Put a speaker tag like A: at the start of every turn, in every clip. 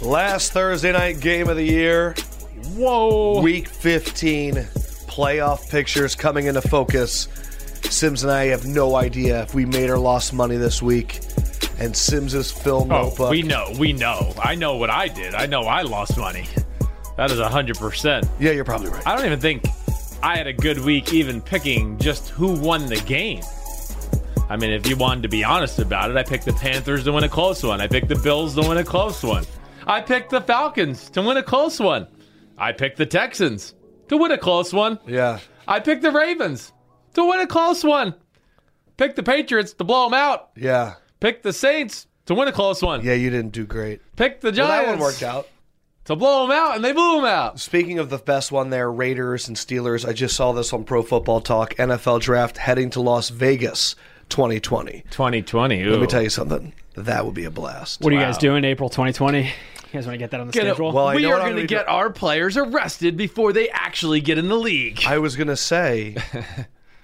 A: Last Thursday night game of the year,
B: Whoa.
A: week 15 playoff pictures coming into focus. Sims and I have no idea if we made or lost money this week. And Sims's film
B: Oh,
A: notebook.
B: we know, we know. I know what I did. I know I lost money. That is hundred percent.
A: Yeah, you're probably right.
B: I don't even think I had a good week even picking just who won the game. I mean, if you wanted to be honest about it, I picked the Panthers to win a close one. I picked the Bills to win a close one. I picked the Falcons to win a close one. I picked the Texans to win a close one.
A: yeah.
B: I picked the Ravens to win a close one. Picked the Patriots to blow them out.
A: Yeah.
B: Picked the Saints to win a close one.
A: Yeah, you didn't do great.
B: Picked the
A: Well,
B: Giants
A: that one worked out.
B: to blow them out, and they blew them out.
A: Speaking of the best one there, Raiders and Steelers, I just saw this on Pro Football Talk NFL draft heading to Las Vegas 2020.
B: 2020.
A: Let me tell you something. That would be a blast.
C: What are you guys doing April 2020? You guys want to get that on the
B: Get it-
C: schedule?
A: well, I
B: we
A: know
B: are
A: what I'm
B: going to
A: gonna
B: get
A: do.
B: our players arrested before they actually get in the league.
A: I was going to say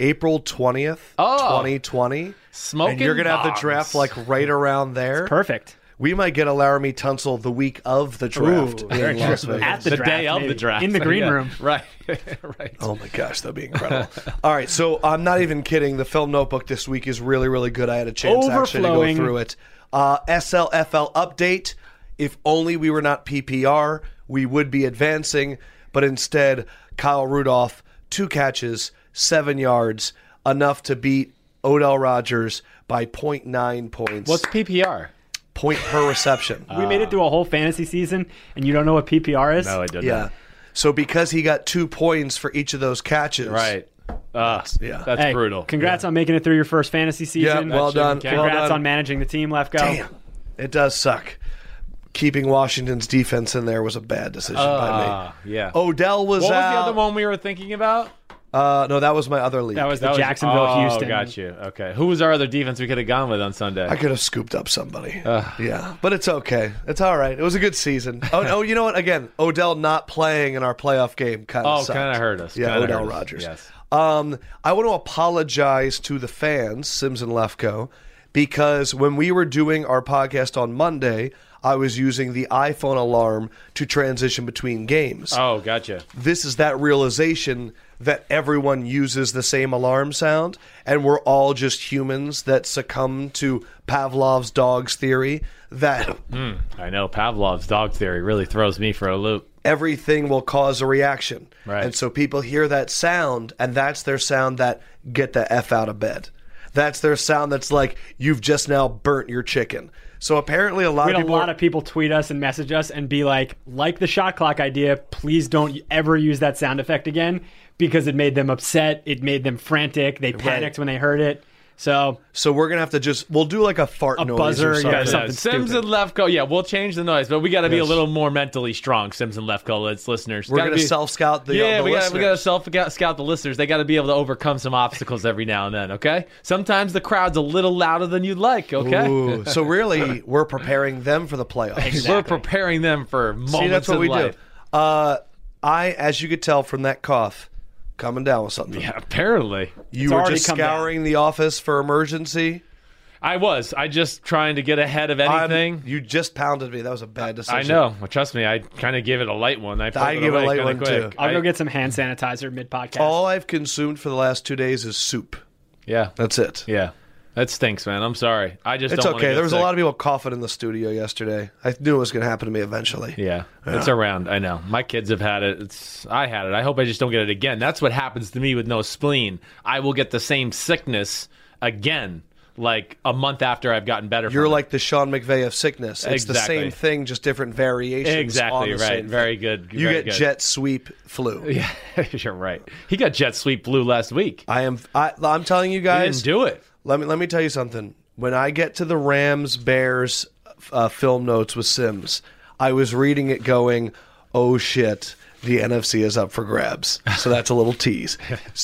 A: April 20th,
B: Oh.
A: 2020.
B: Smoking
A: and you're going to have the
B: bombs.
A: draft like right around there.
C: Perfect.
A: We might get a Laramie Tunsil the week of the draft
C: Ooh, very
A: in Las
C: true.
A: Vegas.
C: At
B: the,
C: draft,
B: day of
C: maybe.
B: the draft
C: In the green
B: Yeah.
C: room.
B: Right, right.
A: Oh my gosh, that'd be incredible. All right, so I'm not even kidding. The film notebook this week is really, really good. I had a chance actually to go
C: Overflowing.
A: through it. Uh, SLFL update. If only we were not PPR, we would be advancing. But instead, Kyle Rudolph, two catches, seven yards, enough to beat Odell Rogers by 0.9 points,
B: What's PPR?
A: point per reception.
C: we made it through a whole fantasy season, and you don't know what PPR is?
B: Oh, didn't.
A: yeah. So because he got two points for each of those catches,
B: Right. Uh,
A: yeah.
B: That's
C: Hey,
B: brutal.
C: Congrats on making it through your first fantasy
A: Yeah,
C: season.
A: well done.
B: count.
A: well
C: Congrats
A: done.
C: on managing the team, Lefko.
A: Damn, it does suck. Keeping Washington's defense in there was a bad decision by me.
B: Uh, yeah.
A: Oh, Odell was
B: what was the
A: out.
B: other one we were thinking about?
A: Uh, no, that was my other league.
C: That was the
B: That was-
C: Jacksonville
B: oh,
C: Houston.
B: got you. Okay. Who was our other defense we could have gone with on Sunday?
A: I could have scooped up somebody. yeah, but it's okay. It's all right. It was a good season. Oh, oh you know what? Again, Odell not playing in our playoff game kind of
B: Oh,
A: sucked.
B: kind of hurt us.
A: Yeah,
B: Kinda
A: Odell
B: hurt us.
A: Rogers.
B: Yes.
A: Um, I want to apologize to the fans, Sims and Lefko, because when we were doing our podcast on Monday, I was using the iPhone alarm to transition between games.
B: Oh, gotcha.
A: this is that realization that everyone uses the same alarm sound and we're all just humans that succumb to Pavlov's dog's theory that
B: I know Pavlov's dog theory really throws me for a loop.
A: everything will cause a reaction.
B: Right.
A: And so people hear that sound and that's their sound that get the F out of bed. That's their sound that's like you've just now burnt your chicken. So apparently a lot
C: We
A: of
C: had a
A: people
C: lot of people tweet us and message us and be like, like the shot clock idea, please don't ever use that sound effect again because it made them upset. It made them frantic. They panicked when they heard it. So
A: so we're going to have to just we'll do like a fart noise or
C: buzzer, yeah,
A: something.
C: yeah. something
B: Sims
C: stupid.
B: and Lefko. Yeah, we'll change the noise, but we got to be a
A: Yes.
B: little more mentally strong. Sims and Lefko, let's listeners.
A: We're
B: Gotta
A: going to
B: be-
A: self-scout the uh,
B: yeah,
A: the
B: we got we got to
A: listeners.
B: self scout the listeners. They got to be able to overcome some obstacles every now and then. Okay, sometimes the crowd's a little louder than you'd like. Okay,
A: Ooh, so really, we're preparing them for the playoffs.
B: we're preparing them for moments
A: See, that's what
B: in
A: we
B: life.
A: do. Uh, I, as you could tell from that cough, coming down with something.
B: Yeah, apparently,
A: you were
C: already
A: just
C: come down.
A: scouring the office for emergency.
B: I was. I just trying to get ahead of
A: I'm-
B: anything.
A: you just pounded me. That was a bad decision.
B: I know. Well, trust me, I kind of gave it a light one. I, pulled
A: I gave it a
B: away
A: light
B: kinda
A: one,
B: quick.
A: too.
C: I'll
B: I-
C: go get some hand sanitizer mid podcast.
A: All I've consumed for the last two days is soup.
B: Yeah,
A: That's it.
B: yeah. That stinks, man. I'm sorry. I just
A: It's
B: don't wanna
A: okay.
B: get
A: There was
B: sick.
A: a lot of people coughing in the studio yesterday. I knew it was going to happen to me eventually.
B: Yeah, it's around. I know. My kids have had it. It's I had it. I hope I just don't get it again. That's what happens to me with no spleen. I will get the same sickness again, like a month after I've gotten better.
A: You're
B: from it.
A: like the Sean McVay of sickness. It's
B: Exactly.
A: the same thing, just different variations. on
B: exactly
A: the
B: right.
A: same
B: Very
A: thing.
B: good.
A: You
B: Very
A: get
B: good.
A: jet sweep flu.
B: You're right. He got jet sweep blue last week.
A: I am. I, I'm telling you
B: I
A: guys.
B: didn't do it.
A: Let me let me tell you something. When I get to the Rams Bears uh, film notes with Sims, I was reading it going, "Oh shit, the NFC is up for grabs. So that's a little tease.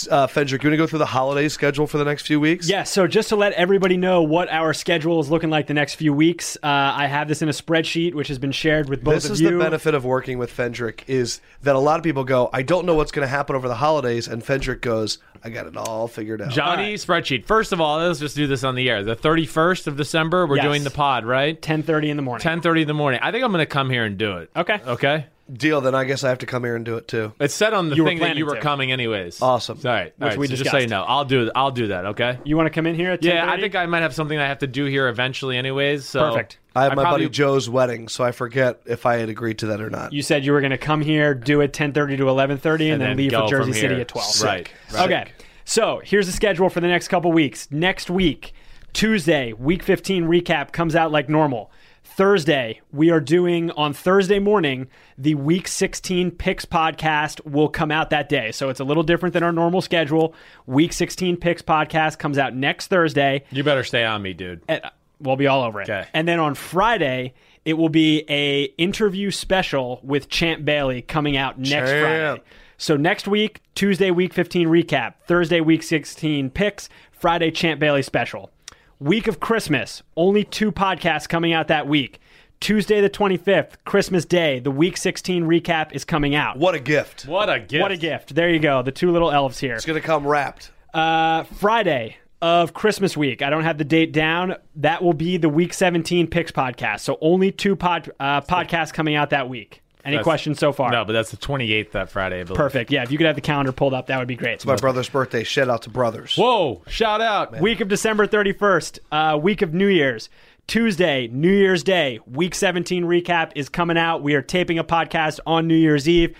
A: Uh, Fendrick, you want to go through the holiday schedule for the next few weeks?
C: Yeah, so just to let everybody know what our schedule is looking like the next few weeks, uh, I have this in a spreadsheet which has been shared with both
A: This
C: of
A: is
C: you.
A: the benefit of working with Fendrick is that a lot of people go, I don't know what's going to happen over the holidays, and Fendrick goes, I got it all figured out.
B: Johnny spreadsheet. First of all, let's just do this on the air. The 31st of December, we're
C: Yes.
B: doing the pod, right?
C: 10:30 in the morning.
B: 10:30 in the morning. I think I'm going to come here and do it.
C: Okay.
B: Okay.
A: Deal. Then I guess I have to come here and do it too.
B: It said on the
C: You were
B: thing that you
C: planning
B: were
C: to.
B: coming anyways.
A: Awesome.
B: All right. All right.
C: we
B: so just
C: discussed.
B: say no. I'll do I'll do that, okay?
C: You want to come in here at 10:30?
B: Yeah, I think I might have something I have to do here eventually anyways. So
C: Perfect.
A: I have my
B: probably-
A: buddy Joe's wedding, so I forget if I had agreed to that or not.
C: you said you were going to come here, do it 10:30 to 11:30 and, then,
B: then
C: leave
B: go
C: for
B: from
C: Jersey City
B: here.
C: at 12.
B: Sick. Right, right.
C: Okay. So, here's the schedule for the next couple weeks. Next week, Tuesday, week 15 recap comes out like normal. Thursday, we are doing on Thursday morning, the week 16 picks podcast will come out that day. So it's a little different than our normal schedule. Week 16 picks podcast comes out next Thursday.
B: You better stay on me, dude.
C: And, uh, we'll be all over it.
B: Okay.
C: And then on Friday, it will be a interview special with Champ Bailey coming out next
A: Champ.
C: Friday. So next week, Tuesday week 15 recap, Thursday week 16 picks, Friday Champ Bailey special. Week of Christmas, only two podcasts coming out that week. Tuesday the 25th, Christmas Day, the week 16 recap is coming out.
A: What a gift!
B: What a gift.
C: What a gift. There you go. The two little elves here.
A: It's going to come wrapped.
C: Uh, Friday of Christmas week. I don't have the date down. That will be the week 17 picks podcast. So only two pod, uh, podcasts coming out that week. Any
B: That's-
C: questions so far?
B: No, but that's the 28th that Friday, I believe.
C: Perfect. Yeah, if you could have the calendar pulled up, that would be great.
A: My brother's birthday. Shout out to brothers.
B: Whoa, shout out.
C: Week of December 31st, uh, week of New Year's. Tuesday, New Year's Day, week 17 recap is coming out. We are taping a podcast on New Year's Eve.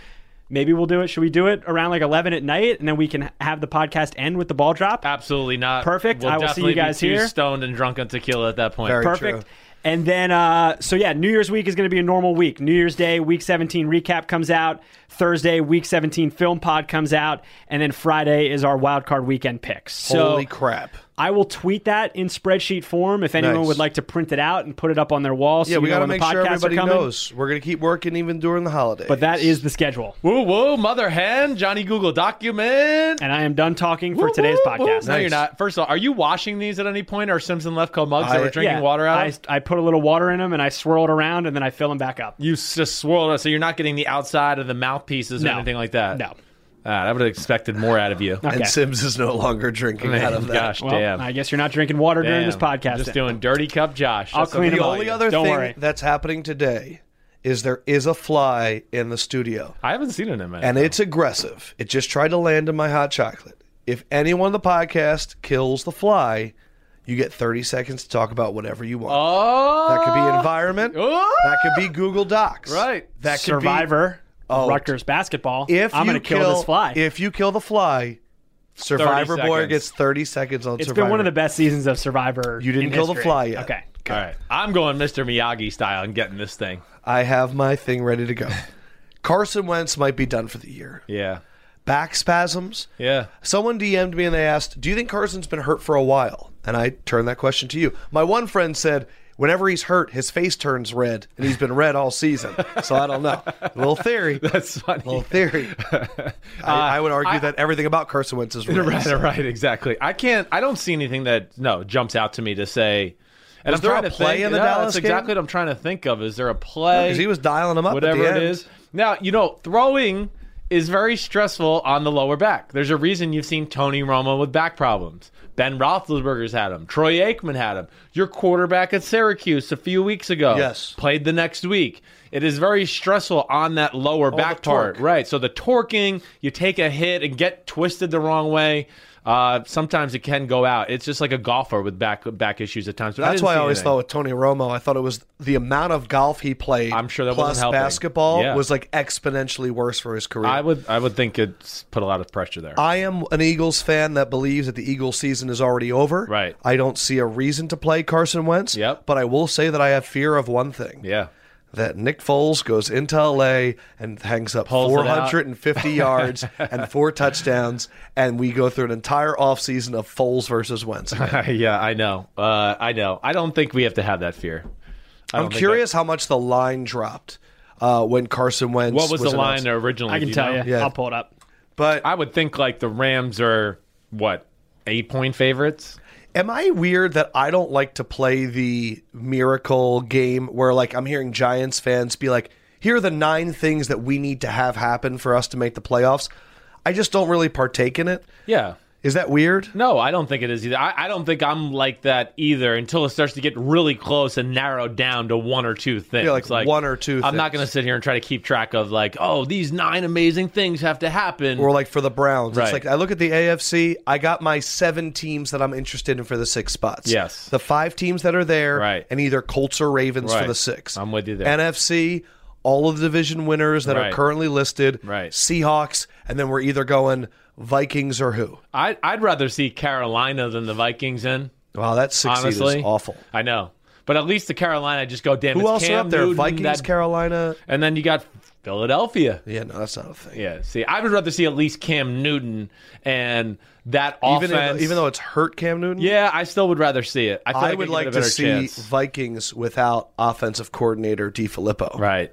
C: Maybe we'll do it. Should we do it around like 11 at night and then we can have the podcast end with the ball drop?
B: Absolutely not.
C: Perfect.
B: We'll
C: I will see
B: definitely
C: you guys
B: be too
C: here.
B: stoned and drunk on tequila at that point.
A: Very
C: Perfect.
A: true.
C: And then, uh, so yeah, New Year's week is going to be a normal week. New Year's Day, week 17 recap comes out. Thursday, week 17 film pod comes out. And then Friday is our wild card weekend picks. So
A: Holy crap!
C: I will tweet that in spreadsheet form if anyone
A: Nice.
C: would like to print it out and put it up on their wall. So
A: Yeah, we
C: got to
A: make
C: podcasts
A: sure everybody
C: are coming.
A: knows. We're going to keep working even during the holidays.
C: But that is the schedule.
B: Woo woo, mother hen, Johnny Google document.
C: And I am done talking for
B: Woo,
C: today's
B: woo, woo.
C: podcast.
B: No, you're
A: Nice.
B: not. First of all, are you washing these at any point? Are Simpson Lefko mugs
A: I-
B: that we're drinking
C: Yeah,
B: water out
C: I,
B: of?
C: I put a little water in them and I swirl it around and then I fill them back up.
B: You s- just swirled it, so you're not getting the outside of the mouthpieces
C: No.
B: or anything like that.
C: No.
B: Ah, I would have expected more out of you.
A: and
C: okay.
A: Sims is no longer drinking
C: Oh,
A: out of that.
B: Gosh,
C: Well,
B: damn.
C: I guess you're not drinking water during
B: Damn.
C: this podcast.
B: Just
C: then.
B: doing dirty cup Josh.
C: I'll
B: That's what-
C: clean
A: The
C: him up.
A: only other
C: Oh, Don't
A: thing
C: worry.
A: that's happening today is there is a fly in the studio,
B: I haven't seen it in a minute.
A: and it's aggressive. It just tried to land in my hot chocolate. If anyone on the podcast kills the fly, you get 30 seconds to talk about whatever you want.
B: oh,
A: that could be environment.
B: Oh!
A: That could be Google Docs.
B: Right.
A: That could
C: Survivor,
A: Oh.
C: Rutgers basketball.
A: Be, if
C: I'm
A: you
C: going to kill, this fly.
A: If you kill the fly, Survivor Boy
B: seconds.
A: gets 30 seconds on
C: it's
A: Survivor.
C: been one of the best seasons of Survivor.
A: You didn't
C: in
A: kill the
C: history.
A: fly yet.
C: Okay.
B: All right, I'm going Mr. Miyagi style and getting this thing.
A: I have my thing ready to go. Carson Wentz might be done for the year.
B: Yeah,
A: Back spasms.
B: yeah.
A: Someone DM'd me and they asked, Do you think Carson's been hurt for a while? And I turned that question to you. My one friend said, Whenever he's hurt, his face turns red, and he's been red all season. So I don't know. little theory.
B: That's funny.
A: little theory. I, I would argue that everything about Carson Wentz is red.
B: Uh, Right, right, exactly. I can't. I don't see anything that no jumps out to me to say. And I'm
A: there
B: trying
A: a
B: to
A: play
B: think-
A: in the
B: no,
A: Dallas
B: That's
A: game?
B: exactly what I'm trying to think of. Is there a play?
A: Because he was dialing him up.
B: whatever
A: at the end.
B: it is. Now, you know, throwing is very stressful on the lower back. There's a reason you've seen Tony Romo with back problems. Ben Roethlisberger's had him. Troy Aikman had him. Your quarterback at Syracuse a few weeks ago.
A: Yes.
B: Played the next week. It is very stressful on that lower back part.
A: Oh, torque.
B: Right. So the torquing, you take a hit and get twisted the wrong way. Uh, sometimes it can go out. It's just like a golfer with back back issues at times. But
A: That's
B: didn't
A: why I
B: see
A: always
B: anything.
A: thought with Tony Romo, I thought it was the amount of golf he played.
B: I'm sure that
A: plus
B: wasn't helping.
A: basketball
B: Yeah.
A: was like exponentially worse for his career.
B: I
A: I,
B: would I would think it's put a lot of pressure there.
A: am an Eagles fan that believes that the Eagles season is already over.
B: Right.
A: I don't see a reason to play Carson Wentz.
B: Yep.
A: But I will say that I have fear of one thing.
B: yeah.
A: That Nick Foles goes into LA and hangs up
B: Pulls it out.
A: 450 yards and four touchdowns, and we go through an entire offseason of Foles versus Wentz.
B: yeah, I know. Uh, I know. I don't think we have to have that fear. I
A: I'm
B: don't think
A: curious how much the line dropped. uh, when Carson Wentz.
B: What was, the
A: announced.
B: line originally?
C: I can
B: do
C: tell
B: know?
C: you.
A: Yeah.
C: I'll pull it up.
A: But
B: I would think like the Rams are what eight point favorites.
A: Am I weird that I don't like to play the miracle game where like I'm hearing Giants fans be like, here are the nine things that we need to have happen for us to make the playoffs? I just don't really partake in it.
B: Yeah.
A: Is that weird?
B: No, I don't think it is either. I, I don't think I'm like that either until it starts to get really close and narrowed down to one or two things.
A: Yeah, like one or two
B: I'm not
A: things.
B: going to sit here and try to keep track of like, oh, these nine amazing things have to happen.
A: Or like for the Browns. It's
B: Right.
A: like I look at the AFC, I got my seven teams that I'm interested in for the six spots.
B: Yes.
A: The five teams that are there
B: Right.
A: and either Colts or Ravens for
B: Right.
A: the six.
B: I'm with you there.
A: NFC, all of the division winners that
B: Right.
A: are currently listed,
B: Right.
A: Seahawks, and then we're either going Vikings or who?
B: I, I'd rather see Carolina than the Vikings in.
A: Wow, that six seed
B: Honestly,
A: is awful.
B: I know, but at least the Carolina just go damn.
A: Who
B: it's
A: else
B: Cam
A: are up there?
B: Newton,
A: Vikings,
B: that-
A: Carolina.
B: and then you got Philadelphia.
A: Yeah, no, that's not a thing.
B: Yeah, see, I would rather see at least Cam Newton and that
A: Even though,
B: offense.
A: even though it's hurt Cam Newton,
B: yeah, I still would rather see it. I, feel
A: I
B: like
A: would
B: I
A: like
B: give it
A: to
B: a better
A: see
B: chance.
A: Vikings without offensive coordinator DiFilippo.
B: right.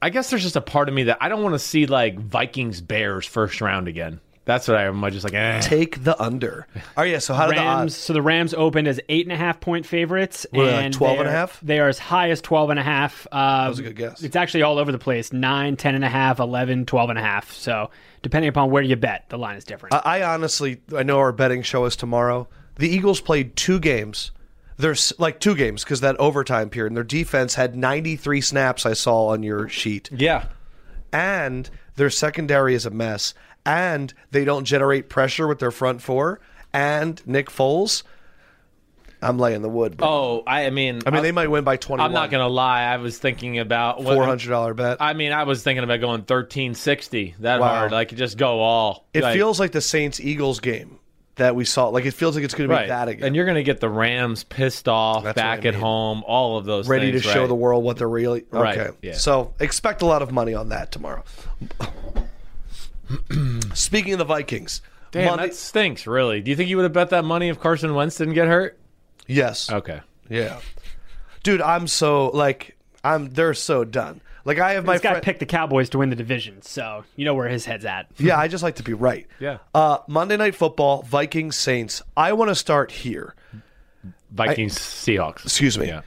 B: I guess there's just a part of me that I don't want to see like Vikings Bears first round again. That's what I'm just like. Eh.
A: Take the under. Oh yeah, so how did the
C: Rams.
A: odds?
C: So the Rams opened as eight and a half point favorites,
A: Were they like
C: and
A: 12
C: they
A: and a
C: are-
A: half?
C: They are as high as 12 and a half. Um, that was
A: a good guess.
C: It's actually all over the place: nine, 10 and a half, 11, 12 and a half. So depending upon where you bet, the line is different.
A: I, I honestly, I know our betting show is tomorrow. The Eagles played two games. There's like two games because that overtime period. And their defense had 93 snaps. I saw on your sheet.
B: Yeah,
A: and their secondary is a mess, and they don't generate pressure with their front four, and Nick Foles. I'm laying the wood. Bro.
B: Oh, I, I mean,
A: I mean, they might win by 21.
B: I'm not gonna lie. I was thinking about what-
A: Four hundred dollar bet.
B: I mean, I was thinking about going thirteen sixty that
A: Wow.
B: hard. Like just go all.
A: it
B: Like,
A: feels like the Saints Eagles game that we saw. Like it feels like it's going to be
B: right.
A: that again.
B: And you're gonna get the Rams pissed off
A: That's what
B: back
A: I
B: at
A: mean.
B: home. All of those
A: ready
B: things,
A: to show
B: right?
A: the world what they're really okay.
B: Right, yeah.
A: So expect a lot of money on that tomorrow. Speaking of the Vikings,
B: Damn,
A: Monday-
B: that stinks. Really? Do you think you would have bet that money if Carson Wentz didn't get hurt?
A: yes,
B: Okay.
A: yeah, dude, I'm so like I'm. They're so done. Like I have my
C: He's got to
A: friend.
C: pick the Cowboys to win the division, so you know where his head's at.
A: Yeah, I just like to be right.
B: Yeah.
A: Uh, Monday Night Football, Vikings, Saints. I want to start here.
B: Vikings, Seahawks.
A: Excuse me.
B: Yeah.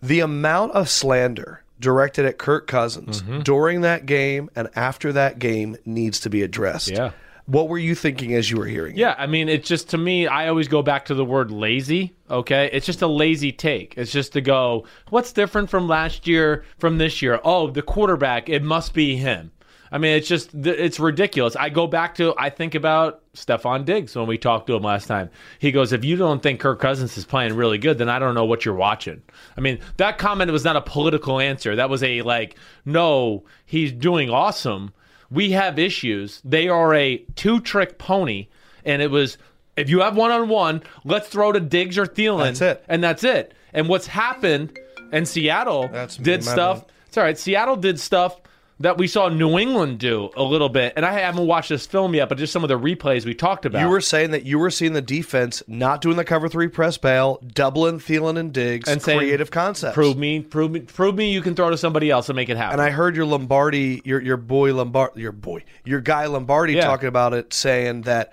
A: The amount of slander directed at Kirk Cousins
B: Mm-hmm.
A: during that game and after that game needs to be addressed.
B: Yeah.
A: What were you thinking as you were hearing? it?
B: Yeah, I mean, it's just to me, I always go back to the word lazy, okay? It's just a lazy take. It's just to go, what's different from last year, from this year? Oh, the quarterback, it must be him. I mean, it's just, th- it's ridiculous. I go back to, I think about Stefan Diggs when we talked to him last time. He goes, if you don't think Kirk Cousins is playing really good, then I don't know what you're watching. I mean, that comment was not a political answer. That was a, like, no, he's doing awesome. We have issues. They are a two trick pony and it was if you have one on one, let's throw to Diggs or Thielen.
A: That's it.
B: And that's it. And what's happened and Seattle
A: That's me,
B: did
A: my
B: stuff.
A: bad.
B: It's all right. Seattle did stuff that we saw New England do a little bit. And I haven't watched this film yet, but just some of the replays we talked about.
A: You were saying that you were seeing the defense not doing the cover three press bail, doubling Thielen and Diggs,
B: and saying,
A: creative concepts.
B: Prove me, prove me, prove me you can throw to somebody else and make it happen.
A: And I heard your Lombardi, your your boy Lombardi, your boy, your guy Lombardi
B: Yeah.
A: talking about it, saying that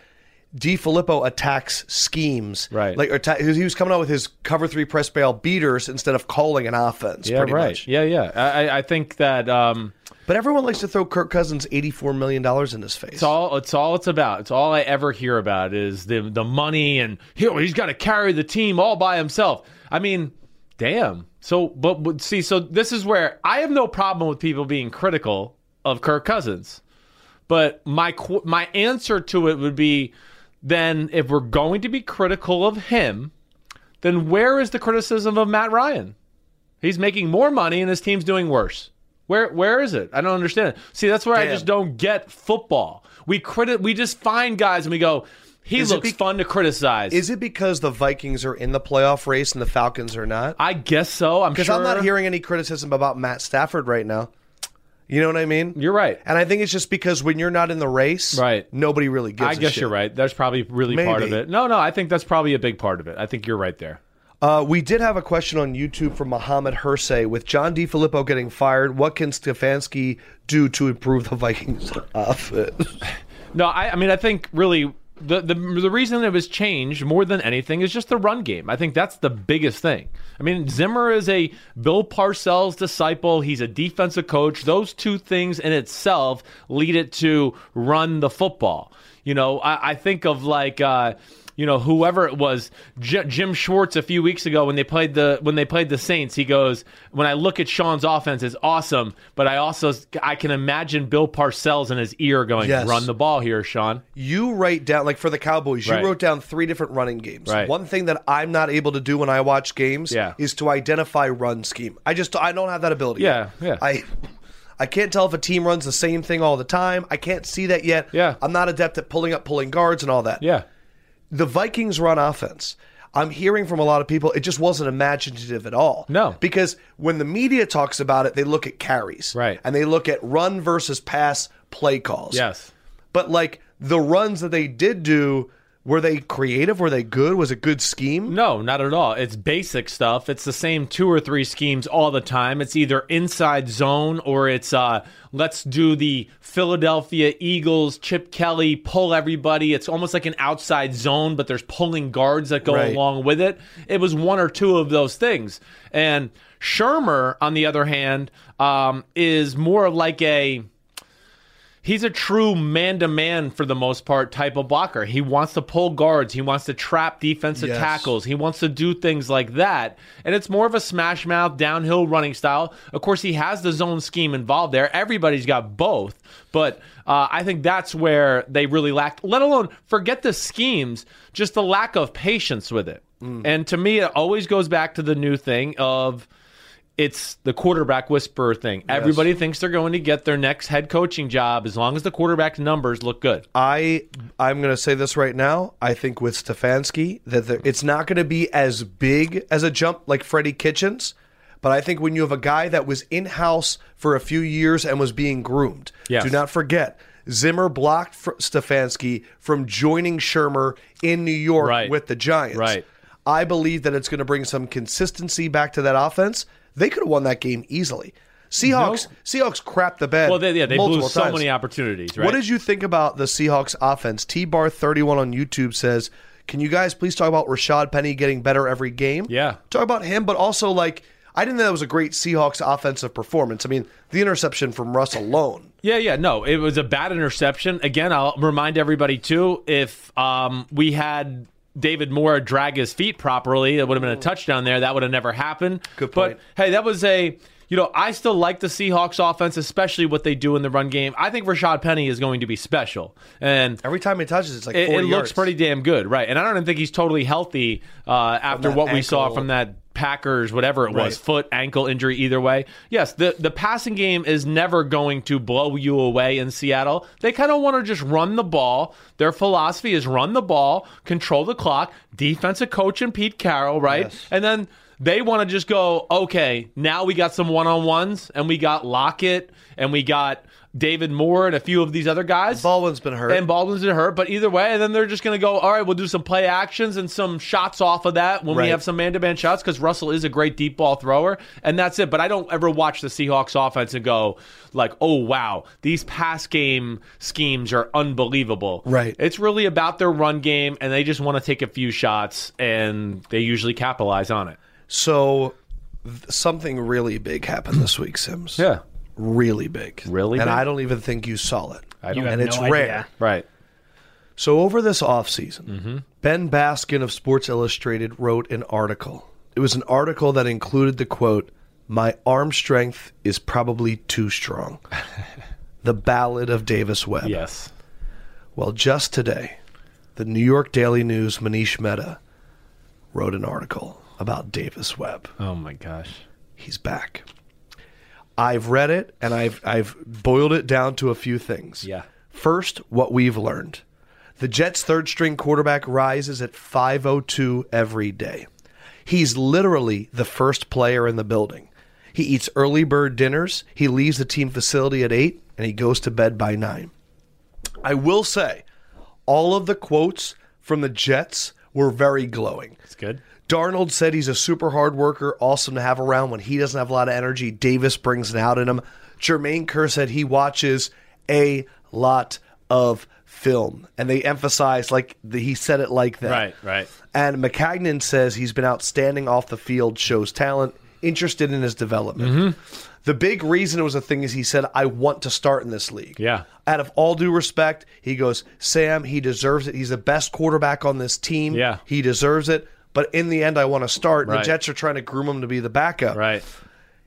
A: D. Filippo attacks schemes,
B: Right.
A: Like or ta- he was coming out with his cover three press bail beaters instead of calling an offense.
B: yeah,
A: pretty
B: right.
A: Much.
B: Yeah, yeah. I, I- I think that um,
A: But everyone likes to throw Kirk Cousins eighty four million dollars in his face.
B: It's all it's all it's about. It's all I ever hear about is the the money and here he's got to carry the team all by himself. I mean, damn. So but, but see, so this is where I have no problem with people being critical of Kirk Cousins. But my qu- my answer to it would be then if we're going to be critical of him, then where is the criticism of Matt Ryan? He's making more money and his team's doing worse. Where where is it? I don't understand. See, that's where I
A: Damn.
B: just don't get football. We credit we just find guys and we go, he
A: Is it
B: looks
A: bec-
B: fun to criticize.
A: Is it because the Vikings are in the playoff race and the Falcons are not?
B: I guess so. I'm
A: Because
B: sure
A: I'm not hearing any criticism about Matt Stafford right now. You know what I mean?
B: You're right.
A: And I think it's just because when you're not in the race,
B: Right.
A: Nobody really gives.
B: I
A: a
B: guess
A: shit.
B: you're right. That's probably really part of
A: Maybe.
B: it. No, no, I think that's probably a big part of it. I think you're right there.
A: Uh, we did have a question on YouTube from Mohammed Hersey. With John DiFilippo getting fired, what can Stefanski do to improve the Vikings' offense?
B: No, I, I mean, I think really the, the the reason it was changed more than anything is just the run game. I think that's the biggest thing. I mean, Zimmer is a Bill Parcells disciple. He's a defensive coach. Those two things in itself lead it to run the football. You know, I, I think of like. Uh, you know whoever it was J- Jim Schwartz a few weeks ago when they played the when they played the Saints he goes when I look at Sean's offense it's awesome but I also I can imagine Bill Parcells in his ear going
A: Yes.
B: run the ball here Sean
A: you write down like for the Cowboys, you
B: Right.
A: wrote down three different running games.
B: Right.
A: One thing that I'm not able to do when I watch games
B: Yeah.
A: is to identify run scheme. I just I don't have that ability.
B: Yeah, yeah.
A: I I can't tell if a team runs the same thing all the time. I can't see that yet.
B: Yeah.
A: I'm not adept at pulling up pulling guards and all that.
B: yeah
A: The Vikings run offense. I'm hearing from a lot of people it just wasn't imaginative at all.
B: No.
A: Because when the media talks about it, they look at carries.
B: Right.
A: And they look at run versus pass play calls
B: yes
A: but like the runs that they did do were they creative were they good was it good scheme
B: No, not at all. It's basic stuff. It's the same two or three schemes all the time. It's either inside zone or it's uh let's do the Philadelphia Eagles, Chip Kelly, pull everybody. It's almost like an outside zone, but there's pulling guards that go
A: Right.
B: along with it. It was one or two of those things. And Shermer, on the other hand, um, is more of like a he's a true man to man for the most part type of blocker. He wants to pull guards, he wants to trap defensive
A: Yes.
B: tackles, he wants to do things like that. And it's more of a smash mouth downhill running style. Of course, he has the zone scheme involved there. Everybody's got both, but uh, I think that's where they really lacked. Let alone forget the schemes, just the lack of patience with it.
A: Mm.
B: And to me, it always goes back to the new thing of it's the quarterback whisperer thing. Everybody thinks they're going to get their next head coaching job as long as the quarterback numbers look good.
A: i i'm going to say this right now i think with stefanski that the, it's not going to be as big as a jump like freddie kitchens but i think when you have a guy that was in-house for a few years and was being groomed
B: Yes.
A: do not forget Zimmer blocked fr- Stefanski from joining Shermer in New York
B: Right.
A: with the Giants.
B: Right.
A: I believe that it's going to bring some consistency back to that offense. They could have won that game easily. Seahawks Seahawks crapped the bed.
B: Well, they, yeah, they
A: multiple
B: blew so
A: times.
B: many opportunities, right?
A: What did you think about the Seahawks offense? T Bar thirty one on YouTube says, "Can you guys please talk about Rashad Penny getting better every game?
B: Yeah.
A: talk about him, but also like I didn't think that was a great Seahawks offensive performance. I mean, the interception from Russ alone.
B: Yeah, yeah, no, it was a bad interception. Again, I'll remind everybody too. If um, we had David Moore drag his feet properly, it would have been a touchdown there. That would have never happened.
A: Good point.
B: But hey, that was a. You know, I still like the Seahawks offense, especially what they do in the run game. I think Rashad Penny is going to be special, and
A: Every time he touches, it's like
B: it,
A: 40
B: it looks
A: yards.
B: pretty damn good, right? And I don't even think he's totally healthy uh, after
A: that
B: what we saw
A: ankle.
B: from that Packers, whatever it
A: Right.
B: was, foot, ankle injury. Either way, yes, the the passing game is never going to blow you away in Seattle. They kind of want to just run the ball. Their philosophy is run the ball, control the clock, defensive coach and Pete Carroll, right?
A: Yes.
B: And then they want to just go, okay, now we got some one on ones, and we got Lockett, and we got David Moore, and a few of these other guys.
A: Baldwin's been hurt.
B: And Baldwin's gonna hurt, but either way, then they're just gonna go. All right, we'll do some play actions and some shots off of that when
A: Right.
B: we have some man-to-man shots because Russell is a great deep ball thrower, and that's it. But I don't ever watch the Seahawks offense and go like, "Oh wow, these pass game schemes are unbelievable."
A: Right.
B: It's really about their run game, and they just want to take a few shots, and they usually capitalize on it.
A: So th- something really big happened this week, Sims. Really big.
B: Really
A: And
B: big?
A: I don't even think you saw it. I
C: don't- You have
A: and it's
C: no
A: rare.
C: idea.
B: Right.
A: So over this offseason, Ben Baskin of Sports Illustrated wrote an article. It was an article that included the quote, My arm strength is probably too strong. the ballad of Davis Webb.
B: Yes.
A: Well, just today, the New York Daily News Manish Mehta wrote an article about Davis Webb
B: Oh my gosh.
A: he's back. I've read it and I've I've boiled it down to a few things.
B: Yeah.
A: First, what we've learned. The Jets' third string quarterback rises at 502 every day. He's literally the first player in the building. He eats early bird dinners, he leaves the team facility at 8 and he goes to bed by 9. I will say all of the quotes from the Jets were very glowing.
B: It's good.
A: Darnold said he's a super hard worker, awesome to have around when he doesn't have a lot of energy. Davis brings it out in him. Jermaine Kerr said he watches a lot of film, and they emphasize like the, he said it like that.
B: Right, right.
A: And McCagnon says he's been outstanding off the field, shows talent, interested in his development.
B: Mm-hmm.
A: The big reason it was a thing is he said, I want to start in this league.
B: Yeah.
A: Out of all due respect, he goes, Sam, he deserves it. He's the best quarterback on this team.
B: Yeah.
A: He deserves it. But in the end, I want to start. And
B: Right.
A: The Jets are trying to groom him to be the backup.
B: Right,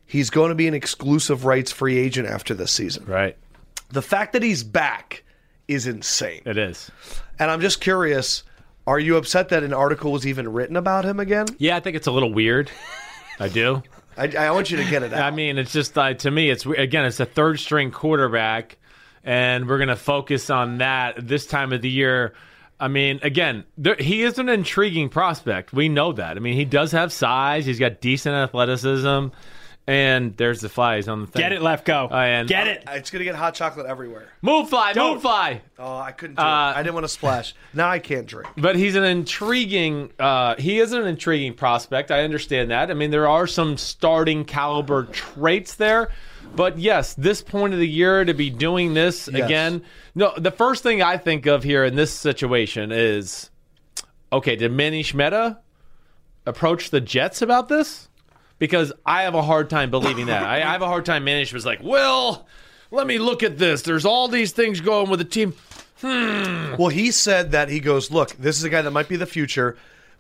A: He's going to be an exclusive rights free agent after this season.
B: right.
A: The fact that he's back is insane.
B: It is.
A: And I'm just curious are you upset that an article was even written about him again?
B: Yeah, I think it's a little weird. I do.
A: I, I want you to get it out.
B: I mean, it's just uh, to me, it's again, it's a third string quarterback, and we're going to focus on that this time of the year. I mean, again, there, he is an intriguing prospect. We know that. I mean, he does have size. He's got decent athleticism, and there's the flies on the thing.
C: Get it, Lefko.
B: I am-
C: Get it.
A: it's going to get hot chocolate everywhere.
B: Move fly,
C: Don't.
B: move fly.
A: Oh, I couldn't do it.
B: Uh,
A: I didn't want to splash. Now I can't drink.
B: But he's an intriguing. Uh, he is an intriguing prospect. I understand that. I mean, there are some starting caliber traits there. But yes, this point of the year to be doing this
A: Yes.
B: again. No, the first thing I think of here in this situation is, okay, did Manny Schmeta approach the Jets about this? Because I have a hard time believing that. I, I have a hard time. Manny was like, well, let me look at this. There's all these things going with the team. Hmm.
A: Well, he said that he goes, look, this is a guy that might be the future.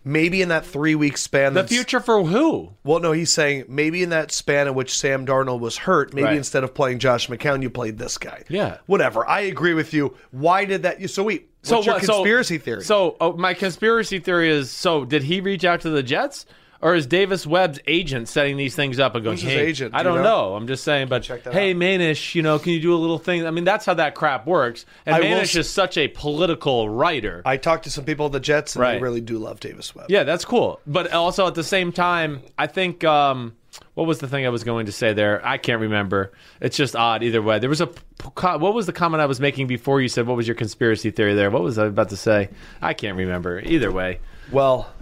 A: Maybe in that three week span.
B: The future for who?
A: Well, no, he's saying maybe in that span in which Sam Darnold was hurt, maybe
B: Right.
A: instead of playing Josh McCown, you played this guy.
B: Yeah.
A: Whatever. I agree with you. Why did that? So wait, what's your
B: what-
A: conspiracy theory?
B: So oh, my conspiracy theory is: so did he reach out to the Jets, or is Davis Webb's agent setting these things up and going?
A: Who's his
B: hey,
A: agent?
B: I
A: Do you
B: don't
A: know?
B: know? I'm just saying, but
A: check that
B: hey,
A: out.
B: Manish, you know, can you do a little thing? I mean, that's how that crap works. And
A: I will
B: Manish
A: s-
B: is such a political writer.
A: I talked to some people at the Jets, and they
B: Right.
A: really do love Davis Webb.
B: yeah, that's cool. But also at the same time, I think. Um, what was the thing I was going to say there? I can't remember. It's just odd either way. There was a p- co- what was the comment I was making before you said what was your conspiracy theory there? What was I about to say? I can't remember either way.
A: Well,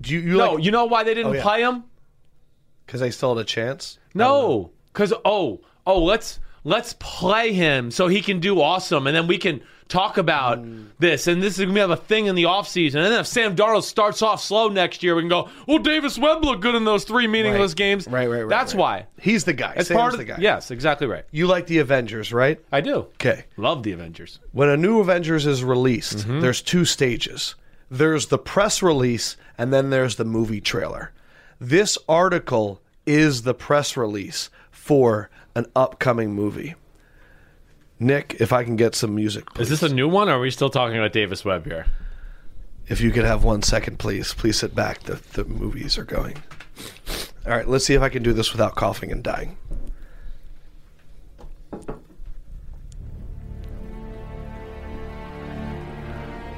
A: do you, you
B: No,
A: like
B: you know why they didn't
A: Oh, yeah.
B: play him?
A: because I still had a chance.
B: No, because oh, oh, let's let's play him so he can do awesome, and then we can talk about
A: Hmm.
B: this. And this is gonna have a thing in the offseason. And then if Sam Darnold starts off slow next year, we can go, well, Davis Webb looked good in those three meaningless
A: Right.
B: games.
A: Right, right, right,
B: That's
A: right.
B: why.
A: He's the guy.
B: It's
A: Sam's
B: part of
A: the guy.
B: Yes, exactly right.
A: You like the Avengers, right?
B: I do.
A: Okay.
B: Love the Avengers.
A: When a new Avengers is released,
B: Mm-hmm.
A: there's two stages. There's the press release and then there's the movie trailer. This article is the press release for an upcoming movie. Nick, if I can get some music,
B: Is
A: please.
B: this a new one, or are we still talking about Davis Webb here?
A: if you could have one second, please, please sit back. The, the movies are going. All right, let's see if I can do this without coughing and dying.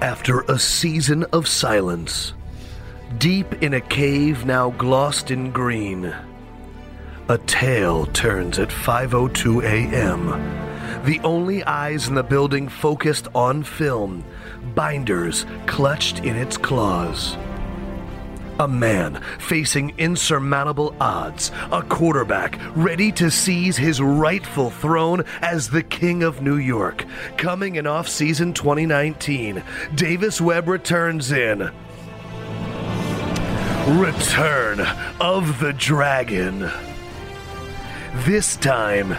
A: After a season of silence, deep in a cave now glossed in green, a tale turns at 5:02 a.m. The only eyes in the building focused on film, binders clutched in its claws. A man facing insurmountable odds, a quarterback ready to seize his rightful throne as the King of New York. Coming in off season 2019, Davis Webb returns in. Return of the Dragon. This time,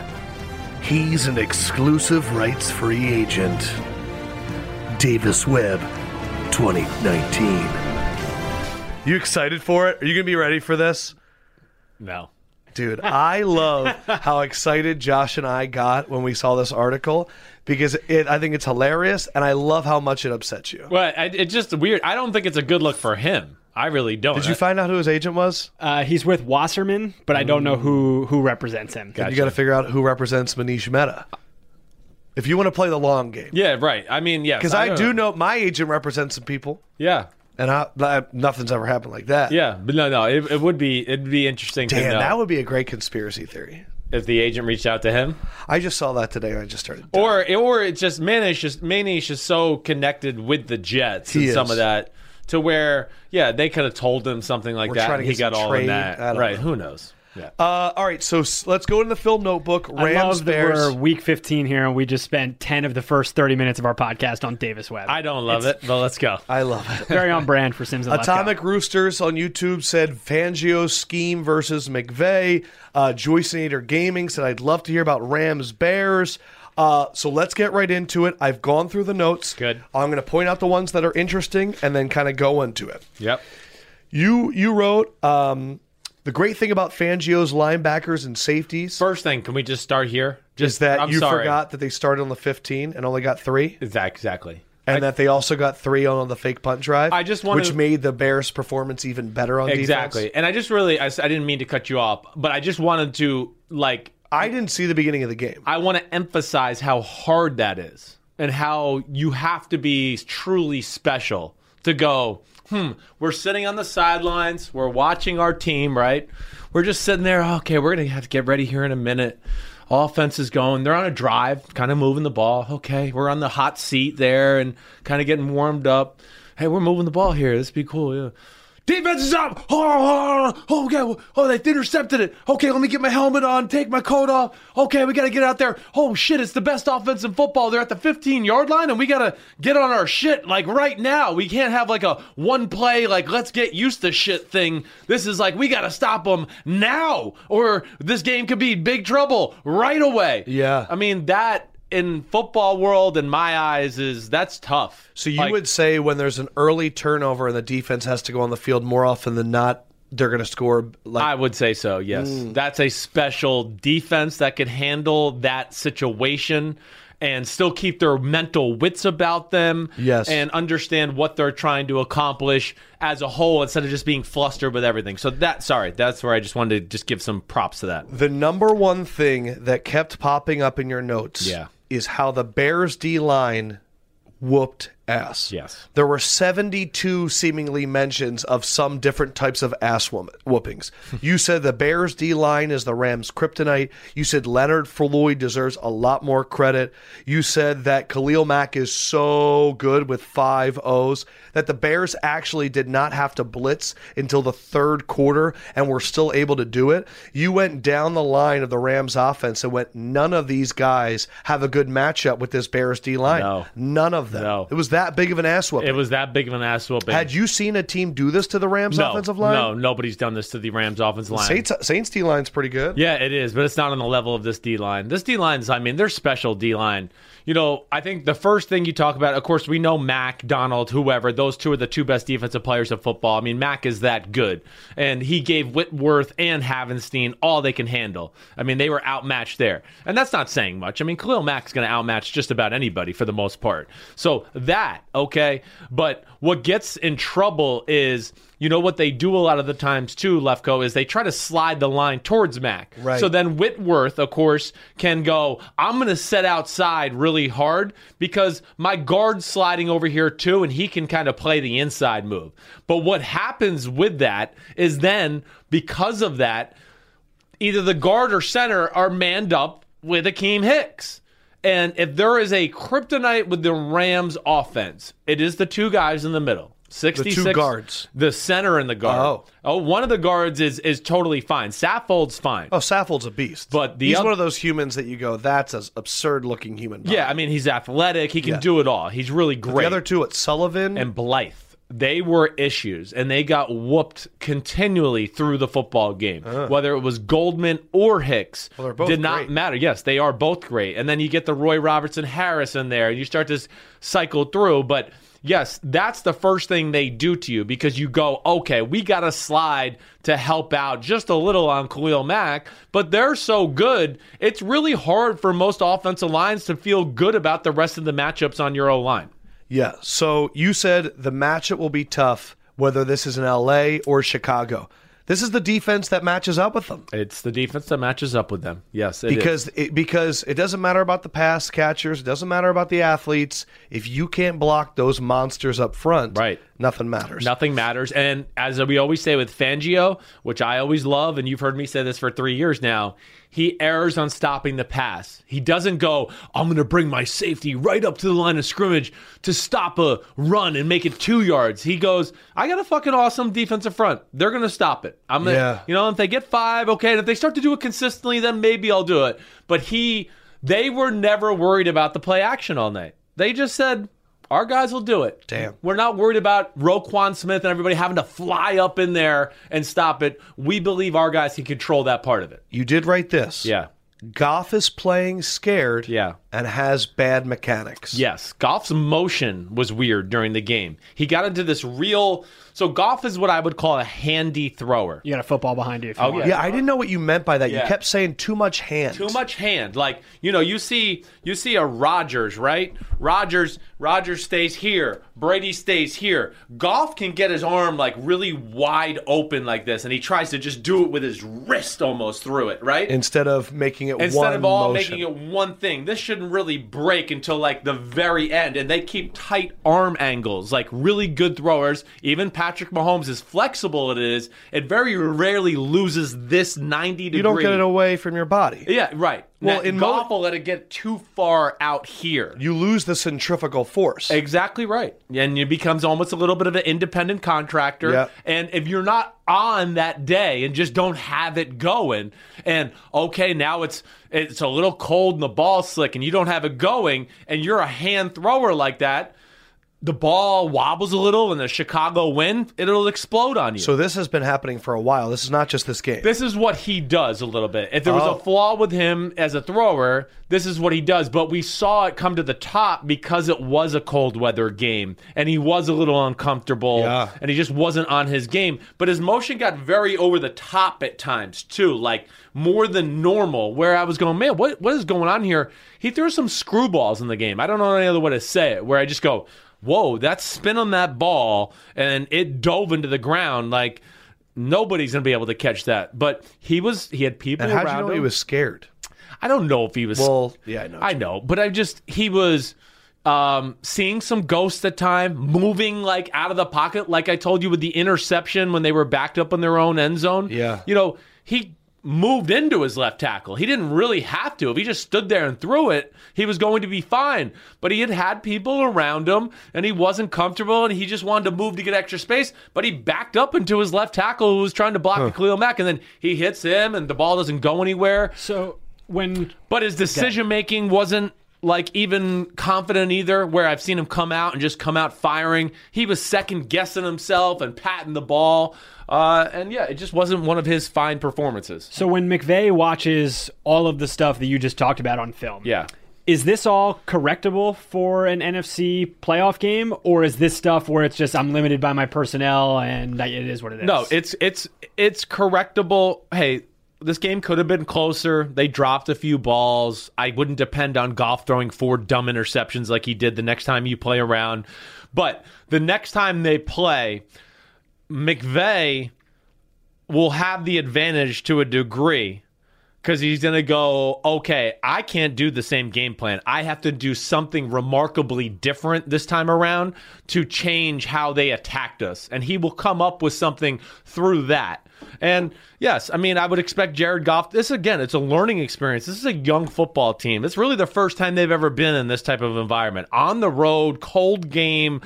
A: he's an exclusive rights free agent. Davis Webb, 2019. You excited for it? Are you going to be ready for this?
B: No.
A: Dude, I love how excited Josh and I got when we saw this article because it I think it's hilarious and I love how much it upsets you.
B: Well, I, it's just weird. I don't think it's a good look for him. I really don't.
A: Did you find out who his agent was?
C: Uh, he's with Wasserman, but I don't know who who represents him.
A: You got to figure out who represents Manish Mehta. If you want to play the long game.
B: yeah, right. I mean, yes.
A: Because I,
B: don't
A: do know my agent represents some people
B: Yeah.
A: and I, I- nothing's ever happened like that.
B: Yeah, but no, no, it, it would be it'd be interesting to
A: Damn,
B: know
A: that would be a great conspiracy theory.
B: if the agent reached out to him,
A: I just saw that today and I just started.
B: or or it's just Manish is Manish is so connected with the Jets
A: He
B: and some
A: is.
B: of that to where yeah they could have told him something like that.
A: trying
B: And
A: to
B: he
A: get
B: got
A: some
B: all
A: trade.
B: in that
A: I don't
B: right.
A: know.
B: Who knows? Yeah.
A: Uh, all right, so s- let's go into the film notebook. Rams
C: I love that
A: Bears.
C: we're week 15 here and we just spent 10 of the first 30 minutes of our podcast on Davis Webb.
B: I don't love it, but let's go.
A: I love it.
C: Very on brand for Sims and Lefkow.
A: Atomic Roosters on YouTube said Fangio's scheme versus McVeigh. Uh, Joyceinator Gaming said I'd love to hear about Rams Bears. Uh, so let's get right into it. I've gone through the notes.
B: Good.
A: I'm going to point out the ones that are interesting and then kind of go into it.
B: Yep.
A: You you wrote um, the great thing about Fangio's linebackers and safeties
B: First thing, can we just start here? Just
A: is that
B: I'm
A: you
B: sorry.
A: forgot that they started on the 15 and only got three.
B: Exac- exactly.
A: And that they also got three on the fake punt drive.
B: I just wanted-
A: which made the Bears' performance even better on defense.
B: Exactly. And I just really, I, s- I didn't mean to cut you off, but I just wanted to like,
A: I didn't see the beginning of the game.
B: I want to emphasize how hard that is and how you have to be truly special to go, hmm, we're sitting on the sidelines, we're watching our team, right? We're just sitting there, okay, we're going to have to get ready here in a minute. Offense is going. They're on a drive, kind of moving the ball. Okay, we're on the hot seat there and kind of getting warmed up. Hey, we're moving the ball here. This would be cool. Yeah. Defense is up. Oh, oh, oh, oh, okay. Oh, they intercepted it. Okay, let me get my helmet on, take my coat off. Okay, we got to get out there. Oh, shit, it's the best offense in football. They're at the 15 yard line, and we got to get on our shit like right now. We can't have like a one play, like let's get used to shit thing. This is like, we got to stop them now, or this game could be big trouble right away.
A: Yeah.
B: I mean, that in football world, in my eyes, is that's tough.
A: So you
B: Like-
A: would say when there's an early turnover and the defense has to go on the field more often than not, they're going to score. Like
B: I would say so, yes.
A: Mm.
B: That's a special defense that could handle that situation and still keep their mental wits about them
A: Yes.
B: and understand what they're trying to accomplish as a whole instead of just being flustered with everything. So that sorry, that's where I just wanted to just give some props to that.
A: the number one thing that kept popping up in your notes
B: Yeah.
A: is how the Bears D line whooped ass.
B: Yes.
A: There were 72 seemingly mentions of some different types of ass woman, whoopings. you said the Bears D line is the Rams' kryptonite. You said Leonard Floyd deserves a lot more credit. You said that Khalil Mack is so good with five O's that the Bears actually did not have to blitz until the third quarter and were still able to do it. You went down the line of the Rams' offense and went, none of these guys have a good matchup with this Bears D line.
B: No.
A: None of them.
B: No.
A: It was that big of an ass whooping.
B: It was that big of an ass whooping.
A: Had you seen a team do this to the Rams
B: no,
A: offensive line?
B: No, nobody's done this to the Rams offensive line.
A: Saints Saints D line's pretty good.
B: Yeah, it is, but it's not on the level of this D line. This D line's, I mean, they're special D line. You know, I think the first thing you talk about, of course, we know Mac, Donald, whoever, those two are the two best defensive players of football. I mean, Mac is that good. And he gave Whitworth and Havenstein all they can handle. I mean, they were outmatched there. And that's not saying much. I mean, Khalil Mack's going to outmatch just about anybody for the most part. So that, okay. But what gets in trouble is. You know what they do a lot of the times too, Lefko, is they try to slide the line towards Mac.
A: Right.
B: So then Whitworth, of course, can go, I'm going to set outside really hard because my guard's sliding over here too, and he can kind of play the inside move. But what happens with that is then, because of that, either the guard or center are manned up with Akeem Hicks. And if there is a kryptonite with the Rams offense, it is the two guys in the middle. 66
A: guards.
B: The center and the guard.
A: Oh.
B: Oh, one of the guards is is totally fine. Saffold's fine.
A: Oh, Saffold's a beast.
B: But the
A: he's
B: oth-
A: one of those humans that you go, that's an absurd looking human. body."
B: Yeah, I mean he's athletic. He can do it all. He's really great.
A: The other two, it's Sullivan.
B: and Blythe. They were issues, and they got whooped continually through the football game. Whether it was Goldman or Hicks,
A: they're both
B: did not
A: great.
B: matter. Yes, they are both great. And then you get the Roy Robertson Harris in there, and you start to s- cycle through. But yes, that's the first thing they do to you because you go, okay, we got to slide to help out just a little on Khalil Mack, but they're so good, it's really hard for most offensive lines to feel good about the rest of the matchups on your O line.
A: yeah. So you said the matchup will be tough, whether this is in LA or Chicago. This is the defense that matches up with them.
B: It's the defense that matches up with them. Yes, it is.
A: because it, because it doesn't matter about the pass catchers, it doesn't matter about the athletes. If you can't block those monsters up front,
B: Right.
A: Nothing matters.
B: Nothing matters. And as we always say with Fangio, which I always love, and you've heard me say this for three years now, he errs on stopping the pass. He doesn't go, I'm going to bring my safety right up to the line of scrimmage to stop a run and make it two yards. He goes, I got a fucking awesome defensive front. They're going to stop it. I'm going to,
A: Yeah.
B: you know, if they get five, okay. And if they start to do it consistently, then maybe I'll do it. But he, they were never worried about the play action all night. They just said, our guys will do it.
A: Damn.
B: We're not worried about Roquan Smith and everybody having to fly up in there and stop it. We believe our guys can control that part of it.
A: You did write this.
B: Yeah.
A: Goff is playing scared
B: Yeah.
A: and has bad mechanics.
B: Yes, Goff's motion was weird during the game. He got into this real. So Goff is what I would call a handy thrower.
C: You got a football behind you. If you want.
A: Yeah, I didn't know what you meant by that. You
B: Yeah.
A: kept saying too much hand.
B: Too much hand, like you know, you see, you see a Rogers, right? Rogers, Rogers stays here. Brady stays here. Goff can get his arm like really wide open like this, and he tries to just do it with his wrist almost through it, right?
A: Instead of making it one
B: instead of all
A: motion.
B: making it one thing this shouldn't really break until like the very end and they keep tight arm angles like really good throwers even patrick mahomes is flexible it is it very rarely loses this 90 degree
A: you don't get it away from your body.
B: yeah right
A: Well,
B: well
A: in
B: in
A: mo-
B: golf will let it get too far out here
A: you lose the centrifugal force.
B: Exactly right. And it becomes almost a little bit of an independent contractor.
A: Yeah.
B: And if you're not on that day and just don't have it going, and okay, now it's it's a little cold and the ball's slick and you don't have it going, and you're a hand thrower like that, the ball wobbles a little and the Chicago wind, it'll explode on you.
A: So this has been happening for a while. This is not just this game.
B: This is what he does a little bit. If there was
A: Oh.
B: a flaw with him as a thrower, this is what he does. But we saw it come to the top because it was a cold weather game and he was a little uncomfortable
A: Yeah.
B: and he just wasn't on his game. But his motion got very over the top at times too, like more than normal. Where I was going, man, what what is going on here? He threw some screwballs in the game. I don't know any other way to say it. Where I just go, whoa, that spin on that ball and it dove into the ground like nobody's gonna be able to catch that. But he was he had people
A: and how do
B: around
A: you know
B: him.
A: he was scared?
B: I don't know if he was.
A: Well, yeah, I know.
B: I know, but I just he was um, seeing some ghosts at time, moving like out of the pocket, like I told you with the interception when they were backed up in their own end zone.
A: Yeah.
B: you know he moved into his left tackle. He didn't really have to. If he just stood there and threw it, he was going to be fine. But he had had people around him, and he wasn't comfortable, and he just wanted to move to get extra space. But he backed up into his left tackle, who was trying to block Khalil Mack, and then he hits him, and the ball doesn't go anywhere.
C: So when
B: But his decision making wasn't like even confident either. Where I've seen him come out and just come out firing, he was second guessing himself and patting the ball. Uh, and yeah, it just wasn't one of his fine performances.
C: so when McVeigh watches all of the stuff that you just talked about on film,
B: Yeah.
C: is this all correctable for an NFC playoff game, or is this stuff where it's just I'm limited by my personnel and I- it is what it is?
B: No, it's it's it's correctable. Hey, this game could have been closer. They dropped a few balls. I wouldn't depend on golf throwing four dumb interceptions like he did the next time you play around. But the next time they play, McVeigh will have the advantage to a degree because he's going to go, okay, I can't do the same game plan. I have to do something remarkably different this time around to change how they attacked us. And he will come up with something through that. And yes, I mean, I would expect Jared Goff. This, again, it's a learning experience. This is a young football team. It's really the first time they've ever been in this type of environment on the road, cold game,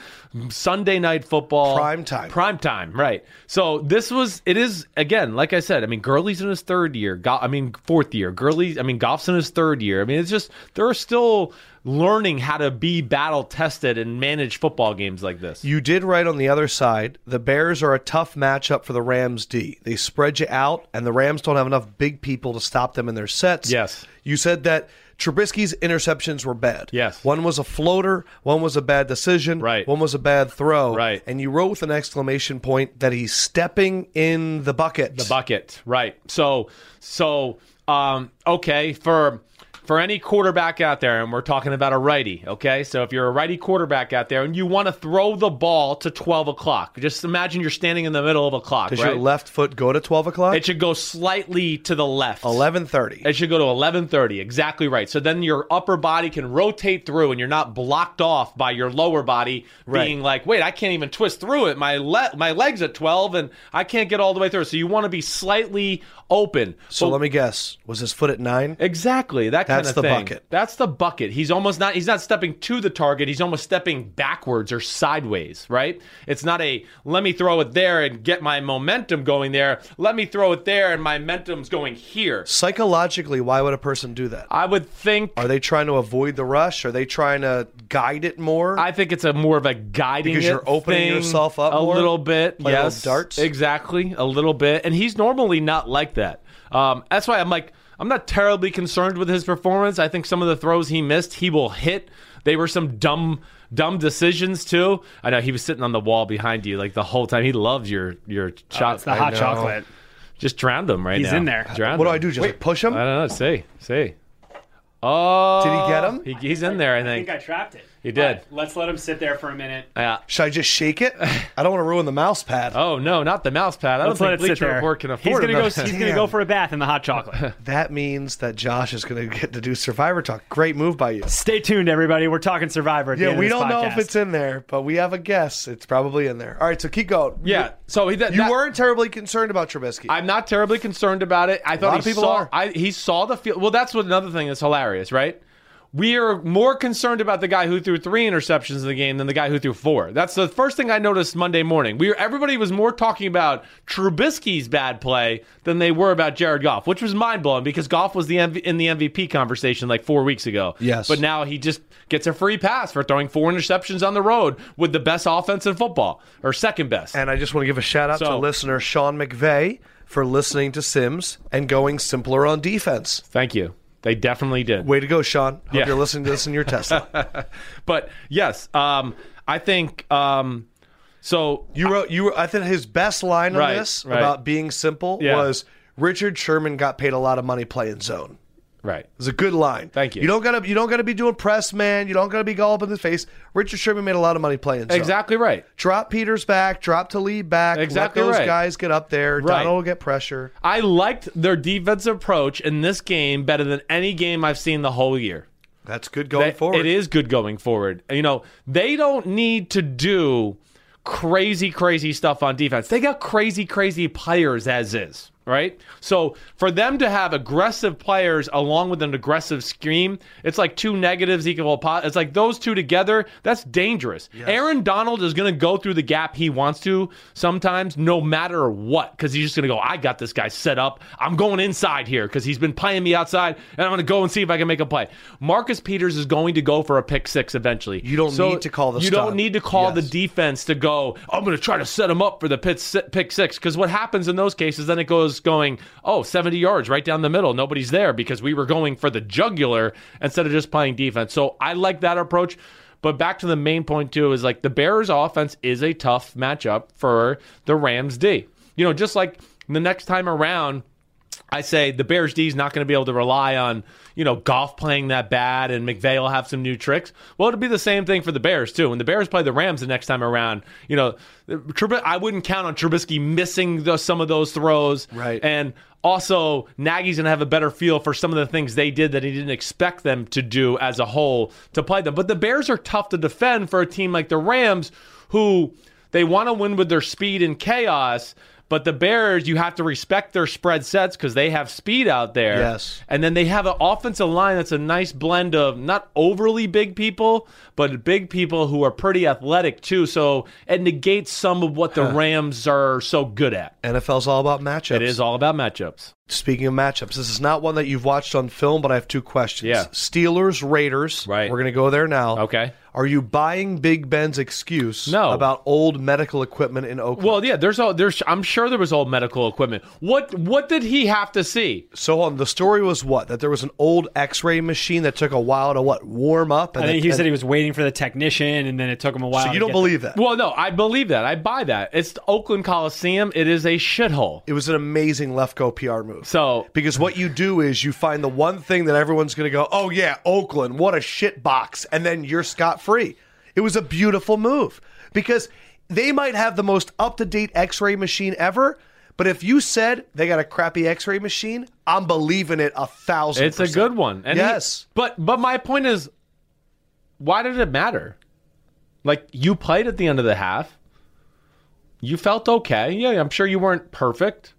B: Sunday night football.
A: Prime time.
B: Prime time, right. So this was it is again, like I said, I mean Gurley's in his third year. Go- I mean fourth year. Gurley, I mean Goff's in his third year. I mean it's just they're still learning how to be battle tested and manage football games like this.
A: You did right on the other side. The Bears are a tough matchup for the Rams D. They spread you out, and the Rams don't have enough big people to stop them in their sets.
B: Yes.
A: You said that Trubisky's interceptions were bad.
B: Yes.
A: One was a floater, one was a bad decision,
B: Right.
A: one was a bad throw.
B: Right.
A: And you wrote with an exclamation point that he's stepping in the bucket.
B: The bucket, right? So, so um, okay for for any quarterback out there, and we're talking about a righty, okay? So if you're a righty quarterback out there and you want to throw the ball to 12 o'clock, just imagine you're standing in the middle of a clock,
A: Does
B: right?
A: your left foot go to 12 o'clock?
B: it should go slightly to the left.
A: 11.30.
B: It should go to 11:30. Exactly right. So then your upper body can rotate through and you're not blocked off by your lower body
A: Right.
B: being like, "Wait, I can't even twist through it. My le- my legs at 12 and I can't get all the way through." So you want to be slightly open.
A: So
B: But-
A: let me guess. Was his foot at 9?
B: Exactly. That kind
A: That's
B: of
A: the
B: thing.
A: bucket.
B: That's the bucket. He's almost not he's not stepping to the target. He's almost stepping backwards or sideways, right? It's not a let me throw it there and get my momentum going there. Let me throw it there and my momentum's going here.
A: Psychologically, why would a person do that?
B: I would think
A: Are they trying to avoid the rush? Are they trying to guide it more?
B: I think it's a more of a guiding
A: Because you're
B: it
A: opening
B: thing
A: yourself up
B: a
A: more?
B: little bit.
A: Play a little
B: yes,
A: darts?
B: exactly, a little bit. And he's normally not like that. Um, that's why I'm like I'm not terribly concerned with his performance. I think some of the throws he missed, he will hit. They were some dumb, dumb decisions too. I know he was sitting on the wall behind you like the whole time. He loves your your
C: Oh, It's
B: shot.
C: the hot
A: know.
C: chocolate.
B: Just drowned him right
C: He's
B: now.
C: in there.
B: Drowned
A: what do
B: him.
A: I do? Just like, push him?
B: I don't know. See, see. Oh,
A: Did he get him?
B: He, he's in there. I think.
C: I trapped it.
B: He did.
C: But Let's let him sit there for a minute.
B: yeah.
A: Should I just shake it? I don't want to ruin the mouse pad.
B: Oh no, not the mouse pad. I
C: Let's
B: don't
C: let
B: think
C: it sit
B: Bleacher
C: there.
B: Report can
C: he's
B: afford
C: gonna go.
B: another-
C: He's gonna go
A: Damn.
C: for a bath in the hot chocolate.
A: That means that Josh is going to get to do Survivor Talk. Great move by you.
C: Stay tuned, everybody. We're talking Survivor. At the
A: Yeah,
C: end
A: we
C: of this
A: don't know if
C: podcast.
A: it's in there, but we have a guess. It's probably in there. All right, so keep going.
B: yeah. So he, that,
A: You
B: that-
A: weren't terribly concerned about Trubisky.
B: I'm not terribly concerned about it. I thought
A: lot
B: he
A: of people
B: saw.
A: are.
B: I, he saw the field. Well, that's what another thing that's hilarious, right? We are more concerned about the guy who threw three interceptions in the game than the guy who threw four. That's the first thing I noticed Monday morning. We were, everybody was more talking about Trubisky's bad play than they were about Jared Goff, which was mind blowing because Goff was the MV, in the MVP conversation like four weeks ago.
A: Yes.
B: but now he just gets a free pass for throwing four interceptions on the road with the best offense in football or second best.
A: and I just want to give a shout out to
B: So-
A: listener Sean McVeigh for listening to Sims and going simpler on defense.
B: Thank you. They definitely did.
A: Way to go, Sean. Hope
B: Yeah.
A: you're listening to this in your Tesla.
B: But yes, um, I think um, so.
A: you wrote you were I think his best line on
B: Right,
A: this
B: right.
A: about being simple
B: Yeah.
A: was Richard Sherman got paid a lot of money playing zone.
B: Right.
A: It's a good line.
B: Thank you.
A: You don't gotta you don't gotta be doing press man, you don't gotta be all up in the face. Richard Sherman made a lot of money playing zone.
B: Exactly right.
A: Drop Peters back, drop to Lee back,
B: Exactly
A: let those
B: right.
A: guys get up there,
B: Right.
A: Donald will get pressure.
B: I liked their defensive approach in this game better than any game I've seen the whole year.
A: That's good going
B: They-
A: forward.
B: It is good going forward. You know, they don't need to do crazy, crazy stuff on defense. They got crazy, crazy players as is, right? So for them to have aggressive players along with an aggressive scheme, it's like two negatives equal a pot. It's like those two together, that's dangerous. Aaron Donald is going to go through the gap he wants to sometimes, no matter what, because he's just going to go, I got this guy set up. I'm going inside here because he's been playing me outside, and I'm going to go and see if I can make a play. Marcus Peters is going to go for a pick six eventually.
A: You don't need to call the
B: You
A: stop.
B: don't need to call the
A: Yes.
B: defense to go, I'm going to try to set him up for the pit si- pick six. Because what happens in those cases, then it goes going, oh, 70 yards right down the middle. Nobody's there because we were going for the jugular instead of just playing defense. So I like that approach. But back to the main point, too, is like the Bears' offense is a tough matchup for the Rams' D. You know, just like the next time around, I say the Bears D is not going to be able to rely on you know golf playing that bad, and McVay will have some new tricks. Well, it'll be the same thing for the Bears too. When the Bears play the Rams the next time around, you know, Trub- I wouldn't count on Trubisky missing the, some of those throws,
A: Right.
B: And also Nagy's going to have a better feel for some of the things they did that he didn't expect them to do as a whole to play them. But the Bears are tough to defend for a team like the Rams, who they want to win with their speed and chaos. But the Bears, you have to respect their spread sets because they have speed out there.
A: Yes.
B: And then they have an offensive line that's a nice blend of not overly big people, but big people who are pretty athletic too. So it negates some of what the Rams are so good at.
A: NFL's all about matchups.
B: It is all about matchups.
A: Speaking of matchups, this is not one that you've watched on film, but I have two questions.
B: Yeah.
A: Steelers, Raiders.
B: Right.
A: We're going to go there now.
B: Okay.
A: Are you buying Big Ben's excuse
B: No.
A: about old medical equipment in Oakland?
B: Well, yeah, there's all there's. I'm sure there was old medical equipment. What what did he have to see?
A: so on the story was what that there was an old X-ray machine that took a while to what warm up,
C: I
A: then-
C: think he said he was waiting for the technician, and then it took him a while.
A: So
C: to
A: you don't
C: get
A: believe that?
B: Well, no, I believe that. I buy that. It's the Oakland Coliseum. It is a shithole.
A: it was an amazing Lefko PR move.
B: So
A: Because what you do is you find the one thing that everyone's going to go, oh yeah, Oakland, what a shit box, and then you're scot free. It was a beautiful move because they might have the most up to date X ray machine ever, but if you said they got a crappy X ray machine, I'm believing it a thousand.
B: it's a good one. And he-
A: Yes.
B: but but my point is, why did it matter? Like you played at the end of the half. You felt okay. Yeah, I'm sure you weren't perfect.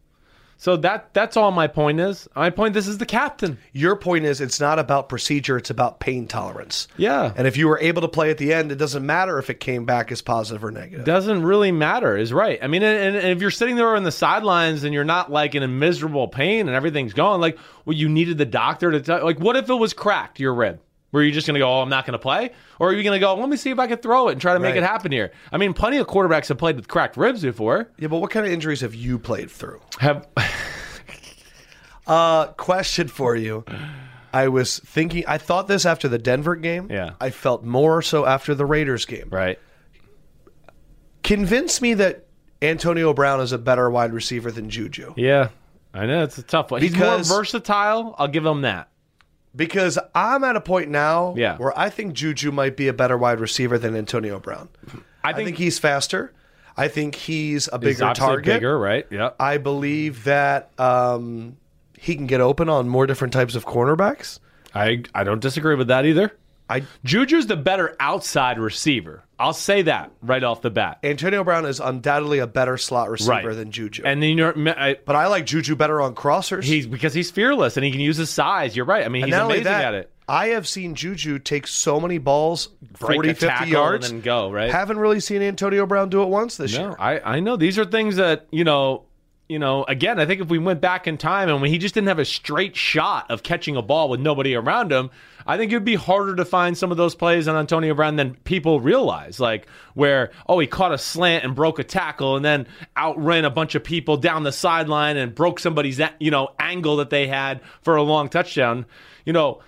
B: So that that's all my point is. My point this is the captain.
A: Your point is it's not about procedure; it's about pain tolerance.
B: Yeah.
A: And if you were able to play at the end, it doesn't matter if it came back as positive or negative.
B: doesn't really matter is right i mean and, and if you're sitting there on the sidelines and you're not like in a miserable pain and everything's going like well you needed the doctor to tell like what if it was cracked your rib were you just going to go oh i'm not going to play or are you going to go let me see if i can throw it and try to make
A: Right.
B: it happen here i mean plenty of quarterbacks have played with cracked ribs before
A: yeah, but what kind of injuries have you played through?
B: have
A: Uh, question for you. I was thinking. I thought this after the Denver game.
B: Yeah.
A: I felt more so after the Raiders game.
B: right
A: Convince me that Antonio Brown is a better wide receiver than Juju
B: yeah i know it's a tough one he's
A: Because-
B: more versatile i'll give him that
A: because I'm at a point now
B: Yeah.
A: where I think Juju might be a better wide receiver than Antonio Brown.
B: i
A: I
B: think,
A: think he's faster. I think he's a bigger
B: he's obviously
A: target.
B: bigger right yeah
A: I believe that um, he can get open on more different types of cornerbacks.
B: I, I don't disagree with that either
A: I
B: Juju's the better outside receiver. I'll say that right off the bat.
A: Antonio Brown is undoubtedly a better slot receiver
B: Right.
A: than Juju.
B: And then you're I,
A: But I like Juju better on crossers.
B: he's because he's fearless and he can use his size. You're right. I mean,
A: And
B: he's
A: not
B: amazing
A: only that,
B: at it.
A: I have seen Juju take so many balls,
B: Break
A: 40,
B: a
A: 50
B: tackle
A: yards,
B: and then go right.
A: Haven't really seen Antonio Brown do it once this
B: no,
A: year.
B: I I know these are things that you know. You know, again, I think if we went back in time and when he just didn't have a straight shot of catching a ball with nobody around him, I think it'd be harder to find some of those plays on Antonio Brown than people realize. Like where, oh, he caught a slant and broke a tackle and then outran a bunch of people down the sideline and broke somebody's you know angle that they had for a long touchdown. You know,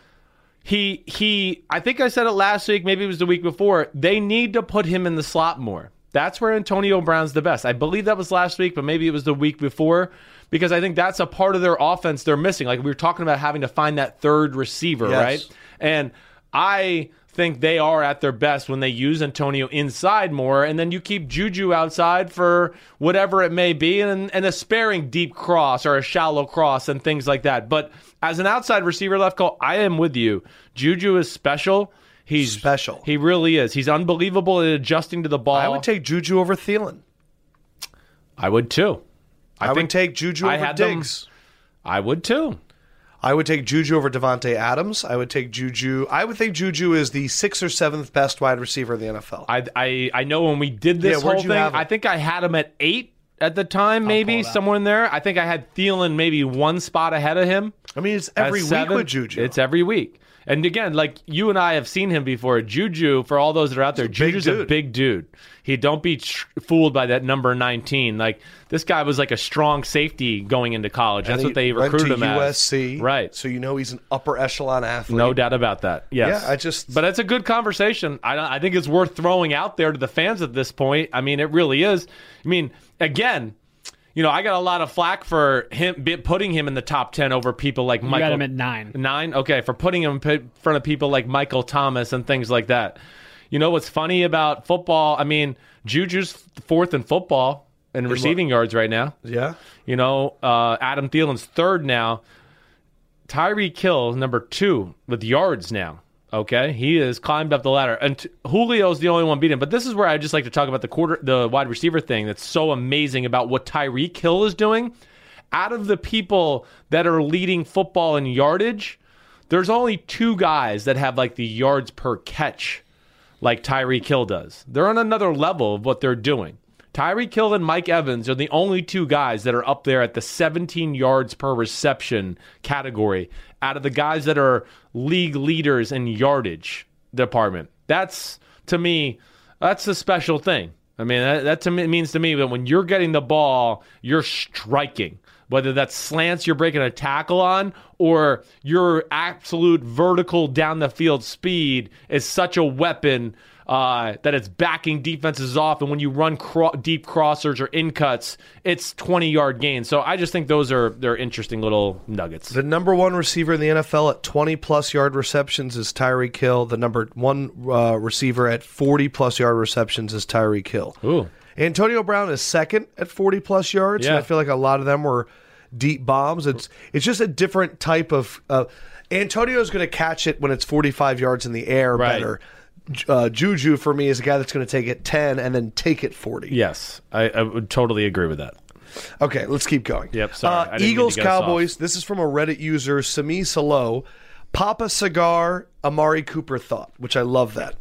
B: he he i think i said it last week maybe it was the week before they need to put him in the slot more that's where antonio brown's the best i believe that was last week but maybe it was the week before because i think that's a part of their offense they're missing like we were talking about having to find that third receiver
A: Yes.
B: right and i think they are at their best when they use antonio inside more and then you keep juju outside for whatever it may be and, and a sparing deep cross or a shallow cross and things like that but as an outside receiver left call i am with you juju is special he's
A: Special.
B: he really is he's unbelievable at adjusting to the ball
A: I would take Juju over Thielen.
B: I would too
A: I, would take Juju
B: I
A: over
B: had them-
A: Diggs.
B: i would too
A: I would take Juju over Devontae Adams. I would take Juju. I would think Juju is the sixth or seventh best wide receiver in the NFL.
B: I, I I know when we did this
A: Yeah, where'd
B: whole
A: you
B: thing,
A: have him?
B: I think I had him at eight at the time,
A: pull
B: maybe
A: it up.
B: somewhere in there. I think I had Thielen maybe one spot ahead of him.
A: I mean, it's
B: at
A: every week
B: seven.
A: with Juju.
B: It's every week. And again, like you and I have seen him before. Juju, for all those that are out there, Juju's a
A: dude.
B: big dude. He don't be tr- fooled by that number nineteen. Like this guy was like a strong safety going into college. That's
A: And
B: what they
A: he went
B: recruited
A: to
B: him
A: USC,
B: as. Right.
A: So you know he's an upper echelon athlete.
B: No doubt about that. Yes.
A: Yeah, I just-
B: But it's a good conversation. I, I think it's worth throwing out there to the fans at this point. I mean, it really is. I mean, again, you know, I got a lot of flack for him be- putting him in the top ten over people like
C: You
B: Michael.
C: got him at nine.
B: Nine? Okay, for putting him in front of people like Michael Thomas and things like that. You know what's funny about football? I mean, Juju's fourth in football and receiving yards right now.
A: Yeah.
B: You know, uh, Adam Thielen's third now. Tyree Kill number two with yards now. Okay, he has climbed up the ladder, and t- Julio's the only one beating. But this is where I just like to talk about the quarter, the wide receiver thing. That's so amazing about what Tyree Kill is doing. Out of the people that are leading football in yardage, there's only two guys that have like the yards per catch like Tyree Kill does. They're on another level of what they're doing. Tyree Kill and Mike Evans are the only two guys that are up there at the 17 yards per reception category out of the guys that are league leaders in yardage department. That's to me, that's a special thing. I mean, that, that to me, means to me that when you're getting the ball, you're striking. Whether that's slants you're breaking a tackle on, or your absolute vertical down the field speed is such a weapon uh, that it's backing defenses off. And when you run cro- deep crossers or in cuts, it's 20 yard gain. So I just think those are they're interesting little nuggets.
A: The number one receiver in the NFL at 20 plus yard receptions is Tyreek Hill. The number one uh, receiver at 40 plus yard receptions is Tyreek Hill.
B: Ooh.
A: Antonio Brown is second at 40 plus yards. And
B: Yeah.
A: I feel like a lot of them were deep bombs. It's it's just a different type of. Uh, Antonio's going to catch it when it's 45 yards in the air
B: Right.
A: better. J- Uh, Juju for me is a guy that's going to take it 10 and then take it 40.
B: Yes, I, I would totally agree with that.
A: Okay, let's keep going.
B: Yep, sorry. I
A: Uh,
B: didn't mean to
A: Eagles,
B: get us off.
A: Cowboys. This is from a Reddit user, Sami Salo. Papa Cigar, Amari Cooper thought, which I love that.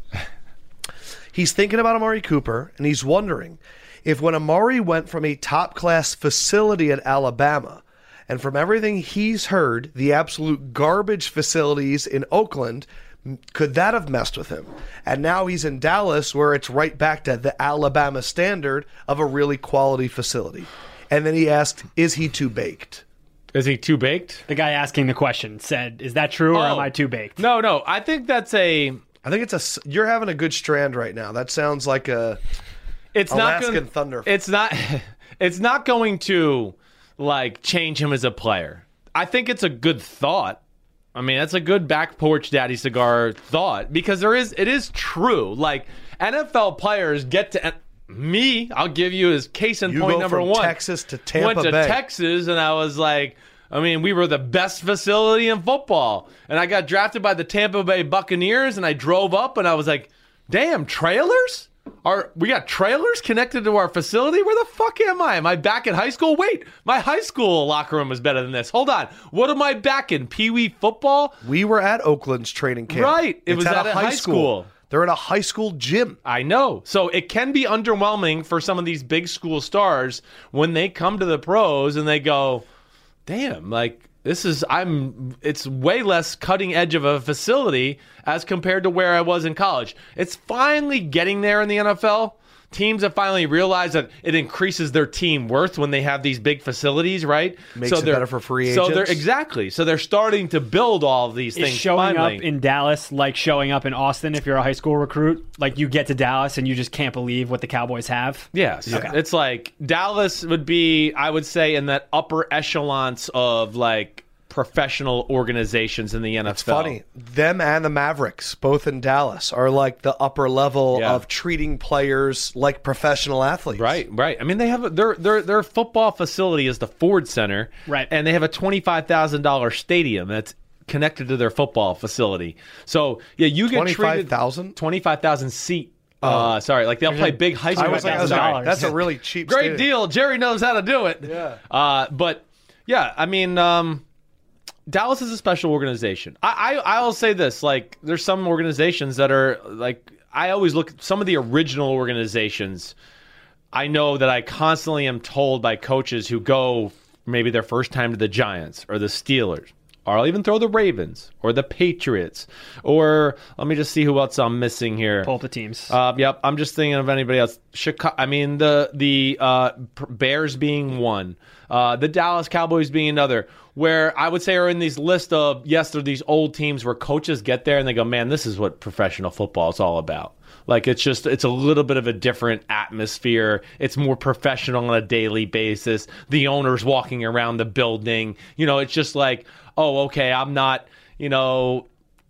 A: He's thinking about Amari Cooper, and he's wondering if when Amari went from a top class facility at Alabama, and from everything he's heard, the absolute garbage facilities in Oakland, m- could that have messed with him? And now he's in Dallas, where it's right back to the Alabama standard of a really quality facility. And then he asked, Is he too baked?
B: Is he too baked?
C: The guy asking the question said, "Is that true, or am
B: Oh.
C: I too baked?"
B: No, no. I think that's a.
A: I think it's a. s- You're having a good strand right now. That sounds like a.
B: It's
A: Alaskan
B: not going
A: thunder.
B: It's not. It's not going to like change him as a player. I think it's a good thought. I mean, that's a good back porch daddy cigar thought because there is. It is true. Like NFL players get to. Me, I'll give you as case in
A: You
B: point
A: go
B: number
A: from
B: one.
A: Texas to Tampa
B: went to
A: Bay.
B: Texas, and I was like, I mean, we were the best facility in football. And I got drafted by the Tampa Bay Buccaneers, and I drove up, and I was like, damn, trailers? Are we got trailers connected to our facility? Where the fuck am I? Am I back in high school? Wait, my high school locker room is better than this. Hold on, what am I back in? Pee wee football?
A: We were at Oakland's training camp.
B: Right. It was at a high school.
A: They're in a high school gym.
B: I know. So it can be underwhelming for some of these big school stars when they come to the pros and they go, damn, like this is, I'm, it's way less cutting edge of a facility as compared to where I was in college. It's finally getting there in the NFL. Teams have finally realized that it increases their team worth when they have these big facilities, right?
A: Makes it
B: they're-
A: better for free
B: So they're
A: agents.
B: exactly. So they're starting to build all of these
C: Is
B: things.
C: showing
B: finally.
C: up in Dallas like showing up in Austin if you're a high school recruit? Like you get to Dallas and you just can't believe what the Cowboys have.
B: Yes. It's like Dallas would be, I would say, in that upper echelons of like professional organizations in the NFL.
A: It's funny. Them and the Mavericks, both in Dallas, are like the upper level
B: Yeah.
A: of treating players like professional athletes.
B: Right, right. I mean, they have a, their their their football facility is the Ford Center,
C: Right.
B: And they have a twenty five thousand dollar stadium that's connected to their football facility. So yeah, you get treated
A: $25,000?
B: twenty five thousand seat. Uh, sorry, like they'll play big high school.
A: Oh. I was like, I was
B: sorry.
A: like, that's a really cheap
B: Great
A: stadium.
B: deal. Jerry knows how to do it.
A: Yeah.
B: Uh, but yeah, I mean, um, Dallas is a special organization. I, I I'll say this: like, there's some organizations that are like I always look some of the original organizations. I know that I constantly am told by coaches who go maybe their first time to the Giants or the Steelers, or I'll even throw the Ravens or the Patriots, or let me just see who else I'm missing here.
C: Pull up the teams.
B: Uh, yep, I'm just thinking of anybody else. Chicago. I mean the the uh, P- Bears being one, uh, the Dallas Cowboys being another. Where I would say are in these list of yes, they're these old teams where coaches get there and they go, man, this is what professional football is all about. Like it's just it's a little bit of a different atmosphere. It's more professional on a daily basis. The owners walking around the building. You know, it's just like oh, okay, I'm not. You know,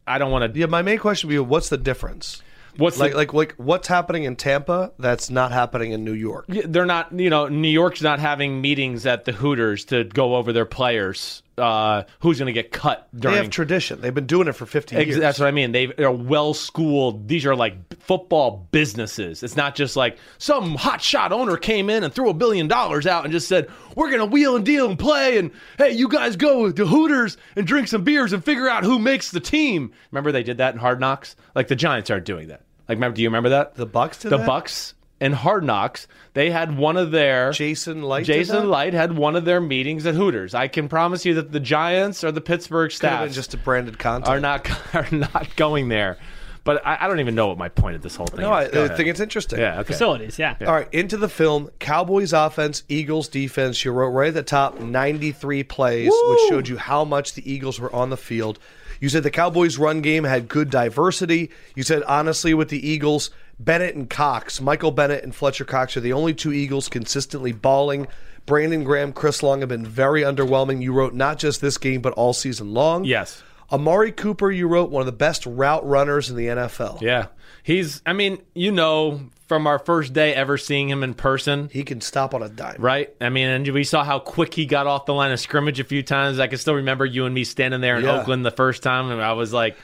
B: I don't want to.
A: Yeah, my main question would be what's the difference?
B: What's
A: Like,
B: the-
A: like, like, what's happening in Tampa that's not happening in New York?
B: they're not you know new york's not having meetings at the hooters to go over their players uh, who's going to get cut
A: They
B: during
A: have tradition. They've been doing it for 50
B: Ex-
A: years.
B: that's what i mean they are well schooled these are like b- football businesses it's not just like some hotshot owner came in and threw a billion dollars out and just said we're going to wheel and deal and play and hey you guys go to hooters and drink some beers and figure out who makes the team remember they did that in hard knocks like the giants aren't doing that like remember do you remember that
A: The Bucks did
B: the
A: that?
B: bucks and hard knocks they had one of their
A: Jason Light. did that?
B: Jason Light had one of their meetings at Hooters. I can promise you that the Giants or the Pittsburgh
A: Could have
B: staff
A: been just a branded content.
B: are not are not going there. But I, I don't even know what my point of this whole thing
A: No, I,
B: is. Go
A: I
B: ahead.
A: think it's interesting.
B: Yeah, okay.
C: Facilities, yeah.
A: All right, into the film Cowboys offense, Eagles defense. You wrote right at the top 93 plays, which showed you how much the Eagles were on the field. You said the Cowboys' run game had good diversity. You said, honestly, with the Eagles, Bennett and Cox, Michael Bennett and Fletcher Cox are the only two Eagles consistently balling. Brandon Graham, Chris Long have been very underwhelming. You wrote not just this game, but all season long.
B: Yes.
A: Amari Cooper, you wrote one of the best route runners in the NFL.
B: Yeah. He's, I mean, you know, from our first day ever seeing him in person,
A: He can stop on a dime.
B: right? I mean, and we saw how quick he got off the line of scrimmage a few times. I can still remember you and me standing there in
A: Yeah.
B: Oakland the first time, and I was like,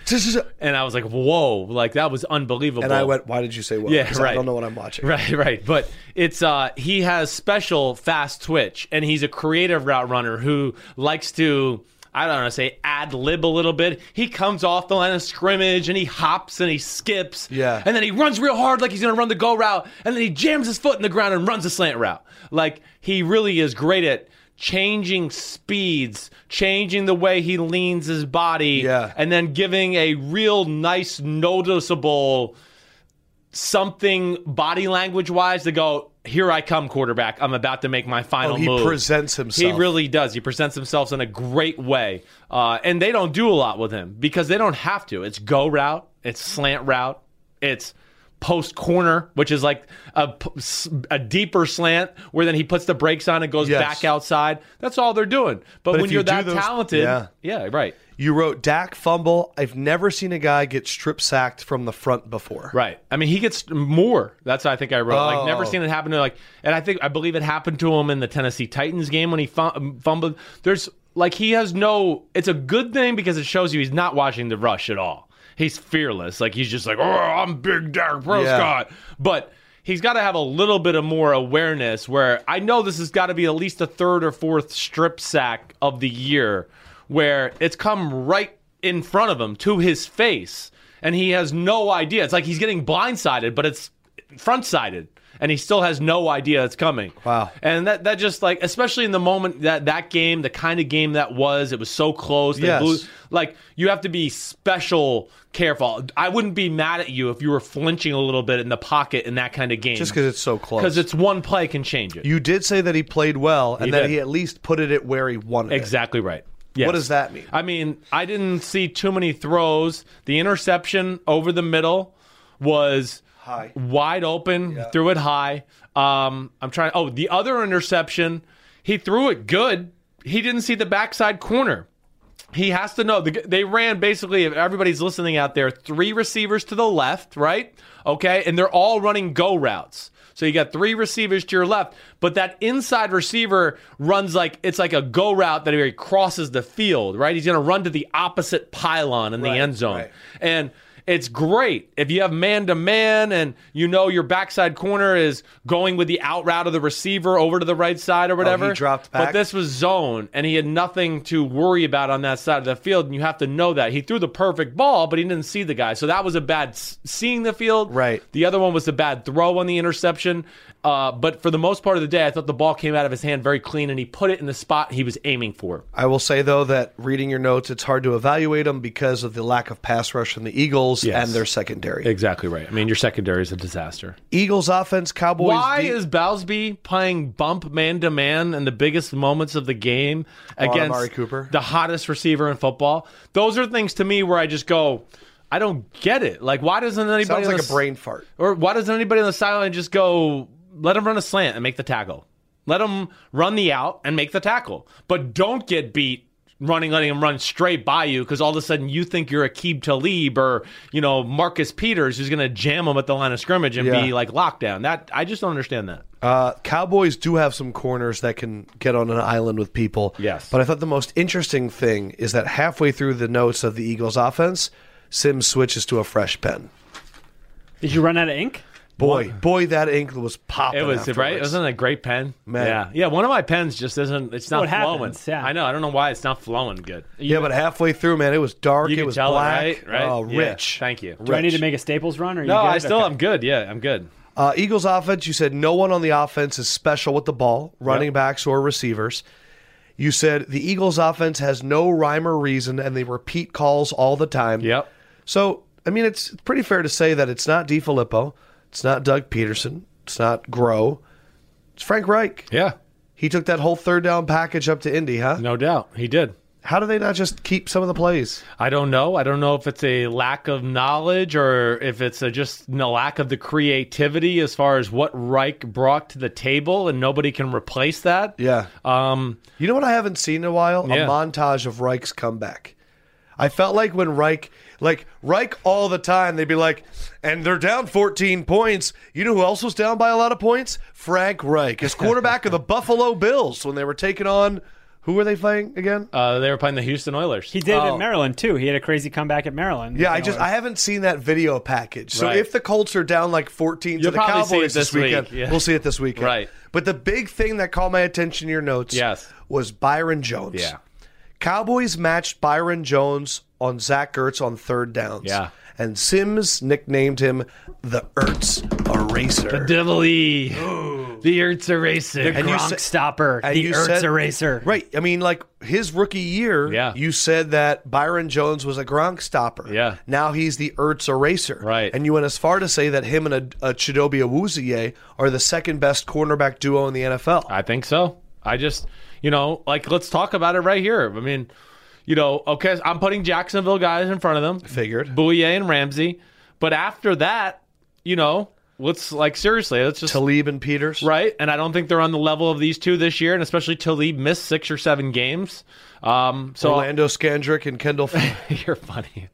B: and I was like, whoa, like that was unbelievable.
A: And I went, why did you say what?
B: Yeah,
A: 'Cause I
B: right.
A: don't know what I'm watching.
B: Right, right. But it's uh he has special fast twitch and he's a creative route runner who likes to I don't know, say ad lib a little bit. He comes off the line of scrimmage and he hops and he skips.
A: Yeah.
B: And then he runs real hard like he's gonna run the go route, and then he jams his foot in the ground and runs the slant route. Like he really is great at changing speeds, changing the way he leans his body,
A: Yeah.
B: and then giving a real nice, noticeable something body language wise to go, here I come, quarterback. I'm about to make my final
A: Oh, he
B: move.
A: presents himself.
B: He really does. He presents himself in a great way. Uh, and they don't do a lot with him because they don't have to. It's go route, it's slant route, it's post corner, which is like a, p- s- a deeper slant where then he puts the brakes on and goes
A: Yes.
B: back outside. That's all they're doing. But,
A: if
B: when
A: you
B: you're
A: do
B: that
A: those-
B: talented,
A: Yeah.
B: yeah, right.
A: You wrote Dak fumble. I've never seen a guy get strip sacked from the front before.
B: Right. I mean, he gets more. That's what I think I wrote.
A: Oh.
B: Like, never seen it happen to like, and I think I believe it happened to him in the Tennessee Titans game when he fum- fumbled. There's like he has no. It's a good thing because it shows you he's not watching the rush at all. He's fearless. Like he's just like, oh, I'm Big Dak Prescott. But he's got to have a little bit of more awareness. Where I know this has got to be at least a third or fourth strip sack of the year, where it's come right in front of him to his face and he has no idea. It's like he's getting blindsided, but it's front sided, and he still has no idea it's coming.
A: Wow.
B: And that that just like, especially in the moment that that game, the kind of game that was, it was so close. They
A: Yes.
B: blew, like you have to be special careful. I wouldn't be mad at you if you were flinching a little bit in the pocket in that kind of game,
A: Just because it's so close.
B: because it's one play can change it.
A: you did say that he played well and
B: He
A: that
B: did.
A: he at least put it at where he wanted it.
B: Exactly right. Yes.
A: What does that mean?
B: I mean, I didn't see too many throws. The interception over the middle was
A: High.
B: wide open. Threw it high. Um, I'm trying. Oh, the other interception, he threw it good. He didn't see the backside corner. He has to know. The, they ran basically, if everybody's listening out there, three receivers to the left, right? Okay. And they're all running go routes. So you got three receivers to your left, but that inside receiver runs like it's like a go route that he crosses the field, right? He's going to run to the opposite pylon in the
A: Right,
B: end zone.
A: right.
B: And it's great if you have man to man and you know your backside corner is going with the out route of the receiver over to the right side or whatever.
A: Oh, dropped
B: But
A: back?
B: this this was zone and he had nothing to worry about on that side of the field and you have to know that he threw the perfect ball but he didn't see the guy so that was a bad s- seeing the field
A: Right.
B: the other one was the bad throw on the interception uh, but for the most part of the day i thought the ball came out of his hand very clean and he put it in the spot he was aiming for
A: I will say though that reading your notes, it's hard to evaluate him because of the lack of pass rush from the Eagles
B: Yes.
A: and their secondary.
B: exactly right i mean your secondary is a disaster
A: Eagles offense, Cowboys.
B: why
A: de-
B: is Bowsby playing bump man to man in the biggest moments of the game against
A: Amari Cooper?
B: the hottest receiver in football? Those are things to me where I just go, I don't get it. Like, why doesn't anybody
A: sounds
B: on
A: like
B: the
A: a brain fart?
B: or why doesn't anybody on the sideline just go let him run a slant and make the tackle? Let him run the out and make the tackle, but don't get beat running, letting him run straight by you because all of a sudden you think you're Akib Talib or you know Marcus Peters who's going to jam him at the line of scrimmage and
A: Yeah.
B: be like lockdown. That I just don't understand that.
A: Uh, Cowboys do have some corners that can get on an island with people.
B: Yes.
A: But I thought the most interesting thing is that halfway through the notes of the Eagles offense, Sims switches to a fresh pen.
C: Did you run out of ink?
A: Boy, boy, that ink was popping.
B: It was right.
A: afterwards.
B: Wasn't it a great pen?
A: Man.
B: Yeah, yeah. One of my pens just isn't. It's not
C: What
B: flowing.
C: happens, yeah.
B: I know. I don't know why it's not flowing good.
A: Yeah, but halfway through, man, it was dark.
B: You
A: it
B: can
A: was
B: tell,
A: black.
B: right? Right?
A: uh,
B: Yeah.
A: rich.
B: Thank you.
C: Do I need
A: Rich.
C: to make a Staples run? Or you
B: No,
C: good?
B: I still.
C: Okay.
B: I'm good. Yeah, I'm good.
A: Uh, Eagles offense, you said no one on the offense is special with the ball, running
B: Yep.
A: backs or receivers. You said the Eagles offense has no rhyme or reason and they repeat calls all the time.
B: Yep.
A: So I mean, it's pretty fair to say that it's not DiFilippo, it's not Doug Peterson, it's not Groh, it's Frank Reich.
B: Yeah,
A: He took that whole third down package up to Indy, huh?
B: no doubt he did.
A: How do they not just keep some of the plays?
B: I don't know. I don't know if it's a lack of knowledge or if it's a just a lack of the creativity as far as what Reich brought to the table, and nobody can replace that.
A: Yeah.
B: Um,
A: You know what I haven't seen in a while?
B: Yeah.
A: A montage of Reich's comeback. I felt like when Reich, like Reich all the time, they'd be like, and they're down 14 points. You know who else was down by a lot of points? Frank Reich, his quarterback of the Buffalo Bills when they were taking on, who were they playing again?
B: uh, they were playing the Houston Oilers.
C: He did at Maryland too. He had a crazy comeback at Maryland.
A: Oh. yeah, I just I haven't seen that video package. So
B: Right.
A: if the Colts are down like 14
B: You'll
A: to the
B: probably see
A: Cowboys
B: it this week,
A: weekend,
B: yeah.
A: we'll see it this weekend.
B: Right.
A: But the big thing that caught my attention in your notes
B: Yes.
A: was Byron Jones.
B: Yeah.
A: Cowboys matched Byron Jones on Zach Ertz on third downs.
B: Yeah.
A: And Sims nicknamed him the Ertz Eraser.
B: Divilly, E. the Ertz eraser.
C: The
A: And you
C: Gronk
A: said-
C: stopper,
A: and
C: the
A: you
C: Ertz
A: said-
C: eraser.
A: Right. I mean, like his rookie year,
B: Yeah.
A: you said that Byron Jones was a Gronk stopper.
B: Yeah.
A: Now he's the Ertz eraser.
B: Right.
A: And you went as far to say that him and a, a Chidobe Awuzie are the second best cornerback duo in the NFL.
B: I think so. I just, you know, like let's talk about it right here. I mean, you know, okay, I'm putting Jacksonville guys in front of them.
A: Figured.
B: Bouye and Ramsey, but after that, you know, let's like seriously, let's just
A: Talib and Peters.
B: right. And I don't think they're on the level of these two this year, and especially Talib missed six or seven games. Um, so
A: Orlando Scandrick and Kendall F-
B: you're funny.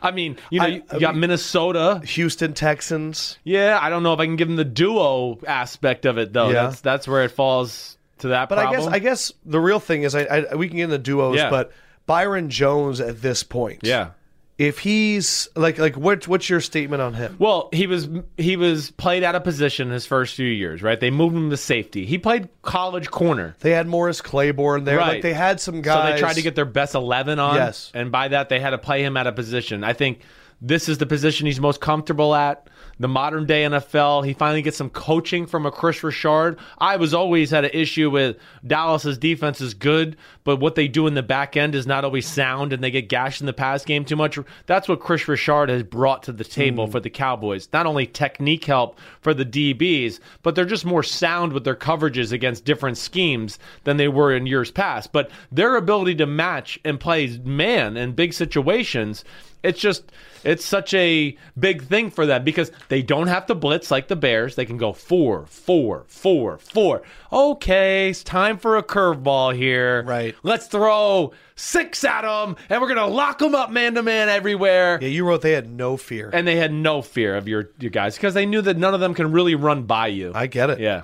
B: I mean, you know,
A: I-
B: you
A: I
B: got
A: mean-
B: Minnesota.
A: Houston Texans.
B: Yeah, I don't know if I can give them the duo aspect of it though.
A: Yeah.
B: That's that's where it falls to that.
A: But
B: problem.
A: I guess I guess the real thing is I, I we can get into duos,
B: Yeah.
A: but Byron Jones at this point.
B: yeah.
A: If he's like like what what's your statement on him?
B: Well, he was he was played out of position his first few years, right? They moved him to safety. He played college corner,
A: They had Morris Claiborne there.
B: Right.
A: Like they had some guys.
B: so they tried to get their best eleven on.
A: Yes.
B: and by that they had to play him out of position. I think this is the position he's most comfortable at. The modern day NFL, he finally gets some coaching from a Chris Richard. I was always had an issue with Dallas's defense is good, but what they do in the back end is not always sound, and they get gashed in the pass game too much. That's what Chris Richard has brought to the
A: Hmm.
B: table for the Cowboys. Not only technique help for the DBs, but they're just more sound with their coverages against different schemes than they were in years past. But their ability to match and play man in big situations, it's just it's such a big thing for them because they don't have to blitz like the Bears. They can go four, four, four, four. Okay, it's time for a curveball here.
A: Right.
B: Let's throw six at them, and we're gonna lock them up man to man everywhere
A: Yeah, you wrote they had no fear.
B: and they had no fear of your your guys because they knew that none of them can really run by you.
A: I get it.
B: yeah,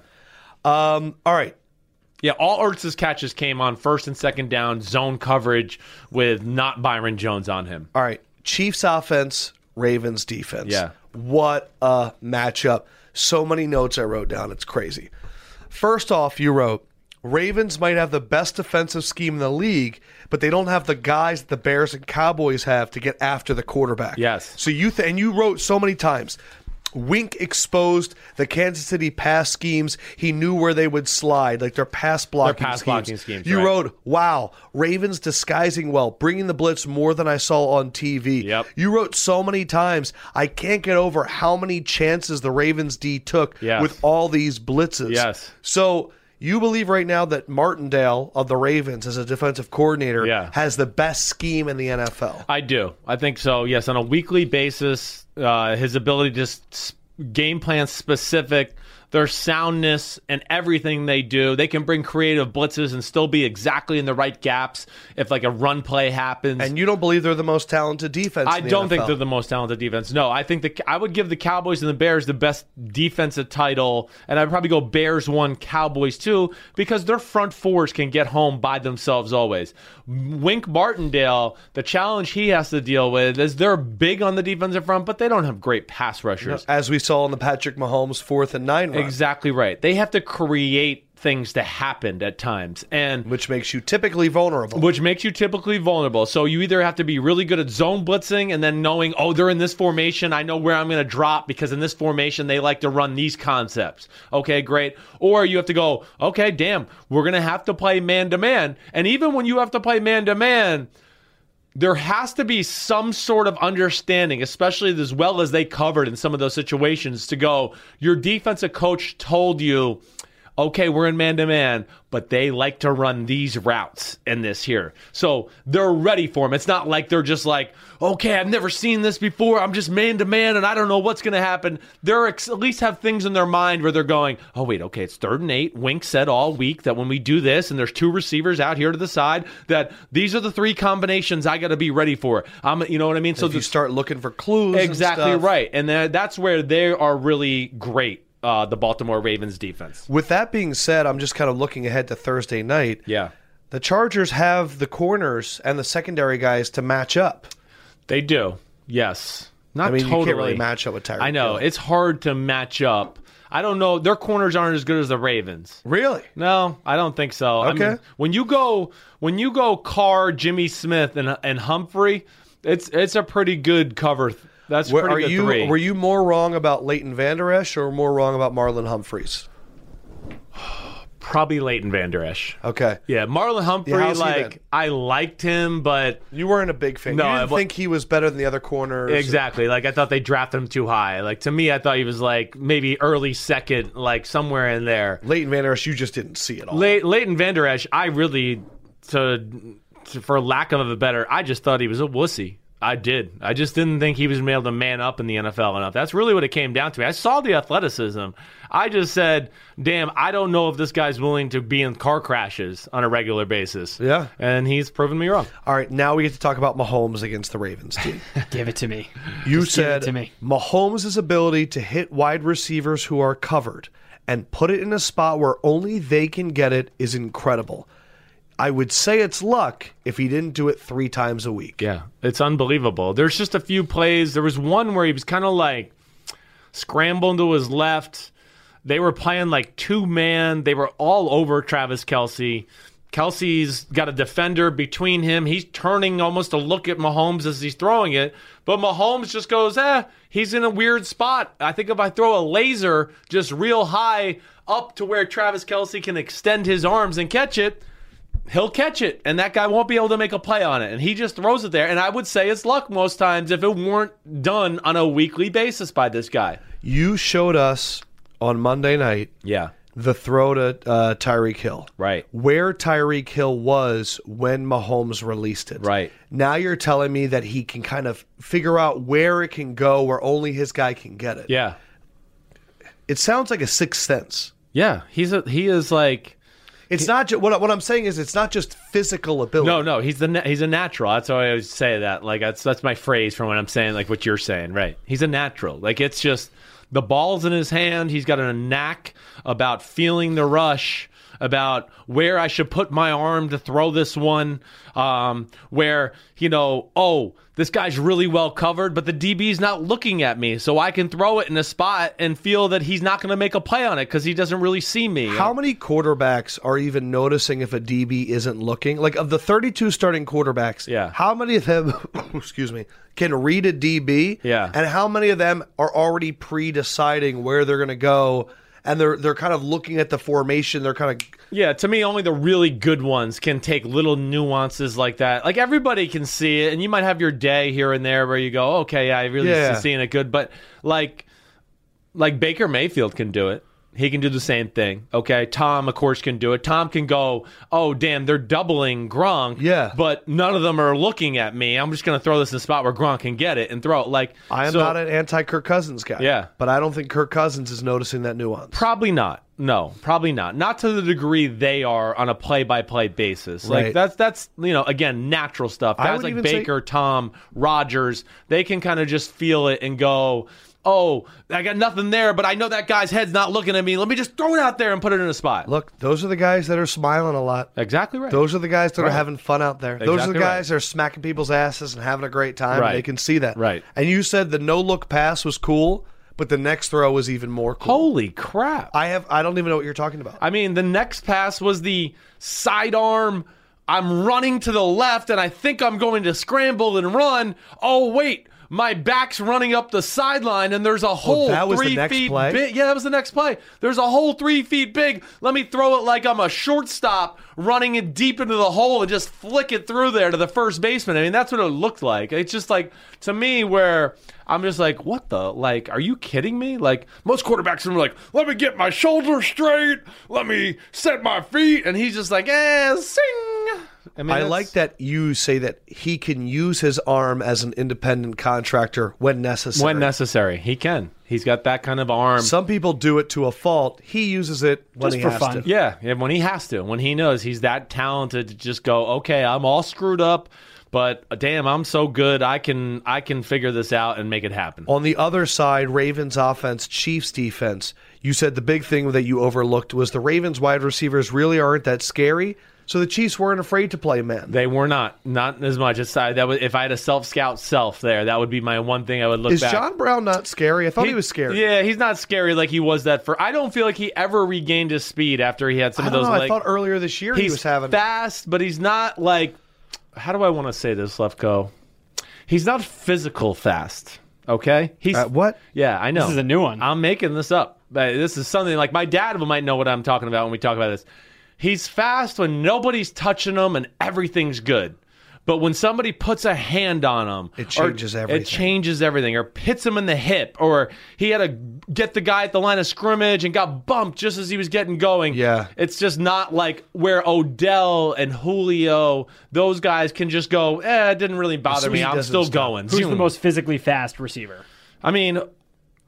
A: Um. All right.
B: yeah. All Ertz's catches came on first and second down zone coverage with not Byron Jones on him.
A: All right. Chiefs offense, Ravens defense.
B: Yeah.
A: What a matchup. So many notes I wrote down. It's crazy. First off, you wrote Ravens might have the best defensive scheme in the league, but they don't have the guys that the Bears and Cowboys have to get after the quarterback.
B: Yes.
A: So you th- and you wrote so many times. Wink exposed the Kansas City pass schemes. He knew where they would slide, like their pass blocking
B: pass
A: schemes.
B: blocking schemes,
A: you
B: right.
A: wrote, "Wow, Ravens disguising well, bringing the blitz more than I saw on TV."
B: Yep.
A: You wrote so many times, I can't get over how many chances the Ravens D took
B: Yes.
A: with all these blitzes.
B: Yes.
A: So you believe right now that Martindale of the Ravens as a defensive coordinator
B: Yeah.
A: has the best scheme in the NFL.
B: I do. I think so. Yes, on a weekly basis, uh, his ability to s- s- game plan specific, their soundness and everything they do, they can bring creative blitzes and still be exactly in the right gaps if like a run play happens.
A: And you don't believe they're the most talented defense.
B: I
A: in the
B: don't think
A: NFL.
B: they're the most talented defense. No, I think the I would give the Cowboys and the Bears the best defensive title, and I'd probably go Bears one, Cowboys two, because their front fours can get home by themselves always. Wink Martindale, the challenge he has to deal with is they're big on the defensive front, but they don't have great pass rushers.
A: as we saw in the Patrick Mahomes fourth and nine run,
B: Exactly right. They have to create things to happen at times, and
A: which makes you typically vulnerable.
B: which makes you typically vulnerable. So you either have to be really good at zone blitzing and then knowing, oh, they're in this formation. I know where I'm going to drop because in this formation, they like to run these concepts. Okay, great. Or you have to go, okay, damn, we're going to have to play man to man. And even when you have to play man to man, there has to be some sort of understanding, especially as well as they covered in some of those situations, to go, your defensive coach told you, okay, we're in man to man, but they like to run these routes in this here. So they're ready for them. It's not like they're just like, okay, I've never seen this before. I'm just man to man and I don't know what's going to happen. They're ex- at least have things in their mind where they're going, oh, wait, okay, it's third and eight. Wink said all week that when we do this and there's two receivers out here to the side, that these are the three combinations I got to be ready for. I'm, you know what I mean? So
A: If you start looking for clues, and
B: exactly
A: stuff.
B: right. And tha- that's where they are really great, uh, the Baltimore Ravens defense.
A: With that being said, I'm just kind of looking ahead to Thursday night.
B: Yeah.
A: The Chargers have the corners and the secondary guys to match up.
B: They do. Yes. Not
A: I mean,
B: totally.
A: you can't really match up with Tyreek.
B: I know
A: Hill.
B: it's hard to match up. I don't know. Their corners aren't as good as the Ravens.
A: Really?
B: No, I don't think so. I
A: Okay.
B: mean, when you go when you go Carr, Jimmy Smith, and and Humphrey, it's it's a pretty good cover. th- That's
A: Were,
B: pretty
A: are
B: good
A: you
B: three.
A: were you more wrong about Leighton Vander Esch or more wrong about Marlon Humphreys?
B: Probably Leighton Vander Esch.
A: Okay.
B: Yeah, Marlon Humphrey.
A: how's he
B: like
A: been?
B: I liked him, but
A: You weren't a big fan.
B: No,
A: you
B: I
A: didn't
B: wa-
A: think he was better than the other corners.
B: Exactly. Like I thought they drafted him too high. Like to me, I thought he was like maybe early second, like somewhere in there.
A: Leighton Vander Esch, you just didn't see it all.
B: Le- Leighton Vander Esch, I really, to, to for lack of a better, I just thought he was a wussy. I did. I just didn't think he was able to man up in the NFL enough. That's really what it came down to. I saw the athleticism. I just said, "Damn, I don't know if this guy's willing to be in car crashes on a regular basis."
A: Yeah.
B: and he's proven me wrong.
A: all right, now we get to talk about Mahomes against the Ravens team.
C: Give it to me.
A: You
C: give it
A: said
C: to me.
A: Mahomes' ability to hit wide receivers who are covered and put it in a spot where only they can get it is incredible. I would say it's luck if he didn't do it three times a week.
B: Yeah, it's unbelievable. There's just a few plays. There was one where he was kind of like scrambling to his left. They were playing like two man. They were all over Travis Kelsey. Kelsey's got a defender between him. He's turning almost to look at Mahomes as he's throwing it. But Mahomes just goes, eh, he's in a weird spot. I think if I throw a laser just real high up to where Travis Kelsey can extend his arms and catch it, he'll catch it and that guy won't be able to make a play on it and he just throws it there and i would say it's luck most times if it weren't done on a weekly basis by this guy
A: You showed us on Monday night
B: yeah
A: the throw to uh, Tyreek Hill.
B: Right.
A: Where Tyreek Hill was when Mahomes released it.
B: Right.
A: Now you're telling me that he can kind of figure out where it can go where only his guy can get it.
B: yeah
A: It sounds like a sixth sense.
B: yeah he's a, he is like
A: It's not just what, I- what I'm saying is it's not just physical ability.
B: no no he's the na- he's a natural that's why i always say that like that's that's my phrase from what i'm saying like what you're saying right he's a natural like it's just the ball's in his hand he's got a knack about feeling the rush about where I should put my arm to throw this one. Um, where you know, oh, this guy's really well covered, but the DB's not looking at me, so I can throw it in a spot and feel that he's not going to make a play on it because he doesn't really see me.
A: How many quarterbacks are even noticing if a DB isn't looking? Like of the 32 starting quarterbacks,
B: Yeah.
A: how many of them, excuse me, can read a DB?
B: Yeah.
A: And how many of them are already pre-deciding where they're going to go and they're they're kind of looking at the formation, they're kind of
B: Yeah, to me, only the really good ones can take little nuances like that. Like everybody can see it, and you might have your day here and there where you go, "Okay, yeah, I really
A: Yeah.
B: see seeing it good," but like, like Baker Mayfield can do it. He can do the same thing. Okay, Tom, of course, can do it. Tom can go, "Oh, damn, they're doubling Gronk."
A: Yeah.
B: but none of them are looking at me. I'm just gonna throw this in a spot where Gronk can get it and throw it. Like
A: I am
B: so-
A: not an anti Kirk Cousins guy.
B: Yeah.
A: But I don't think Kirk Cousins is noticing that nuance.
B: Probably not. No, probably not. Not to the degree they are on a play-by-play basis. Like
A: Right.
B: that's that's you know again natural stuff.
A: I
B: Guys
A: would
B: like
A: even say-
B: Baker, Tom, Rogers, they can kind of just feel it and go, "Oh, I got nothing there, but I know that guy's head's not looking at me. Let me just throw it out there and put it in a spot."
A: Look, those are the guys that are smiling a lot.
B: exactly right.
A: Those are the guys that are having fun out there. Those are
B: Exactly
A: the
B: right.
A: guys that are smacking people's asses and having a great time.
B: Right.
A: They can see that.
B: Right.
A: And you said the no look pass was cool, but the next throw was even more cool.
B: Holy crap!
A: I have I don't even know what you're talking about.
B: I mean, the next pass was the sidearm. I'm running to the left and I think I'm going to scramble and run. Oh, wait. My back's running up the sideline, and there's a hole
A: Oh, that was the
B: three
A: next
B: feet
A: play?
B: big. Yeah, that was the next play. There's a hole three feet big. Let me throw it like I'm a shortstop, running it deep into the hole and just flick it through there to the first baseman. I mean, that's what it looked like. It's just like to me where I'm just like, what the? Like, are you kidding me? Like most quarterbacks are like, let me get my shoulder straight, let me set my feet, and he's just like, eh, sing. I, mean,
A: I
B: that's-
A: like that you say that he can use his arm as an independent contractor when necessary.
B: when necessary. He can. He's got that kind of arm.
A: Some people do it to a fault. He uses it when
C: Just
A: he
C: for
A: has
C: fun.
A: to.
B: Yeah, yeah, when he has to, when he knows he's that talented to just go, okay, I'm all screwed up, but uh, damn, I'm so good, I can I can figure this out and make it happen.
A: On the other side, Ravens offense, Chiefs defense. You said the big thing that you overlooked was the Ravens wide receivers really aren't that scary, so the Chiefs weren't afraid to play man.
B: They were not, not as much. It's, I, that was, if I had a self scout self there, that would be my one thing I would look
A: Is
B: back.
A: John Brown not scary? I thought he, was scary.
B: Yeah, he's not scary like he was that for. I don't feel like he ever regained his speed after he had some
A: I
B: of
A: don't
B: those.
A: know. I
B: leg-
A: thought earlier this year
B: he's
A: he was having.
B: fast, but he's not like. How do I want to say this, Lefko? He's not physical fast. Okay, he's
A: Uh, what?
B: Yeah, I know.
C: This is a new one.
B: I'm making this up. But This is something like my dad might know what I'm talking about when we talk about this. He's fast when nobody's touching him and everything's good. But when somebody puts a hand on him,
A: It
B: or-
A: changes everything.
B: It changes everything, or hits him in the hip, or he had to get the guy at the line of scrimmage and got bumped just as he was getting going.
A: Yeah.
B: It's just not like where Odell and Julio, those guys can just go, eh, it didn't really bother me.
A: speed
B: I'm
A: doesn't
B: still
A: stop.
B: going.
C: Who's the
B: Zoom.
C: most physically fast receiver?
B: I mean,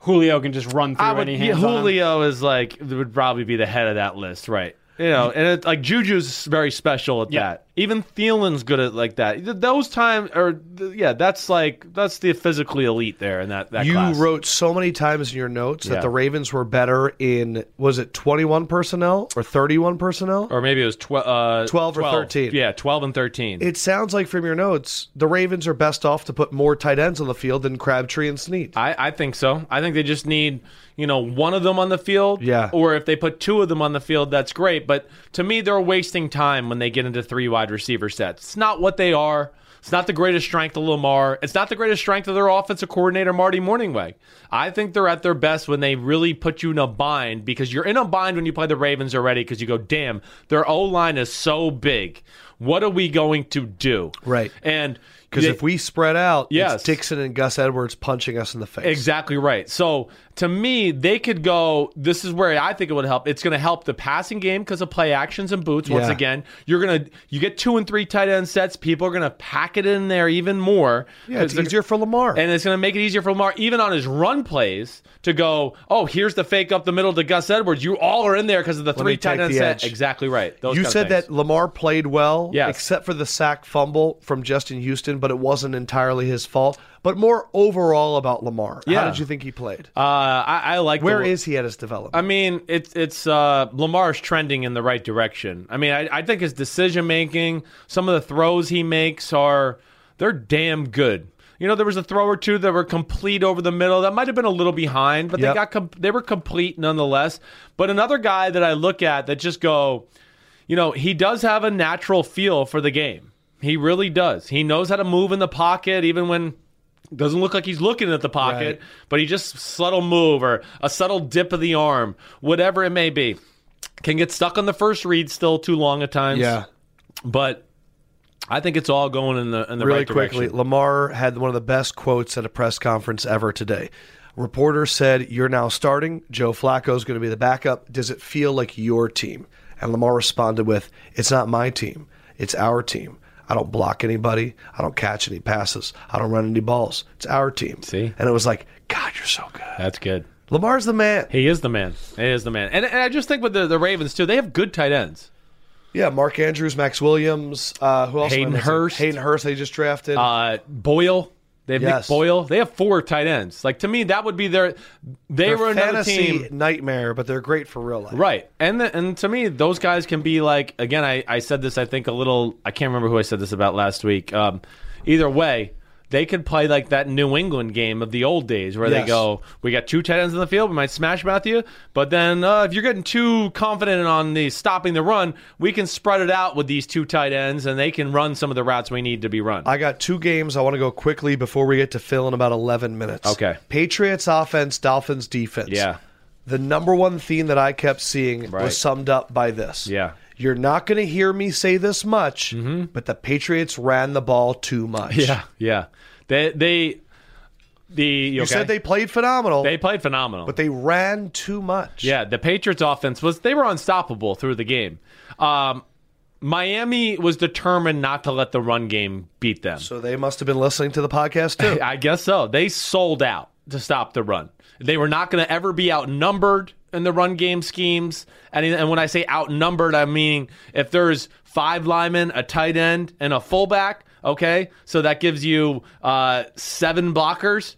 C: Julio can just run through
B: I would,
C: any
B: yeah,
C: hands
B: Julio is like would probably be the head of that list, right? You know, and it, like Juju's very special at
C: Yeah.
B: that. Even Thielen's good at like that. Th- Those time or th- yeah, that's like that's the physically elite there in that that
A: You
B: class.
A: wrote so many times in your notes
B: Yeah.
A: that the Ravens were better in was it 21 personnel or 31 personnel?
B: or maybe it was tw- uh,
A: 12 or 13.
B: Yeah, twelve and thirteen.
A: it sounds like from your notes the Ravens are best off to put more tight ends on the field than Crabtree and Snead.
B: I, I think so. I think they just need, you know, one of them on the field.
A: Yeah.
B: Or if they put two of them on the field, that's great. But to me, they're wasting time when they get into three wide receiver sets. It's not what they are. It's not the greatest strength of Lamar. It's not the greatest strength of their offensive coordinator, Marty Morningweg. I think they're at their best when they really put you in a bind because you're in a bind when you play the Ravens already because you go, damn, their O line is so big. What are we going to do?
A: Right.
B: And
A: Because
B: they-
A: if we spread out,
B: Yes.
A: it's Dixon and Gus Edwards punching us in the face.
B: Exactly right. So to me, they could go. This is where I think it would help. It's going to help the passing game because of play actions and boots. Once
A: Yeah.
B: again, you're gonna you get two and three tight end sets. People are going to pack it in there even more.
A: Yeah, it's
B: 'cause they're-
A: easier for Lamar.
B: and it's going to make it easier for Lamar, even on his run plays, to go. Oh, here's the fake up the middle to Gus Edwards. You all are in there because of the three
A: they
B: tight
A: take
B: end
A: the
B: set.
A: edge.
B: Exactly right. Those
A: you
B: kind of
A: said
B: things.
A: that Lamar played well,
B: Yes.
A: except for the sack fumble from Justin Houston, but it wasn't entirely his fault. But more overall about Lamar,
B: Yeah.
A: how did you think he played?
B: Uh, I, I like
A: Where
B: the,
A: is he at his development?
B: I mean, it's it's uh, Lamar's trending in the right direction. I mean, I, I think his decision making, some of the throws he makes are they're damn good. You know, there was a throw or two that were complete over the middle. That might have been a little behind, but
A: Yep.
B: they got com- they were complete nonetheless. But another guy that I look at that just go, you know, he does have a natural feel for the game. He really does. He knows how to move in the pocket, even when doesn't look like he's looking at the pocket,
A: Right.
B: but he just subtle move or a subtle dip of the arm, whatever it may be. Can get stuck on the first read still too long at times.
A: yeah.
B: But I think it's all going in the in the
A: really
B: right
A: quickly,
B: direction.
A: Lamar had one of the best quotes at a press conference ever today. Reporter said, "You're now starting. Joe Flacco's going to be the backup. Does it feel like your team?" And Lamar responded with, "It's not my team. It's our team. I don't block anybody. I don't catch any passes. I don't run any balls. It's our team."
B: See?
A: And it was like, "God, you're so good."
B: That's good.
A: Lamar's the man.
B: He is the man. He is the man. And, and I just think with the, the Ravens too, they have good tight ends.
A: Yeah, Mark Andrews, Max Williams, uh, who else? am I
B: Hayden
A: missing?
B: Hurst.
A: Hayden Hurst. They just drafted.
B: Uh, Boyle. They have Nick
A: Yes.
B: Boyle. They have four tight ends. Like to me, that would be their. They
A: They're
B: were another
A: fantasy
B: team.
A: nightmare, but they're great for real life.
B: Right. And the, and to me, those guys can be like again. I, I said this. I think a little. I can't remember who I said this about last week. Um, either way, They could play like that New England game of the old days where
A: Yes.
B: they go, we got two tight ends in the field. We might smash mouth you, but then uh, if you're getting too confident on the stopping the run, we can spread it out with these two tight ends, and they can run some of the routes we need to be run.
A: I got two games I want to go quickly before we get to Phil in about 11 minutes.
B: Okay.
A: Patriots offense, Dolphins defense.
B: Yeah.
A: The number one theme that I kept seeing
B: Right.
A: was summed up by this.
B: Yeah. Mm-hmm.
A: You're not going to hear me say this much, but the Patriots ran the ball too much.
B: yeah, yeah. They they the
A: You said they played phenomenal,
B: they played phenomenal,
A: but they ran too much.
B: Yeah, the Patriots offense was they were unstoppable through the game. Um, Miami was determined not to let the run game beat them.
A: So they must have been listening to the podcast too.
B: I guess so. They sold out to stop the run. They were not going to ever be outnumbered in the run game schemes. And, and when I say outnumbered, I mean if there's five linemen, a tight end, and a fullback, okay, so that gives you uh, seven blockers.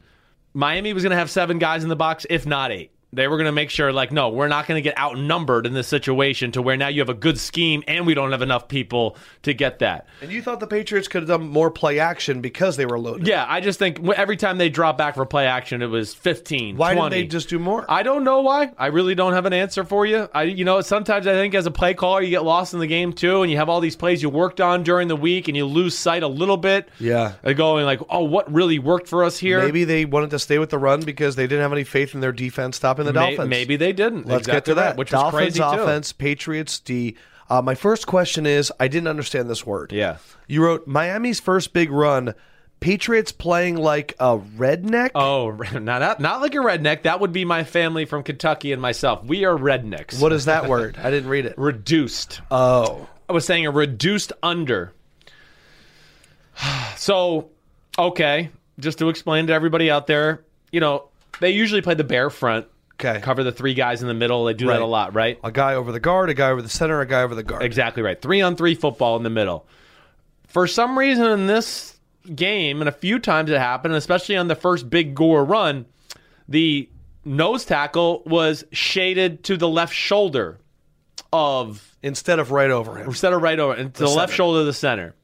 B: Miami was going to have seven guys in the box, if not eight. They were going to make sure, like, no, we're not going to get outnumbered in this situation to where now you have a good scheme and we don't have enough people to get that.
A: and you thought the Patriots could have done more play action because they were loaded.
B: Yeah, I just think wh- every time they drop back for play action, it was 15.
A: Why didn't
B: 20.
A: they just do more?
B: I don't know why. I really don't have an answer for you. I, you know, sometimes I think as a play caller, you get lost in the game too, and you have all these plays you worked on during the week, and you lose sight a little bit.
A: Yeah.
B: of going like, oh, what really worked for us here?
A: Maybe they wanted to stay with the run because they didn't have any faith in their defense stopping the
B: May-
A: Dolphins.
B: maybe they didn't.
A: Let's
B: Exactly
A: get to that.
B: right, which was
A: Dolphins
B: crazy too.
A: offense, Patriots D. Uh, my first question is I didn't understand this word.
B: Yeah.
A: You wrote Miami's first big run, Patriots playing like a redneck.
B: Oh, not that- not like a redneck. That would be my family from Kentucky and myself. We are rednecks.
A: what is that word? I didn't read it.
B: reduced?
A: Oh.
B: I was saying a reduced under. So, okay, just to explain to everybody out there, you know, they usually play the bare front,
A: Okay.
B: cover the three guys in the middle. They do
A: Right.
B: that a lot, right?
A: A guy over the guard, a guy over the center, a guy over the guard.
B: Exactly right. Three on three football in the middle. For some reason, in this game, and a few times it happened, especially on the first big gore run, the nose tackle was shaded to the left shoulder of
A: Instead of right over him.
B: instead of right over and to the, left
A: center.
B: shoulder of the center.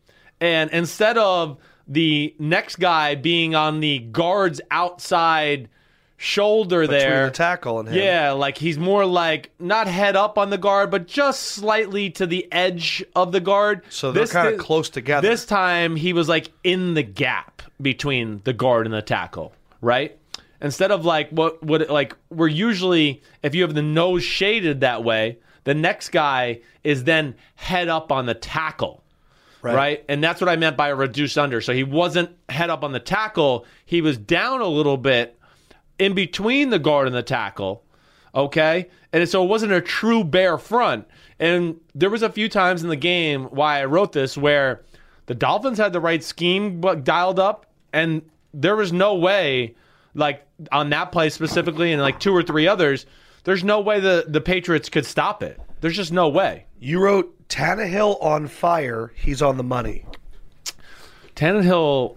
B: And instead of the next guy being on the guard's outside shoulder
A: Between
B: there.
A: the tackle and him.
B: yeah, like he's more like not head up on the guard, but just slightly to the edge of the guard.
A: So they're kinda
B: thi-
A: close together.
B: This time he was like in the gap between the guard and the tackle, right? Instead of like what would like we're usually if you have the nose shaded that way, the next guy is then head up on the tackle.
A: Right.
B: Right. And that's what I meant by a reduced under. So he wasn't head up on the tackle. He was down a little bit in between the guard and the tackle. Okay. And so it wasn't a true bare front. And there was a few times in the game why I wrote this where the Dolphins had the right scheme bu- dialed up, and there was no way, like on that play specifically, and like two or three others, there's no way the, the Patriots could stop it. There's just no way.
A: You wrote Tannehill on fire. He's on the money.
B: Tannehill,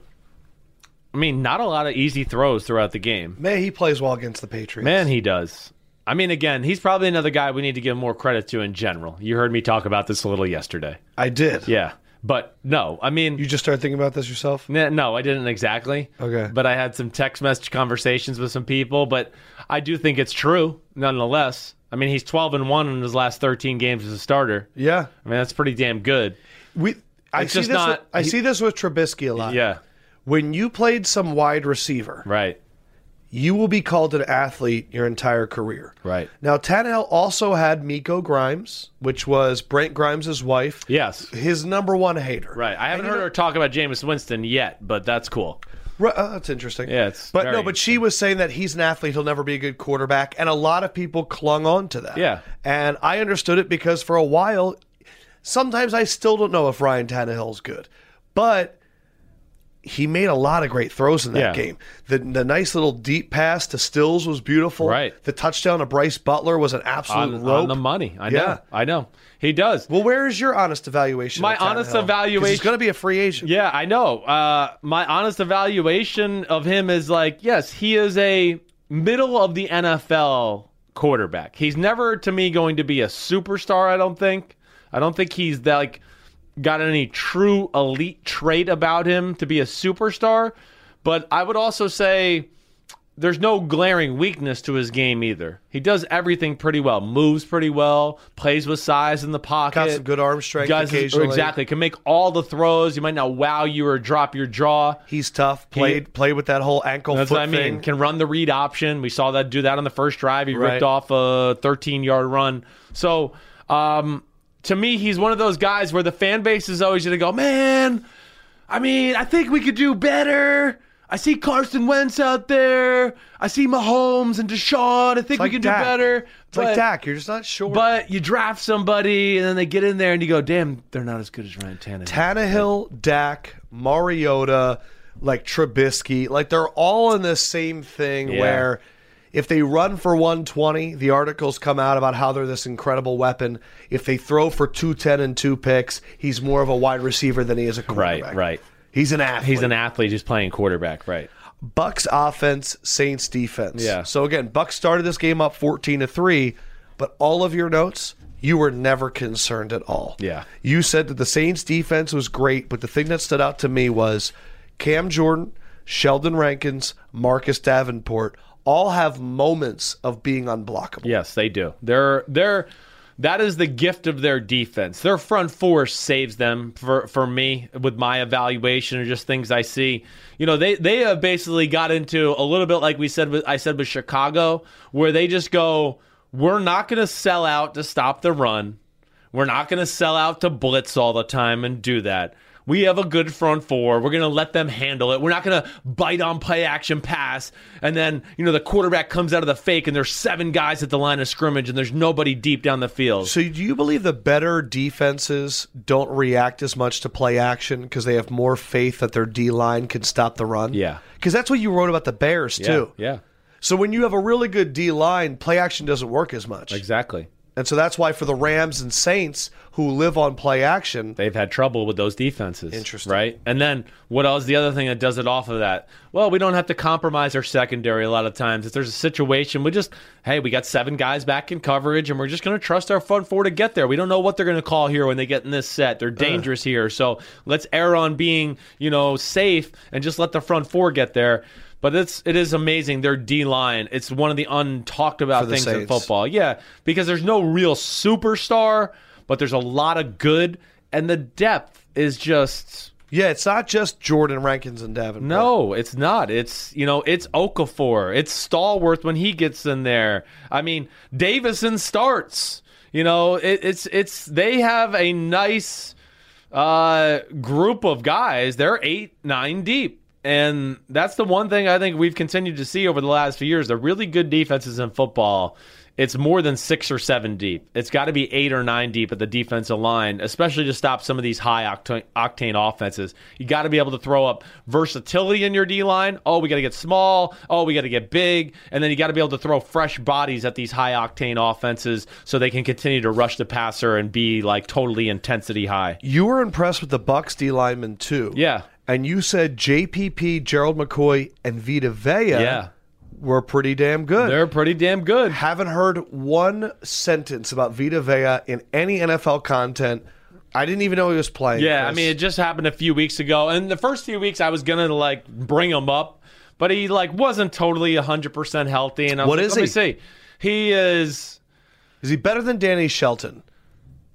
B: I mean, not a lot of easy throws throughout the game.
A: Man, he plays well against the Patriots.
B: Man, he does. I mean, again, he's probably another guy we need to give more credit to in general. You heard me talk about this a little yesterday.
A: I did.
B: Yeah. But no, I mean,
A: You just started thinking about this yourself?
B: N- No, I didn't exactly.
A: Okay.
B: But I had some text message conversations with some people, but I do think it's true nonetheless. I mean, he's 12 and 1 in his last 13 games as a starter.
A: Yeah.
B: I mean, that's pretty damn good.
A: We I
B: It's
A: see
B: just
A: this with,
B: not-
A: I
B: he-
A: see this with Trubisky a lot.
B: Yeah.
A: When you played some wide receiver,
B: Right.
A: you will be called an athlete your entire career.
B: Right.
A: Now Tannehill also had Miko Grimes, which was Brent Grimes' wife.
B: Yes.
A: His number one hater.
B: Right. I haven't heard her talk about Jameis Winston yet, but that's cool.
A: Right, uh, that's interesting.
B: Yeah, it's
A: but
B: very
A: no, but she was saying that he's an athlete; he'll never be a good quarterback, and a lot of people clung on to that.
B: Yeah.
A: and I understood it because for a while, sometimes I still don't know if Ryan Tannehill's good, but he made a lot of great throws in that
B: Yeah.
A: game. The the nice little deep pass to Stills was beautiful.
B: Right.
A: the touchdown to Bryce Butler was an absolute
B: On,
A: rope.
B: on the money. I
A: Yeah.
B: know. I know. He does.
A: well, where is your honest evaluation?
B: My
A: of Tannehill?
B: honest
A: 'Cause He's
B: evaluation-
A: going to be a free agent.
B: Yeah, I know. Uh, my honest evaluation of him is like, yes, he is a middle of the NFL quarterback. He's never, to me, going to be a superstar. I don't think. I don't think he's that, like got any true elite trait about him to be a superstar. But I would also say there's no glaring weakness to his game either. He does everything pretty well, moves pretty well, plays with size in the pocket.
A: Got some good arm strength
B: Guys,
A: occasionally.
B: Exactly. Can make all the throws. You might not wow you or drop your jaw.
A: He's tough. Played played with that whole ankle
B: That's
A: foot
B: what I mean.
A: thing.
B: Can run the read option. We saw that do that on the first drive. He
A: Right.
B: ripped off a 13 yard run. So, um, to me, he's one of those guys where the fan base is always going to go, man, I mean, I think we could do better. I see Carson Wentz out there. I see Mahomes and Deshaun. I think we
A: like
B: can
A: Dak.
B: do better.
A: It's like Dak. You're just not sure.
B: But you draft somebody, and then they get in there, and you go, "Damn, they're not as good as Ryan Tannehill."
A: Tannehill, Dak, Mariota, like Trubisky, like they're all in the same thing
B: Yeah.
A: where if they run for 120, the articles come out about how they're this incredible weapon. If they throw for 210 and two picks, he's more of a wide receiver than he is a quarterback.
B: right.
A: He's an athlete.
B: He's an athlete who's playing quarterback, right?
A: Bucks offense, Saints defense.
B: Yeah.
A: So again, Bucks started this game up 14 to 3, but all of your notes, you were never concerned at all.
B: Yeah.
A: You said that the Saints defense was great, but the thing that stood out to me was Cam Jordan, Sheldon Rankins, Marcus Davenport all have moments of being unblockable.
B: Yes, they do. They're they're that is the gift of their defense. Their front four saves them for for me with my evaluation or just things I see. You know, they they have basically got into a little bit like we said with I said with Chicago where they just go we're not going to sell out to stop the run. We're not going to sell out to blitz all the time and do that. We have a good front four. We're going to let them handle it. We're not going to bite on play action pass. And then, you know, the quarterback comes out of the fake and there's seven guys at the line of scrimmage and there's nobody deep down the field.
A: So do you believe the better defenses don't react as much to play action because they have more faith that their D line can stop the run?
B: Yeah.
A: Because that's what you wrote about the Bears too.
B: Yeah,
A: So when you have a really good D line, play action doesn't work as much.
B: exactly.
A: And so that's why for the Rams and Saints who live on play action,
B: They've had trouble with those defenses.
A: Interesting.
B: Right? And then what else? The other thing that does it off of that? Well, we don't have to compromise our secondary a lot of times. If there's a situation, we just, hey, we got seven guys back in coverage and we're just going to trust our front four to get there. We don't know what they're going to call here when they get in this set.
A: Uh.
B: They're dangerous here. So let's err on being, you know, safe and just let the front four get there. But it's it is amazing. Their D line. It's one of the untalked about
A: For the
B: things in
A: Saints.
B: football football. Yeah, because there's no real superstar, but there's a lot of good, and the depth is just
A: yeah, it's not just Jordan Rankins and Davenport.
B: no, it's not. It's you know, it's Okafor, it's Stallworth when he gets in there. I mean, Davison starts. You know, it, it's it's they have a nice uh, group of guys. They're eight, nine deep. And that's the one thing I think we've continued to see over the last few years. The really good defenses in football, it's more than six or seven deep. It's got to be eight or nine deep at the defensive line, especially to stop some of these high octane, octane offenses. You got to be able to throw up versatility in your D line. Oh, we got to get small. Oh, we got to get big. And then you got to be able to throw fresh bodies at these high octane offenses so they can continue to rush the passer and be like totally intensity high.
A: You were impressed with the Bucks D linemen too.
B: Yeah.
A: And you said JPP, Gerald McCoy, and Vita Vea
B: Yeah.
A: were pretty damn good.
B: They're pretty damn good.
A: Haven't heard one sentence about Vita Vea in any NFL content. I didn't even know he was playing.
B: Yeah, I
A: Chris.
B: mean, it just happened a few weeks ago, and the first few weeks I was gonna like bring him up, but he like wasn't totally hundred percent healthy. And I was
A: What
B: like,
A: is
B: Let me
A: he?
B: see. He is
A: is he better than Danny Shelton?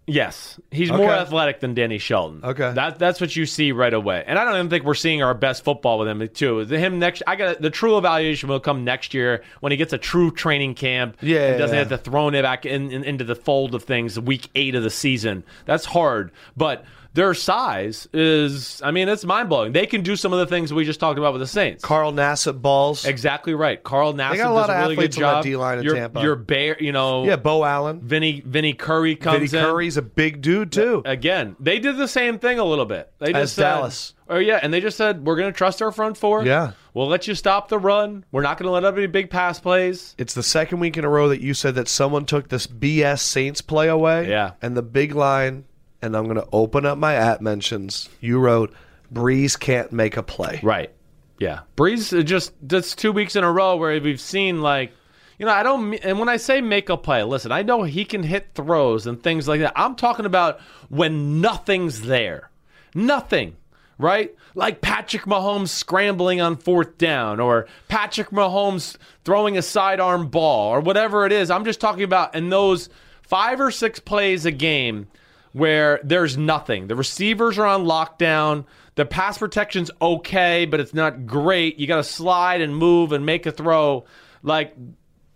B: yes, he's more
A: Okay.
B: athletic than Danny Shelton.
A: Okay.
B: that that's what you see right away. And I don't even think we're seeing our best football with him too. Him next, I got the true evaluation will come next year when he gets a true training camp.
A: Yeah,
B: and
A: yeah,
B: doesn't
A: yeah.
B: have to thrown it back in, in- into the fold of things week eight of the season. That's hard, but their size is, I mean, it's mind blowing. They can do some of the things we just talked about with the Saints.
A: Carl Nassib balls.
B: exactly right. Carl Nassib
A: got a lot of
B: does a really good
A: athletes on that
B: job.
A: D-line in
B: your,
A: Tampa.
B: Your bear, you know,
A: yeah, Bo Allen.
B: Vinny Vinny Curry
A: Vinny
B: comes in
A: Curry's a big dude too.
B: again. They did the same thing a little bit. They just
A: As
B: said,
A: Dallas.
B: Oh yeah, and they just said we're going to trust our front four.
A: Yeah.
B: we'll let you stop the run. We're not going to let up any big pass plays.
A: It's the second week in a row that you said that someone took this BS Saints play away.
B: Yeah.
A: And the big line, and I'm going to open up my at mentions. You wrote, Breeze can't make a play.
B: Right. Yeah. Breeze uh, just that's two weeks in a row where we've seen like, you know, I don't. me- And when I say make a play, listen, I know he can hit throws and things like that. I'm talking about when nothing's there, nothing. right? Like Patrick Mahomes scrambling on fourth down or Patrick Mahomes throwing a sidearm ball or whatever it is. I'm just talking about in those five or six plays a game where there's nothing. The receivers are on lockdown. The pass protection's okay, but it's not great. You got to slide and move and make a throw. Like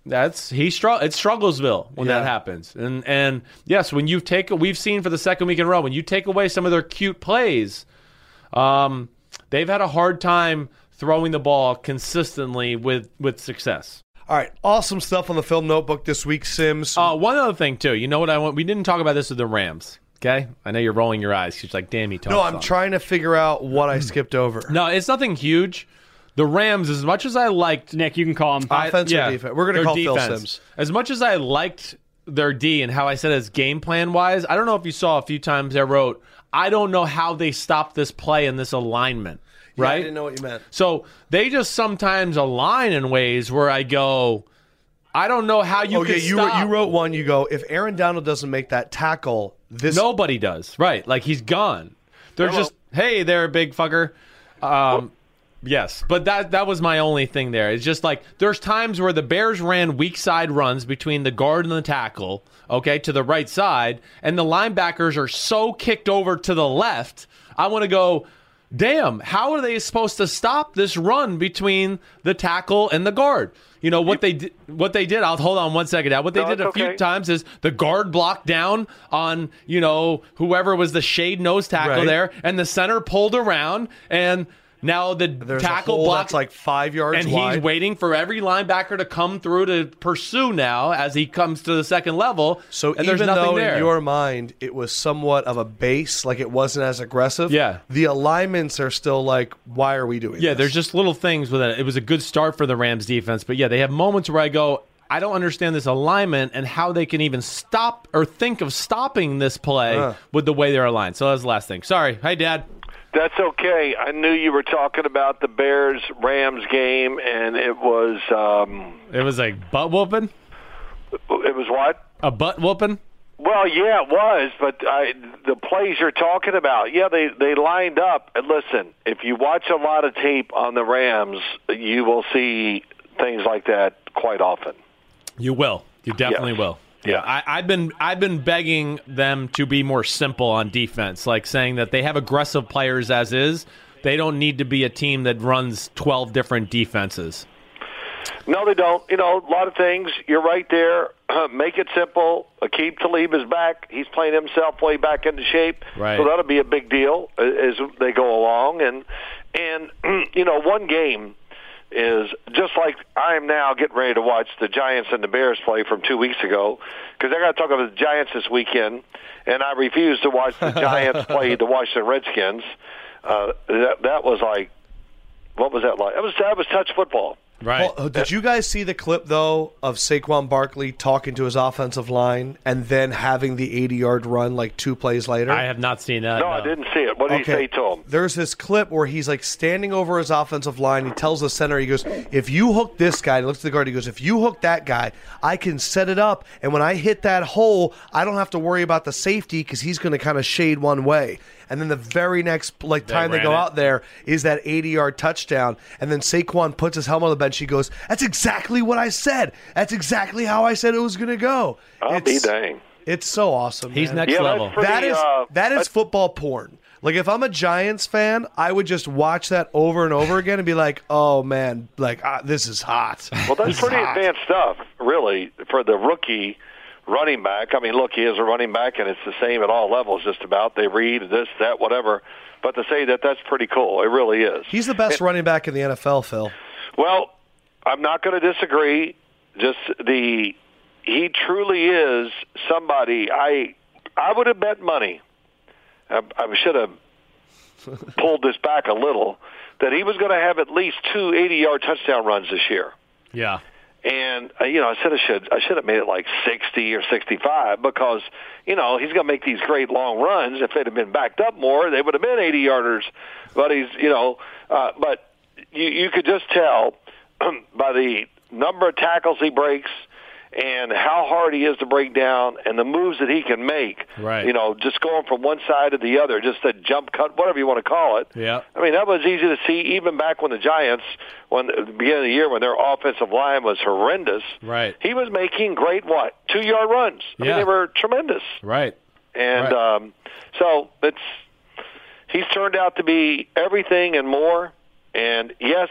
B: that's he struggle. It's Strugglesville when that
A: Yeah.
B: happens. And and yes, when you take we've seen for the second week in a row when you take away some of their cute plays, um, they've had a hard time throwing the ball consistently with with success.
A: All right, awesome stuff on the film notebook this week, Sims.
B: Uh, one other thing too. You know what I want? We didn't talk about this with the Rams. Okay, I know you're rolling your eyes. She's like, "Damn, he talks."
A: no, I'm
B: on.
A: trying to figure out what I skipped over.
B: No, it's nothing huge. The Rams, as much as I liked
C: Nick, you can call him.
A: I- Offense or defense? We're gonna
B: their
A: call Phil Sims.
B: As much as I liked their D and how I said it's game plan wise, I don't know if you saw a few times I wrote, I don't know how they stopped this play and this alignment.
A: Yeah,
B: Right?
A: I didn't know what you meant.
B: So they just sometimes align in ways where I go, I don't know how you
A: okay,
B: could
A: Oh, you
B: stop.
A: you wrote one. You go if Aaron Donald doesn't make that tackle, this
B: Nobody does. Right. Like he's gone. They're
A: Hello.
B: just, hey there, big fucker. Um, yes. But that that was my only thing there. It's just like there's times where the Bears ran weak side runs between the guard and the tackle, okay, to the right side, and the linebackers are so kicked over to the left. I want to go, damn, how are they supposed to stop this run between the tackle and the guard? You know what they did. What they did. I'll hold on one second. Now, What they
D: No,
B: did a
D: it's
B: few
D: okay.
B: times is the guard blocked down on you know whoever was the shade nose tackle
A: Right.
B: there, and the center pulled around, and now the
A: there's
B: tackle
A: a hole
B: blocked
A: that's like five yards
B: and
A: wide.
B: he's waiting for every linebacker to come through to pursue now as he comes to the second level.
A: So
B: and
A: even
B: there's nothing
A: though
B: there.
A: in your mind it was somewhat of a base, like it wasn't as aggressive,
B: Yeah.
A: the alignments are still like, why are we doing?
B: Yeah,
A: this?
B: there's just little things with it. It was a good start for the Rams defense, but yeah, they have moments where I go, I don't understand this alignment and how they can even stop or think of stopping this play
A: Huh.
B: with the way they're aligned. So that was the last thing. Sorry. Hi, Dad.
D: That's okay. I knew you were talking about the Bears Rams game, and it was um,
B: It was like butt whooping,
D: it was what?
B: a butt whooping.
D: Well, yeah, it was, but I, the plays you're talking about, yeah, they they lined up. And listen, if you watch a lot of tape on the Rams, you will see things like that quite often.
B: You will. You definitely will.
D: Yeah.
B: I, I've been I've been begging them to be more simple on defense, like saying that they have aggressive players as is. They don't need to be a team that runs twelve different defenses.
D: No, they don't. You know, a lot of things. You're right there. Make it simple. Akeem Talib is back. He's playing himself way back into shape.
B: Right.
D: So that'll be a big deal a- as they go along. And and you know, one game is just like I am now getting ready to watch the Giants and the Bears play from two weeks ago because I got to talk about the Giants this weekend, and I refuse to watch the Giants play the Washington Redskins. Uh, that that was like, what was that like? That was that was touch football.
B: Right.
A: Well, uh, did you guys see the clip though of Saquon Barkley talking to his offensive line and then having the 80 yard run like two plays later?
B: I have not seen that.
D: No, I didn't see it. What did he say to him?
A: There's this clip where he's like standing over his offensive line. He tells the center, he goes, If you hook this guy, he looks at the guard, he goes, If you hook that guy, I can set it up. And when I hit that hole, I don't have to worry about the safety because he's going to kind of shade one way. And then the very next like time they
B: ran
A: go
B: it.
A: out there is that 80 yard touchdown. And then Saquon puts his helmet on the bench. He goes, That's exactly what I said. That's exactly how I said it was going to go.
D: I'll be
A: It's-
D: dang.
A: It's so awesome.
B: He's
A: man.
B: next
D: Yeah, that's
B: level.
D: pretty-
A: That is
D: uh,
A: that is football porn. Like if I'm a Giants fan, I would just watch that over and over again and be like, "Oh man, like ah, this is hot."
D: Well, that's pretty
A: hot.
D: advanced stuff, really, for the rookie running back. I mean, look, he is a running back, and it's the same at all levels, just about. They read this, that, whatever. But to say that that's pretty cool, it really is.
A: He's the best running back in the NFL, Phil.
D: Well, I'm not going to disagree. Just the he truly is somebody. I I would have bet money. I, I should have pulled this back a little that he was going to have at least two 80-yard touchdown runs this year.
B: Yeah.
D: And uh, you know, I said I should I should have made it like 60 or 65 because you know he's going to make these great long runs. If they'd have been backed up more, they would have been 80 yarders. But he's you know, uh, but you, you could just tell by the number of tackles he breaks and how hard he is to break down and the moves that he can make.
B: Right.
D: You know, just going from one side to the other, just a jump cut, whatever you want to call it.
B: Yeah.
D: I mean, that was easy to see even back when the Giants, when at the beginning of the year, when their offensive line was horrendous.
B: Right.
D: He was making great what two yard runs. I
B: Yeah.
D: mean, they were tremendous.
B: Right.
D: And
B: Right.
D: um, so it's he's turned out to be everything and more. And yes,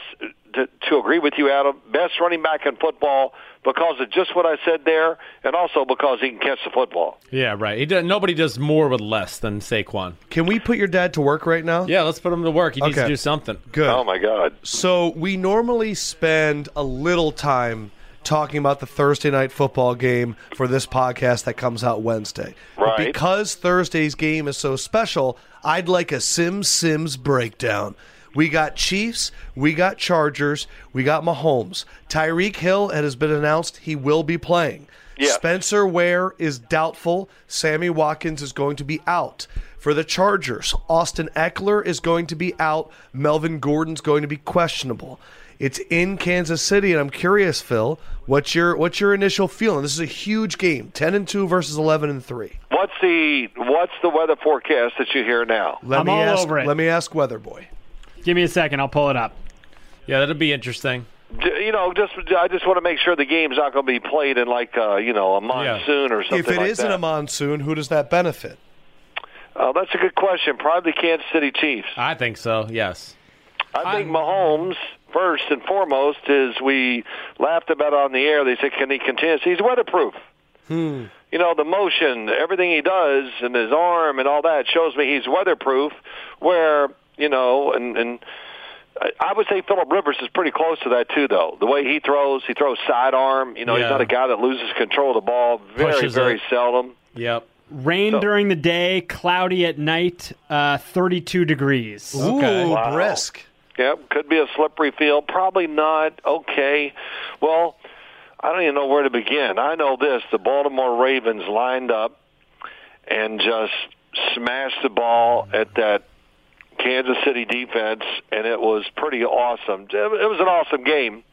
D: to, to agree with you, Adam, best running back in football because of just what I said there, and also because he can catch the football.
B: Yeah, right. He does, nobody does more with less than Saquon.
A: Can we put your dad to work right now?
B: Yeah, let's put him to work. He needs
A: Okay.
B: to do something.
A: Good.
D: Oh my God!
A: So we normally spend a little time talking about the Thursday night football game for this podcast that comes out Wednesday. But
D: Right.
A: because Thursday's game is so special, I'd like a Sim Sims breakdown. We got Chiefs, we got Chargers, we got Mahomes. Tyreek Hill it has been announced he will be playing.
D: Yeah.
A: Spencer Ware is doubtful. Sammy Watkins is going to be out. For the Chargers, Austin Eckler is going to be out. Melvin Gordon's going to be questionable. It's in Kansas City, and I'm curious, Phil, what's your what's your initial feeling? This is a huge game, ten and two versus eleven and three.
D: What's the what's the weather forecast that you hear now?
A: Let
C: I'm
A: me
C: all
A: ask,
C: over it.
A: Let me ask Weather Boy.
C: Give me a second. I'll pull it up.
B: Yeah, that'd be interesting.
D: D- You know, just I just want to make sure the game's not going to be played in like uh, you know a monsoon or something.
A: If it
D: like
A: not
D: that.
A: a monsoon, who does that benefit?
D: Uh, that's a good question. Probably the Kansas City Chiefs.
B: I think so. Yes.
D: I think Mahomes, first and foremost, is we laughed about on the air. They said, can he continue? He's weatherproof.
B: Hmm.
D: You know, the motion, everything he does, and his arm and all that shows me he's weatherproof, where, you know, and. and I- I would say Philip Rivers is pretty close to that too, though. The way he throws, he throws sidearm. You know,
B: Yeah.
D: he's not a guy that loses control of the ball very,
B: Pushes
D: very
B: it.
D: seldom.
B: Yep.
C: Rain during the day, cloudy at night, uh, 32 degrees.
B: Okay.
A: Ooh,
D: Wow.
A: brisk.
D: Yep, could be a slippery field. Probably not. Okay. Well, I don't even know where to begin. I know this. The Baltimore Ravens lined up and just smashed the ball at that Kansas City defense, and it was pretty awesome. It was an awesome game.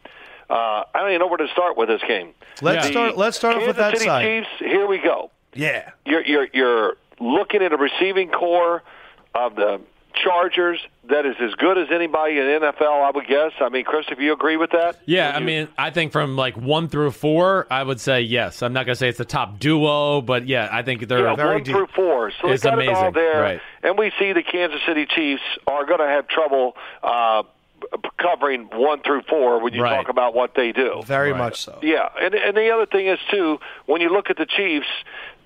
D: Uh, I don't even know where to start with this game.
A: Let's
B: Yeah.
A: start. Let's start off
D: Kansas
A: with that
D: City
A: side.
D: Chiefs, here we go
A: Yeah.
D: you're you're you're looking at a receiving core of the Chargers that is as good as anybody in NFL, I would guess. I mean, Chris, if you agree with that,
B: Yeah, I mean, I think from like one through four, I would say yes. I'm not gonna say it's the top duo, but yeah, I think they're
D: Yeah,
A: very
D: one
A: deep.
D: through four, so
B: It's
D: they got it all
B: amazing,
D: there,
B: right.
D: and we see the Kansas City Chiefs are going to have trouble uh, covering one through four when you
B: Right.
D: talk about what they do.
A: Very much so.
D: Yeah, and and the other thing is too when you look at the Chiefs,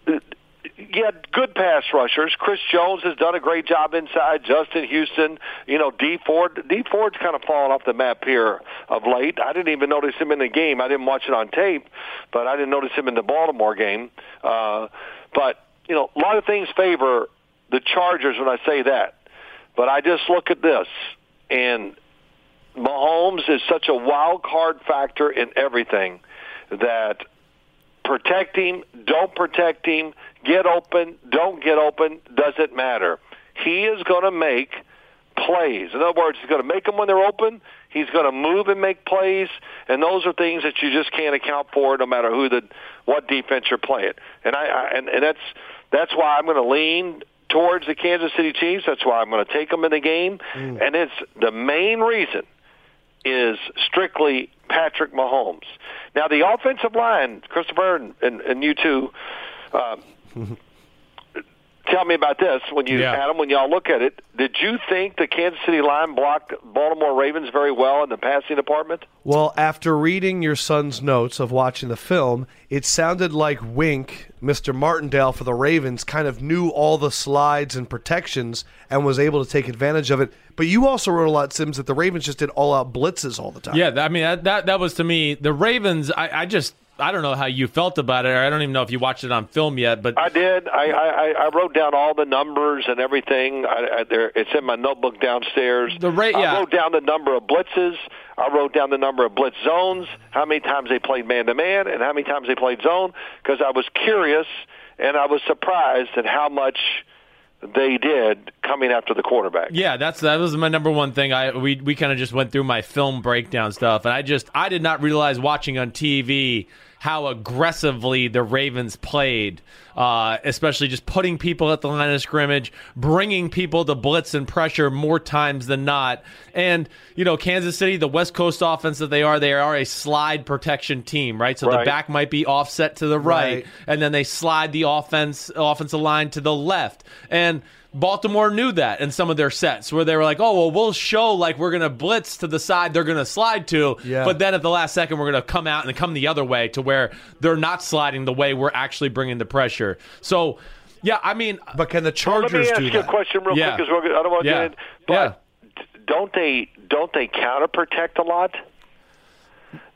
D: uh, yeah, good pass rushers. Chris Jones has done a great job inside. Justin Houston, you know, D Ford. D Ford's kind of fallen off the map here of late. I didn't even notice him in the game. I didn't watch it on tape, but I didn't notice him in the Baltimore game. Uh, but you know, a lot of things favor the Chargers when I say that. But I just look at this and Mahomes is such a wild card factor in everything that protect him, don't protect him, get open, don't get open, doesn't matter. He is going to make plays. In other words, he's going to make them when they're open. He's going to move and make plays, and those are things that you just can't account for, no matter who the what defense you're playing. And I, I and, and that's that's why I'm going to lean towards the Kansas City Chiefs. That's why I'm going to take them in the game, and it's the main reason is strictly Patrick Mahomes. Now, the offensive line, Christopher and, and, and you two, uh, tell me about this. When you,
B: Yeah.
D: Adam, when y'all look at it, did you think the Kansas City line blocked Baltimore Ravens very well in the passing department?
A: Well, after reading your son's notes of watching the film, it sounded like Wink, Mr. Martindale for the Ravens, kind of knew all the slides and protections and was able to take advantage of it. But you also wrote a lot, Sims, that the Ravens just did all out blitzes all the time.
B: Yeah, that- I mean that that, that was to me the Ravens. I, I just I don't know how you felt about it. Or I don't even know if you watched it on film yet, but
D: I did. I, I, I- I wrote down all the numbers and everything. I, I, there, it's in my notebook downstairs.
B: The ra- yeah.
D: I wrote down the number of blitzes. I wrote down the number of blitz zones, how many times they played man to man, and how many times they played zone, because I was curious and I was surprised at how much they did coming after the quarterback.
B: Yeah, that's that was my number one thing. I we we kind of just went through my film breakdown stuff, and I just I did not realize watching on TV how aggressively the Ravens played, uh, especially just putting people at the line of scrimmage, bringing people to blitz and pressure more times than not. And, you know, Kansas City, the West Coast offense that they are, they are a slide protection team, right? So the
D: Right.
B: back might be offset to the right,
A: Right.
B: and then they slide the offense offensive line to the left. And Baltimore knew that in some of their sets where they were like, "Oh, well, we'll show like we're going to blitz to the side they're going to slide to,
A: Yeah.
B: but then at the last second we're going to come out and come the other way to where they're not sliding the way we're actually bringing the pressure." So, yeah, I mean,
A: But can the
D: Let me
A: Chargers
D: ask
A: do
D: you a
A: that?
D: question real
B: Yeah.
D: quick, because I don't want to
B: Yeah.
D: get in. But d- don't they don't they counter protect a lot?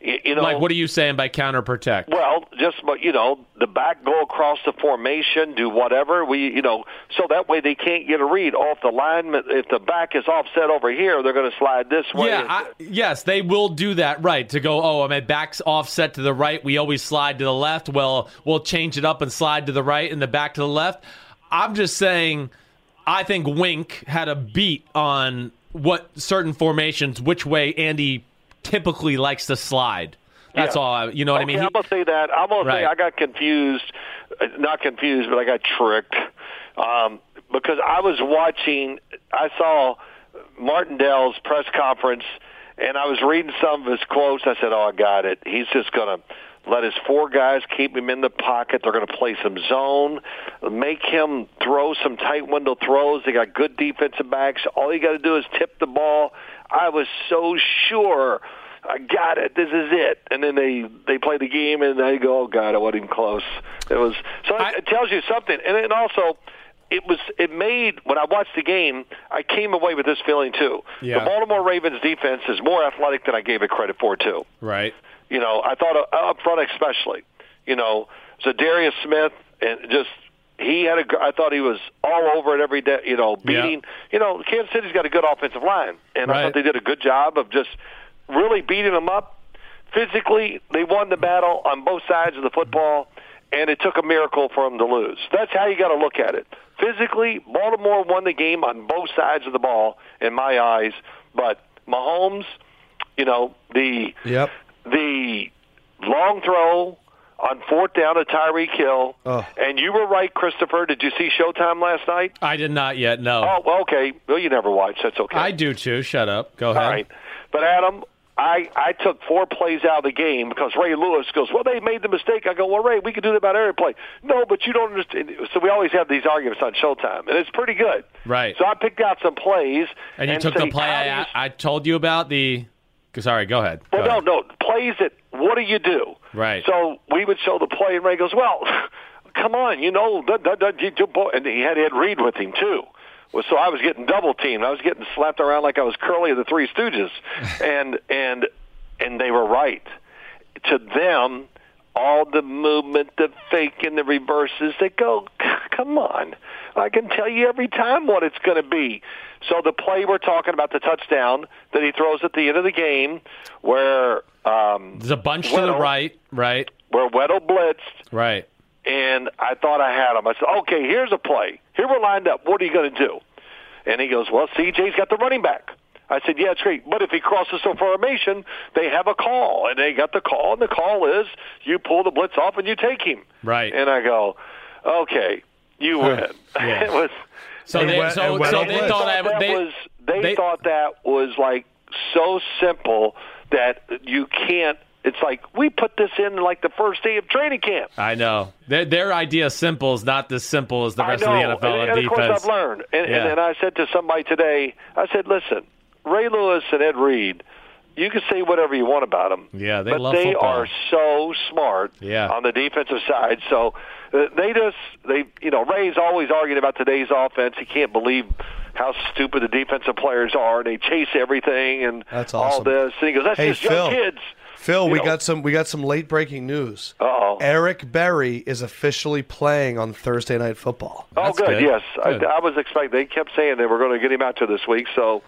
D: Y- You know,
B: like what are you saying by counter protect?
D: um, Well, just but you know, the back go across the formation, do whatever we you know, so that way they can't get a read. Oh, if the lineman, if the back is offset over here, they're going to slide this way.
B: Yeah, I, yes, they will do that, right? To go, oh, my back's offset to the right. We always slide to the left. Well, we'll change it up and slide to the right and the back to the left. I'm just saying, I think Wink had a beat on what certain formations, which way Andy typically likes to slide. That's
D: Yeah.
B: all. I, you know what I mean?
D: Okay,
B: He-
D: I'm gonna say that. I'm gonna say
B: Right.
D: I got confused, Uh, not confused, but I got tricked um, because I was watching. I saw Martindale's press conference, and I was reading some of his quotes. I said, "Oh, I got it. He's just gonna." Let his four guys keep him in the pocket. They're going to play some zone, make him throw some tight window throws. They got good defensive backs. All you got to do is tip the ball. I was so sure I got it. This is it. And then they they play the game, and they go, "Oh God, it wasn't even close." It was so. It,
B: I-
D: it tells you something, and then also, it was it made when I watched the game, I came away with this feeling too.
B: Yeah.
D: The Baltimore Ravens defense is more athletic than I gave it credit for too.
B: right.
D: You know, I thought uh, up front especially. You know, so Darius Smith and just he had a. gr- I thought he was all over it every day. You know,
B: Yeah.
D: beating. You know, Kansas City's got a good offensive line, and I
B: Right.
D: thought they did a good job of just really beating them up. Physically, they won the battle on both sides of the football, and it took a miracle for them to lose. That's how you got to look at it. Physically, Baltimore won the game on both sides of the ball, in my eyes. But Mahomes, you know, the
A: Yep.
D: the long throw on fourth down to Tyreek Hill.
A: Ugh.
D: And you were right, Christopher. Did you see Showtime last night?
B: I did not yet. No,
D: Oh, well, okay. Well, you never watch. That's okay.
B: I do too. Shut up. Go ahead.
D: All right. But, Adam, I, I took four plays out of the game because Ray Lewis goes, well, they made the mistake. I go, well, Ray, we can do that about every play. No, but you don't understand. So we always have these arguments on Showtime, and it's pretty good.
B: Right.
D: So I picked out some plays.
B: And you took
D: say,
B: the play
D: how do you
B: I, I told you about the. Sorry, go ahead. Go
D: Well,
B: ahead.
D: no, no. Plays it. What do you do?
B: Right.
D: So we would show the play, and Ray goes, "Well, come on, you know." Da, da, da, you- you boy. And he had Ed Reed with him too. Well, So I was getting double teamed. I was getting slapped around like I was Curly of the Three Stooges, and and and they were right. To them, all the movement, the fake, and the reverses, they go, "Come on, I can tell you every time what it's going to be." So the play we're talking about, the touchdown that he throws at the end of the game, where um,
B: There's a bunch to the
D: Well-
B: right. Right.
D: where Weddle blitzed,
B: Right.
D: and I thought I had him. I said, okay, here's a play. Here we're lined up. What are you going to do? And he goes, well, CJ's got the running back. I said, yeah, it's great. But if he crosses the formation, they have a call. And they got the call, and the call is you pull the blitz off and you take him.
B: Right.
D: And I go, okay, you win.
B: Yeah.
D: it was.
B: So
A: And
B: they,
A: Wed-
B: so,
A: and
B: so
A: Weddle
B: they
A: was.
B: thought I
D: that
B: they,
D: was they,
B: they-
D: thought that was like so simple that you can't. It's like we put this in like the first day of training camp.
B: I know their their idea of simple is not as simple as the
D: I
B: rest
D: know.
B: of the NFL
D: and,
B: on
D: and of course
B: defense.
D: I've learned. And,
B: Yeah.
D: and then I said to somebody today, I said, listen, Ray Lewis and Ed Reed, you can say whatever you want about them.
B: Yeah, they
D: but
B: love
D: they
B: football.
D: are so smart
B: Yeah.
D: on the defensive side. So uh, they just they you know Ray's always arguing about today's offense. He can't believe how stupid the defensive players are. They chase everything and
A: That's
D: all
A: awesome.
D: this. And he goes, that's
A: Hey,
D: just young
A: Phil.
D: kids.
A: Phil,
D: You
A: we
D: know.
A: got some we got some late breaking news.
D: Uh-oh.
A: Eric Berry is officially playing on Thursday Night Football.
D: Oh,
B: That's
D: good.
B: good.
D: Yes,
B: Good.
D: I, I was expecting. They kept saying they were going to get him out to this week. So,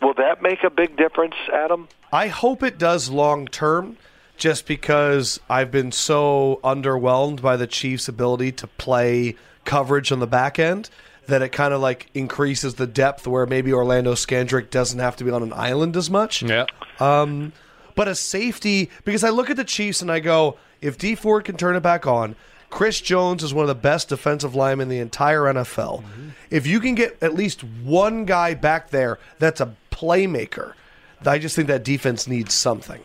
D: will that make a big difference, Adam?
A: I hope it does long term just because I've been so underwhelmed by the Chiefs' ability to play coverage on the back end that it kind of like increases the depth where maybe Orlando Scandrick doesn't have to be on an island as much.
B: yeah,
A: But a safety, because I look at the Chiefs and I go, if D Ford can turn it back on, Chris Jones is one of the best defensive linemen in the entire NFL. If you can get at least one guy back there that's a playmaker, I just think that defense needs something.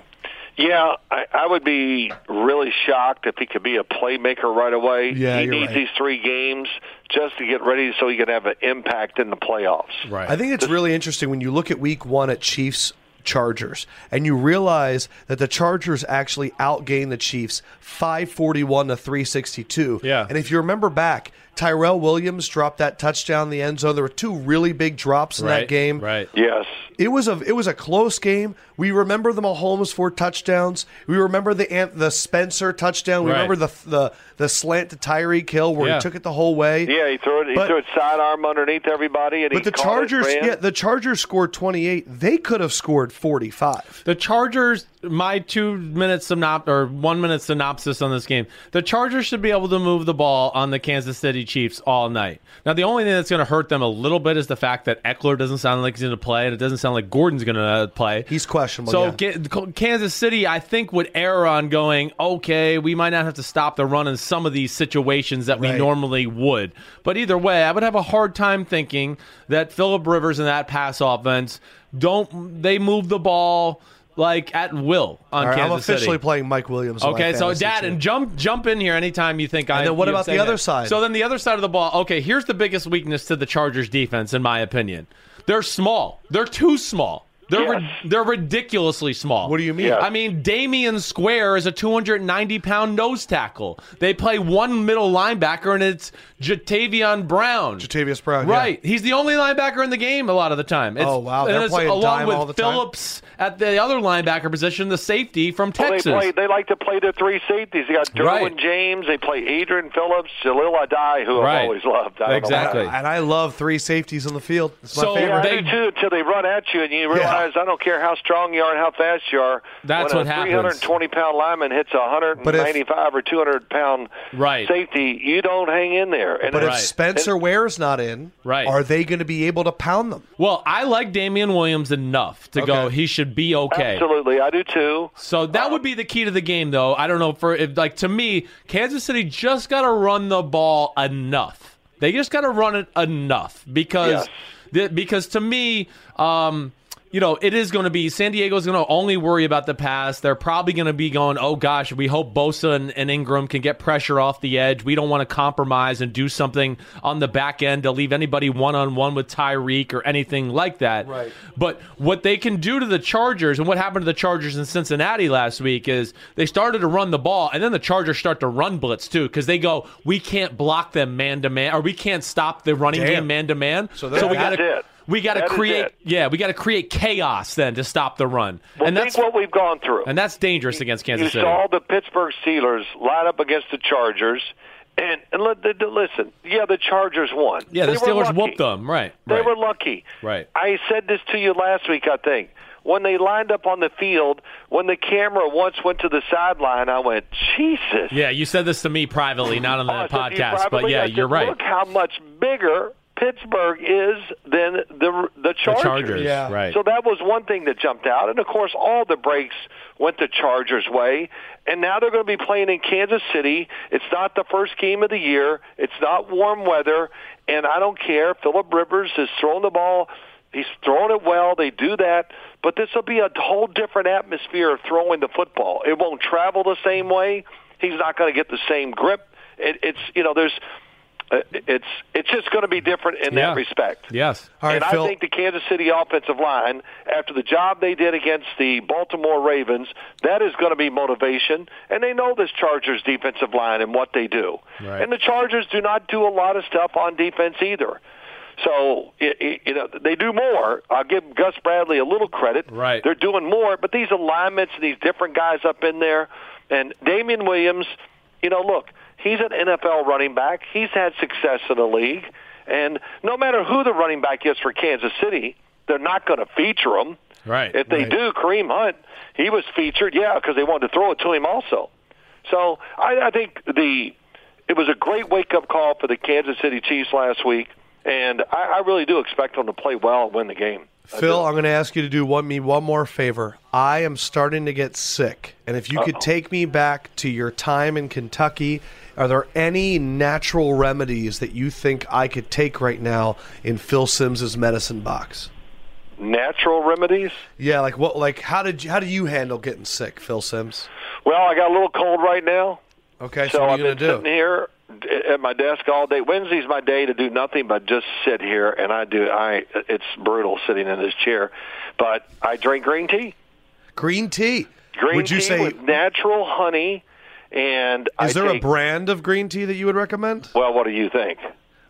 D: Yeah, I, I would be really shocked if he could be a playmaker right away.
A: Yeah,
D: he
A: you're
D: needs
A: right.
D: these three games just to get ready so he can have an impact in the playoffs.
B: Right.
A: I think it's really interesting when you look at week one at Chiefs Chargers and you realize that the Chargers actually outgained the Chiefs 541 to 362.
B: Yeah.
A: And if you remember back, Tyrell Williams dropped that touchdown in the end zone. There were two really big drops in that
B: Right,
A: game.
B: Right.
D: Yes.
A: It was a it was a close game. We remember the Mahomes four touchdowns. We remember the Ant- the Spencer touchdown. We
B: Right.
A: remember the the the slant to Tyree kill where
B: Yeah.
A: he took it the whole way.
D: Yeah, he threw it. He
A: But-
D: threw it sidearm underneath everybody, and he
A: But the
D: caught
A: Chargers,
D: It, ran.
A: yeah, the Chargers scored 28. They could have scored 45.
B: The Chargers, my two minute synop or one minute synopsis on this game. The Chargers should be able to move the ball on the Kansas City Chiefs all night. Now, the only thing that's going to hurt them a little bit is the fact that Eckler doesn't sound like he's going to play, and it doesn't sound like Gordon's going to play.
A: He's questionable.
B: So
A: yeah.
B: Ka- Kansas City, I think, would err on going, okay, we might not have to stop the run in some of these situations that we
A: Right.
B: normally would. But either way, I would have a hard time thinking that Philip Rivers and that pass offense don't they move the ball like at will on
A: All right, I'm
B: Kansas
A: officially
B: City.
A: playing Mike Williams. on my
B: Okay, so
A: fantasy
B: Dad,
A: team.
B: and jump jump in here anytime you think I.
A: then what
B: you
A: about the
B: say
A: other
B: that.
A: side?
B: So then the other side of the ball. Okay, here's the biggest weakness to the Chargers defense, in my opinion. They're small. They're too small. They're rid-
D: Yes.
B: they're ridiculously small.
A: What do you mean?
D: Yeah.
B: I mean, Damian Square is a 290 pound nose tackle. They play one middle linebacker, and it's Jatavion Brown.
A: Jatavius Brown. yeah.
B: Right, he's the only linebacker in the game a lot of the time. It's,
A: Oh, wow.
B: and
A: They're
B: it's
A: playing
B: along
A: dime
B: with
A: all the time?
B: Phillips at the other linebacker position, the safety from
D: Well, Oh, they
B: Texas.
D: play. They like to play their three safeties. They got Derwin
B: Right.
D: James. They play Adrian Phillips, Jalil Adai, who
B: Right.
D: I've always loved. I don't know why.
B: Exactly.
A: And I love three safeties on the field. It's my
B: So-
A: favorite.
D: Yeah,
B: They-
D: I do too. Until they run at you, and you realize I don't care how strong you are and how fast you are.
B: That's what
D: when a
B: happens.
D: 320 pound lineman hits a 195 or 200 pound
B: Right.
D: safety, you don't hang in there. And
A: But if
B: Right.
A: Spencer Ware's not in,
B: Right.
A: are they going to be able to pound them?
B: Well, I like Damian Williams enough to go.
A: Okay.
B: He should be okay.
D: absolutely, I do too.
B: So that would be the key to the game, though. I don't know for if like to me, Kansas City just got to run the ball enough. They just got to run it enough because
D: Yes.
B: th- because to me. Um, you know, it is going to be San Diego's going to only worry about the pass. They're probably going to be going, oh gosh, we hope Bosa and, and Ingram can get pressure off the edge. We don't want to compromise and do something on the back end to leave anybody one on one with Tyreek or anything like that.
A: Right.
B: But what they can do to the Chargers and what happened to the Chargers in Cincinnati last week is they started to run the ball and then the Chargers start to run blitz too because they go, we can't block them man to man or we can't stop the running
A: Damn.
B: game man to man. So,
A: that-
B: we
D: That's
B: gotta
D: it.
B: we got to
D: That is
B: create
D: it.
B: yeah we got to create chaos then to stop the run
D: Well,
B: and that's
D: think what we've gone through.
B: and that's dangerous against Kansas
D: you
B: City.
D: saw the Pittsburgh Steelers line up against the Chargers, and, and let, th- th- listen, yeah, the Chargers won.
B: yeah, the
D: They
B: Steelers
D: were lucky.
B: whooped them right.
D: They
B: right.
D: were lucky.
B: Right.
D: I said this to you last week, I think. When they lined up on the field, when the camera once went to the sideline, I went, Jesus.
B: yeah, you said this to me privately, not on the
D: Oh, I said to you
B: podcast, but
D: privately,
B: yeah,
D: I said,
B: you're right.
D: Look how much bigger Pittsburgh is than the the
B: the
D: Chargers.
B: Chargers,
A: Yeah.
B: right?
D: So that was one thing that jumped out, and of course, all the breaks went the Chargers' way, and now they're going to be playing in Kansas City. It's not the first game of the year. It's not warm weather, and I don't care. Philip Rivers is throwing the ball. He's throwing it well. They do that, but this will be a whole different atmosphere of throwing the football. It won't travel the same way. He's not going to get the same grip. It, it's you know there's. uh, It's it's just going to be different in
B: Yeah.
D: that respect
B: Yes.
A: All right,
D: and
A: Phil.
D: I think the Kansas City offensive line, after the job they did against the Baltimore Ravens, that is going to be motivation. And they know this Chargers defensive line and what they do.
B: Right.
D: And the Chargers do not do a lot of stuff on defense either. So it, it, you know they do more. I'll give Gus Bradley a little credit.
B: Right.
D: They're doing more, but these alignments and these different guys up in there, and Damian Williams, you know, look, he's an NFL running back. He's had success in the league, and no matter who the running back is for Kansas City, they're not going to feature him.
B: Right,
D: If they
B: right.
D: do, Kareem Hunt, he was featured, yeah, because they wanted to throw it to him also. So I, I think the it was a great wake up call for the Kansas City Chiefs last week, and I, I really do expect them to play well and win the game.
A: Phil, I'm going to ask you to do one, me one more favor. I am starting to get sick, and if you could take me back to your time in Kentucky, are there any natural remedies that you think I could take right now in Phil Sims's medicine box?
D: Natural remedies?
A: Yeah, like what? Like how did you, how do you handle getting sick, Phil Sims?
D: Well, I got a little cold right now.
A: Okay, so,
D: So
A: what are
D: I've
A: you going
D: been
A: to
D: sitting
A: do?
D: here at my desk all day. Wednesday's my day to do nothing but just sit here, and I do. I it's brutal sitting in this chair, but I drink green tea.
A: Green tea.
D: Green
A: would you
D: tea
A: say
D: with natural honey, and I
A: is there
D: take-
A: a brand of green tea that you would recommend?
D: Well, what do you think?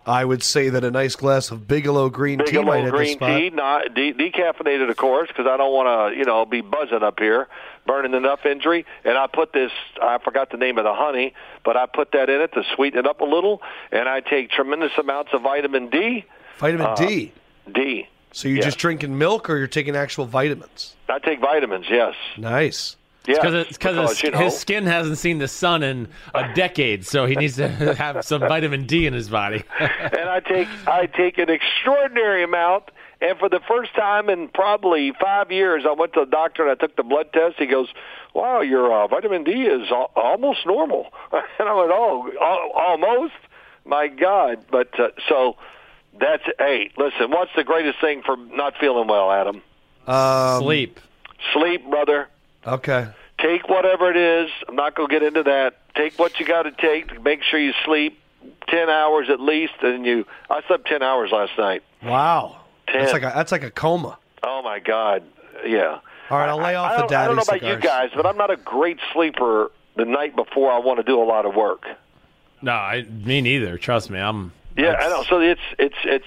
A: I would say that a nice glass of Bigelow green tea might
D: Bigelow
A: hit the
D: green
A: spot.
D: tea, not de- decaffeinated, of course, because I don't want to, you know, be buzzing up here, burning enough injury. And I put this, I forgot the name of the honey, but I put that in it to sweeten it up a little. And I take tremendous amounts of vitamin D.
A: Vitamin D.
D: D.
A: So you're
D: uh, yeah.
A: just drinking milk, or you're taking actual vitamins?
D: I take vitamins, yes.
A: Nice.
D: Yeah,
B: Because it's because his,
D: you know,
B: his skin hasn't seen the sun in a decade, so he needs to have some vitamin D in his body.
D: and I take I take an extraordinary amount. And for the first time in probably five years, I went to the doctor and I took the blood test. He goes, "Wow, your uh, vitamin D is al- almost normal." And I went, "Oh, al- almost? My God!" But uh, so that's hey, listen. What's the greatest thing for not feeling well, Adam?
B: Sleep.
D: Sleep, brother.
A: Okay.
D: take whatever it is. I'm not going to get into that. Take what you got to take. Make sure you sleep ten hours at least. And you, I slept ten hours last night.
A: Wow. That's
D: Ten.
A: like a, that's like a coma.
D: Oh my God, yeah.
A: All right, I'll lay off
D: I
A: the
D: don't, I
A: daddy
D: don't know about
A: cigars.
D: you guys, but I'm not a great sleeper the night before I want to do a lot of work.
B: No, I, me neither. Trust me, I'm.
D: Yeah,
B: that's-
D: I know. So it's it's it's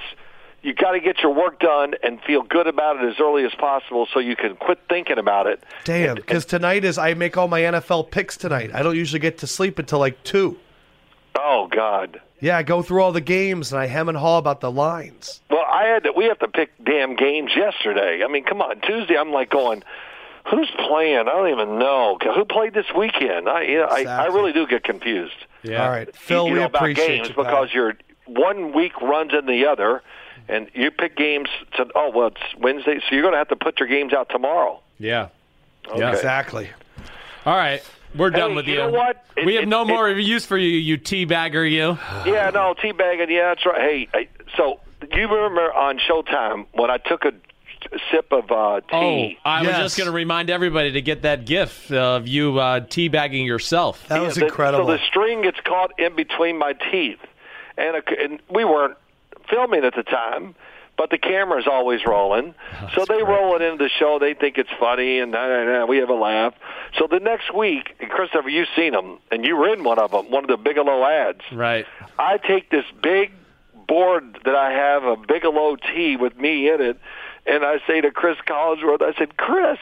D: you got to get your work done and feel good about it as early as possible, so you can quit thinking about it.
A: Damn, because tonight is I make all my NFL picks tonight. I don't usually get to sleep until like two.
D: Oh God.
A: Yeah, I go through all the games and I hem and haw about the lines.
D: Well, I had to, we have to pick damn games yesterday. I mean, come on, Tuesday I'm like going, who's playing? I don't even know who played this weekend. I you know, I, I
A: Exactly.
D: really do get confused.
B: Yeah.
A: All right, Phil,
D: you
A: we
D: know about
A: appreciate
D: games
A: you, pal.
D: because you're one week runs in the other, and you pick games to oh well it's Wednesday, so you're going to have to put your games out tomorrow.
B: Yeah. Yeah.
A: exactly.
B: All right. We're done
D: Hey,
B: with you.
D: you know what? It-
B: we have
D: it-
B: no
D: it-
B: more use for you, you teabagger, you.
A: Uh-huh.
D: Yeah, no, teabagging. Yeah, that's right. Hey, I, so you remember on Showtime when I took a sip of
B: Oh,
D: uh, tea?
B: I
A: Yes.
B: was just going to remind everybody to get that gif of you uh, teabagging yourself.
A: That was
D: Yeah, the-
A: incredible.
D: So the string gets caught in between my teeth, and, a, and we weren't filming at the time, but the camera's always rolling.
A: Oh,
D: so they roll it into the show. They think it's funny, and nah, nah, nah, we have a laugh. So the next week, and Christopher, you've seen them, and you were in one of them, one of the Bigelow ads.
B: Right.
D: I take this big board that I have a Bigelow tea with me in it, and I say to Chris Collinsworth, I said, Chris,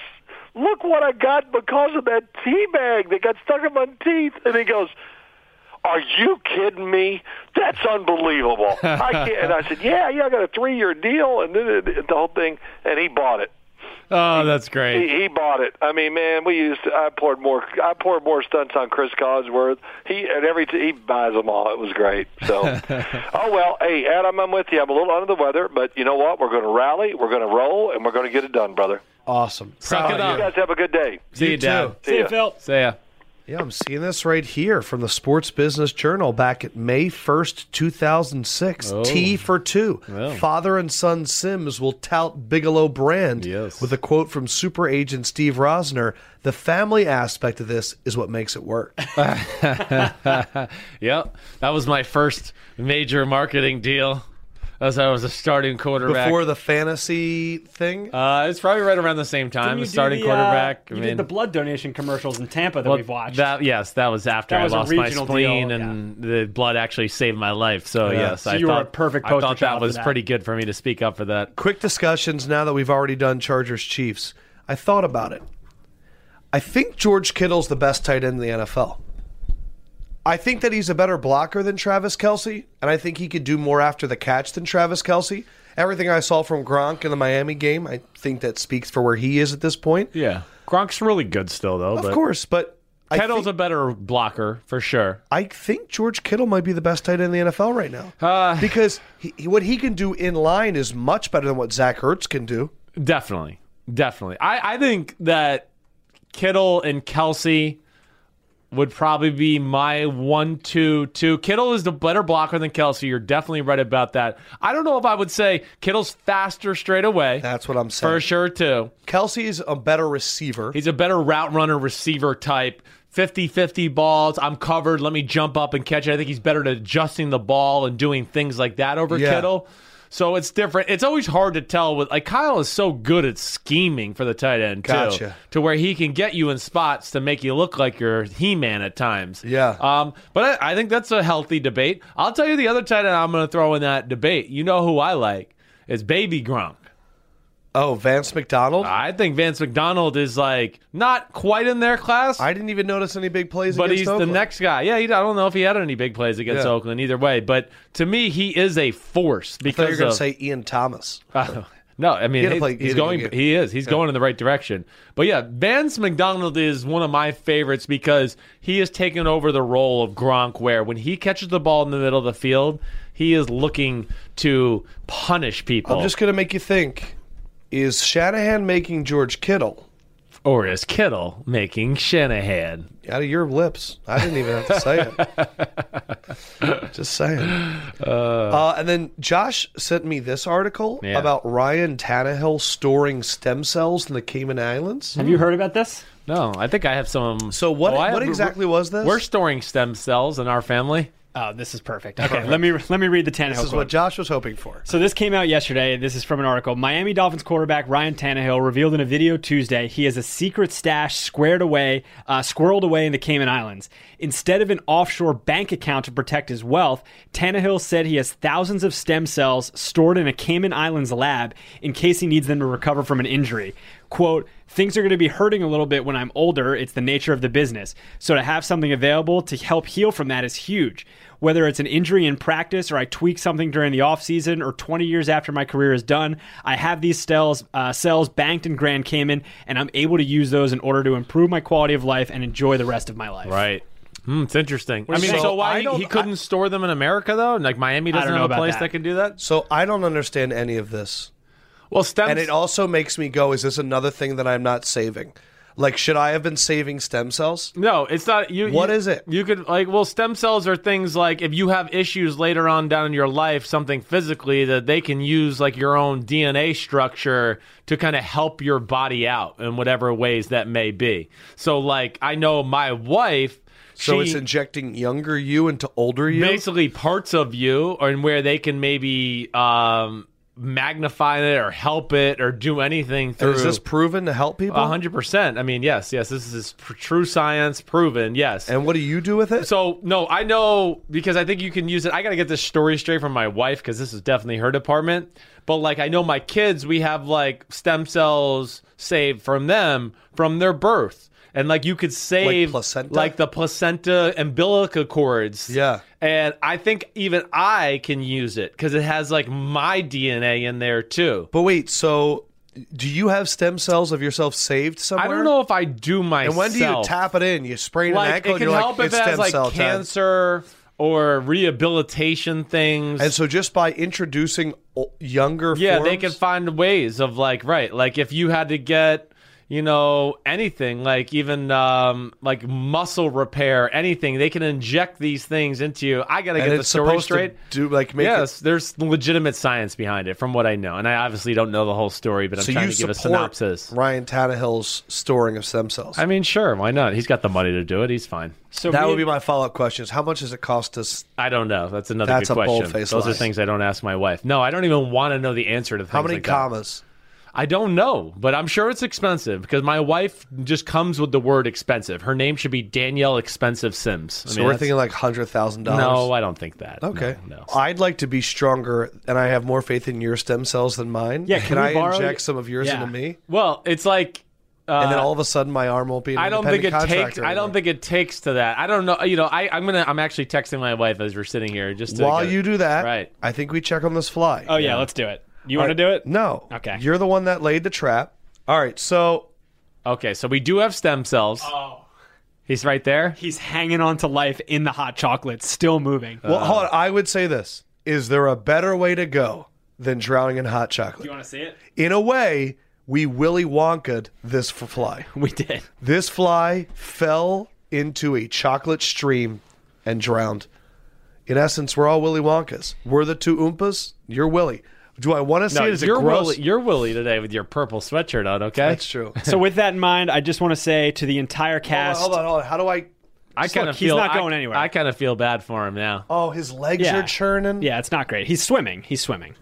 D: look what I got because of that tea bag that got stuck in my teeth. And he goes, are you kidding me? That's unbelievable. I can't. And I said, yeah, yeah, I got a three-year deal, and then it- it- the whole thing. And he bought it.
B: Oh, that's
D: He,
B: great.
D: he bought it. I mean, man, we used. To, I poured more. I poured more stunts on Chris Collinsworth. He and every he buys them all. It was great. So, oh well. Hey, Adam, I'm with you. I'm a little under the weather, but you know what? We're going to rally. We're going to roll, and we're going to get it done, brother.
A: Awesome.
B: Suck
A: Proud
B: it
A: of
B: up.
D: You guys have a good day.
B: See
A: you
B: you,
A: too.
B: Dad.
C: See
D: Yeah.
C: you, Phil.
B: See ya.
A: Yeah, I'm seeing this right here from the Sports Business Journal back at May 1st, 2006.
D: Oh.
A: T for two. Father and son Sims will tout Bigelow brand
B: Yes.
A: with a quote from super agent Steve Rosner. The family aspect of this is what makes it work.
B: Yep. That was my first major marketing deal as I was a starting quarterback.
A: Before the fantasy thing,
B: uh, it's probably right around the same time,
C: Didn't you
B: the
C: do
B: starting
C: the, uh,
B: quarterback.
C: you did the blood donation commercials in Tampa that
B: well,
C: we've watched.
B: That, yes, that was after
C: That was a
B: I lost my
C: regional
B: spleen,
C: deal,
B: and the blood actually saved my life. So, yes, I
C: you were a
B: thought,
C: perfect
B: I
C: poster
B: thought
C: child
B: that
C: for
B: was
C: that.
B: pretty good for me to speak up for that.
A: quick discussions now that we've already done Chargers Chiefs. I thought about it. I think George Kittle's the best tight end in the NFL. I think that he's a better blocker than Travis Kelsey, and I think he could do more after the catch than Travis Kelsey. Everything I saw from Gronk in the Miami game, I think that speaks for where he is at this point.
B: Yeah. Gronk's really good still, though.
A: Of course, but I
B: Kettle's
A: think,
B: a better blocker for sure.
A: I think George Kittle might be the best tight end in the NFL right now
B: Uh,
A: because he, he- what he can do in line is much better than what Zach Ertz can do.
B: Definitely. Definitely. I, I think that Kittle and Kelsey would probably be my one, two, two. Kittle is the better blocker than Kelsey. You're definitely right about that. I don't know if I would say Kittle's faster straight away.
A: That's what I'm saying.
B: for sure, too.
A: Kelsey's a better receiver.
B: He's a better route runner receiver type. 50 50 balls. I'm covered. Let me jump up and catch it. I think he's better at adjusting the ball and doing things like that over
A: Yeah.
B: Kittle. So it's different. It's always hard to tell with like Kyle is so good at scheming for the tight end too,
A: Gotcha.
B: to where he can get you in spots to make you look like you're He-Man at times.
A: Yeah.
B: Um, but I, I think that's a healthy debate. I'll tell you the other tight end I'm going to throw in that debate. You know who I like is Baby Gronk.
A: oh, Vance McDonald.
B: I think Vance McDonald is like not quite in their class,
A: I didn't even notice any big plays.
B: but
A: against
B: he's
A: Oakland.
B: the next guy. Yeah, he, I don't know if he had any big plays against
A: Yeah.
B: Oakland either way, but to me, he is a force
A: I thought you were
B: because
A: going
B: of.
A: to say Ian Thomas.
B: no, I mean
A: He had to
B: he-
A: play- he
B: he's
A: had to
B: going.
A: get-
B: He is. He's going in the right direction. But yeah, Vance McDonald is one of my favorites because he has taken over the role of Gronk. Where when he catches the ball in the middle of the field, he is looking to punish people.
A: I'm just going to make you think: Is Shanahan making George Kittle
B: or is Kittle making Shanahan?
A: out of your lips? I didn't even have to say it. just saying. Uh, and then Josh sent me this article
B: Yeah.
A: about Ryan Tannehill storing stem cells in the Cayman Islands.
C: Have you heard about this?
B: No, I think I have some.
A: So what?
B: Oh, I
A: what
B: have-
A: exactly was this?
B: We're storing stem cells in our family.
C: Oh, this is perfect. Okay, let me let me read the Tannehill
A: this is
C: quote.
A: what Josh was hoping for.
C: So this came out yesterday. This is from an article. Miami Dolphins quarterback Ryan Tannehill revealed in a video Tuesday he has a secret stash squared away, uh, squirreled away in the Cayman Islands. Instead of an offshore bank account to protect his wealth, Tannehill said he has thousands of stem cells stored in a Cayman Islands lab in case he needs them to recover from an injury. "Quote: Things are going to be hurting a little bit when I'm older. It's the nature of the business. So to have something available to help heal from that is huge." Whether it's an injury in practice or I tweak something during the offseason or 20 years after my career is done, I have these cells, uh, cells banked in Grand Cayman and I'm able to use those in order to improve my quality of life and enjoy the rest of my life.
B: Right. Hmm, it's interesting. I mean,
A: saying-
B: so, why
A: I don't-
B: he couldn't store them in America though? Like Miami
C: don't
B: doesn't
C: know
B: have a
C: about
B: place
C: that.
B: that. can do that.
A: So I don't understand any of this.
B: Well, stem.
A: And it also makes me go, is this another thing that I'm not saving? Like, should I have been saving stem cells?
B: no, it's not. You.
A: What
B: you-
A: is it?
B: You could like. Well, stem cells are things like if you have issues later on down in your life, something physically that they can use like your own DNA structure to kind of help your body out in whatever ways that may be. So, like, I know my wife.
A: So
B: she-
A: it's injecting younger you into older you?
B: basically parts of you or and where they can maybe um, magnify it or help it or do anything
A: And
B: through
A: is this proven to help people?
B: 100% i mean yes yes this is pr- true science proven yes
A: And what do you do with it?
B: so no i know because i think you can use it i gotta get this story straight from my wife because this is definitely her department but like i know my kids we have like stem cells saved from them from their birth and like you could save
A: placenta?
B: like the placenta umbilical cords
A: Yeah.
B: and i think even i can use it because it has like my dna in there too
A: but wait, so do you have stem cells of yourself saved somewhere?
B: i don't know if i do myself
A: And when do you tap it in? You sprain an
B: like
A: ankle
B: it
A: and
B: can
A: you're
B: help
A: like,
B: if
A: it's
B: it has
A: stem
B: like
A: cell time.
B: cancer or rehabilitation things.
A: And so just by introducing o- younger
B: yeah, they
A: forms-
B: can find ways of like right, like if you had to get you know anything like even um like muscle repair anything they can inject these things into you i gotta
A: and
B: get the
A: it's
B: story
A: supposed
B: straight
A: to do like make
B: yes there's legitimate science behind it from what i know and i obviously don't know the whole story but i'm
A: it so
B: trying
A: you
B: to give a
A: support
B: synopsis
A: Ryan Tannehill's storing of stem cells.
B: i mean sure why not he's got the money to do it he's fine
C: So
A: that
C: we-
A: would be my follow up question: is How much does it cost us?
B: I don't know. That's another
A: That's
B: good
A: a
B: question.
A: bold-faced
B: Those
A: lie.
B: are things I don't ask my wife. No, I don't even want to know the answer to things
A: How many
B: like that.
A: commas?
B: I don't know, but I'm sure it's expensive because my wife just comes with the word expensive. Her name should be Danielle Expensive Sims. I
A: So
B: mean,
A: we're
B: that's-
A: thinking like hundred thousand dollars.
B: No, I don't think that.
A: Okay.
B: No. no.
A: I'd like to be stronger, and I have more faith in your stem cells than mine.
C: Yeah,
A: Can,
C: can we
A: I
C: borrow
A: inject
C: y-
A: some of yours
C: Yeah.
A: into me?
B: Well, it's like uh,
A: And then all of a sudden, my arm won't be. An
B: I don't think it
A: independent
B: takes.
A: contractor
B: I don't
A: anymore.
B: think it takes to that. I don't know. You know, I, I'm gonna. I'm actually texting my wife as we're sitting here just to
A: While
B: get-
A: you do that,
B: Right.
A: I think we check on this fly.
C: Oh, yeah, let's do it. You want to do it?
A: No.
C: Okay.
A: You're the one that laid the trap. All right. So
B: Okay, so we do have stem cells.
C: Oh.
B: He's right there.
C: He's hanging on to life
B: Uh.
C: in the hot chocolate, still moving.
A: Well, hold on. I would say this: Is there a better way to go than drowning in hot
C: Do you
A: chocolate.
C: want to see it?
A: In a way, we Willy Wonka'd this f- fly.
C: We did.
A: This fly fell into a chocolate stream and drowned. In essence, we're all Willy Wonkas. We're the two Oompas. You're Willy. Do I want to see
B: No,
A: it? Is it
B: you're
A: gross?
B: Willy, you're Willy today with your purple sweatshirt on. Okay,
A: That's true.
C: So with that in mind, I just want to say to the entire cast,
A: Hold on, hold on, hold on. How do I?
B: I kind of
C: look, he's
B: feel
C: not
B: I-
C: going anywhere.
B: I kind of feel bad for him now.
A: Oh, his legs
C: Yeah.
A: are churning.
C: yeah, it's not great. He's swimming. He's swimming.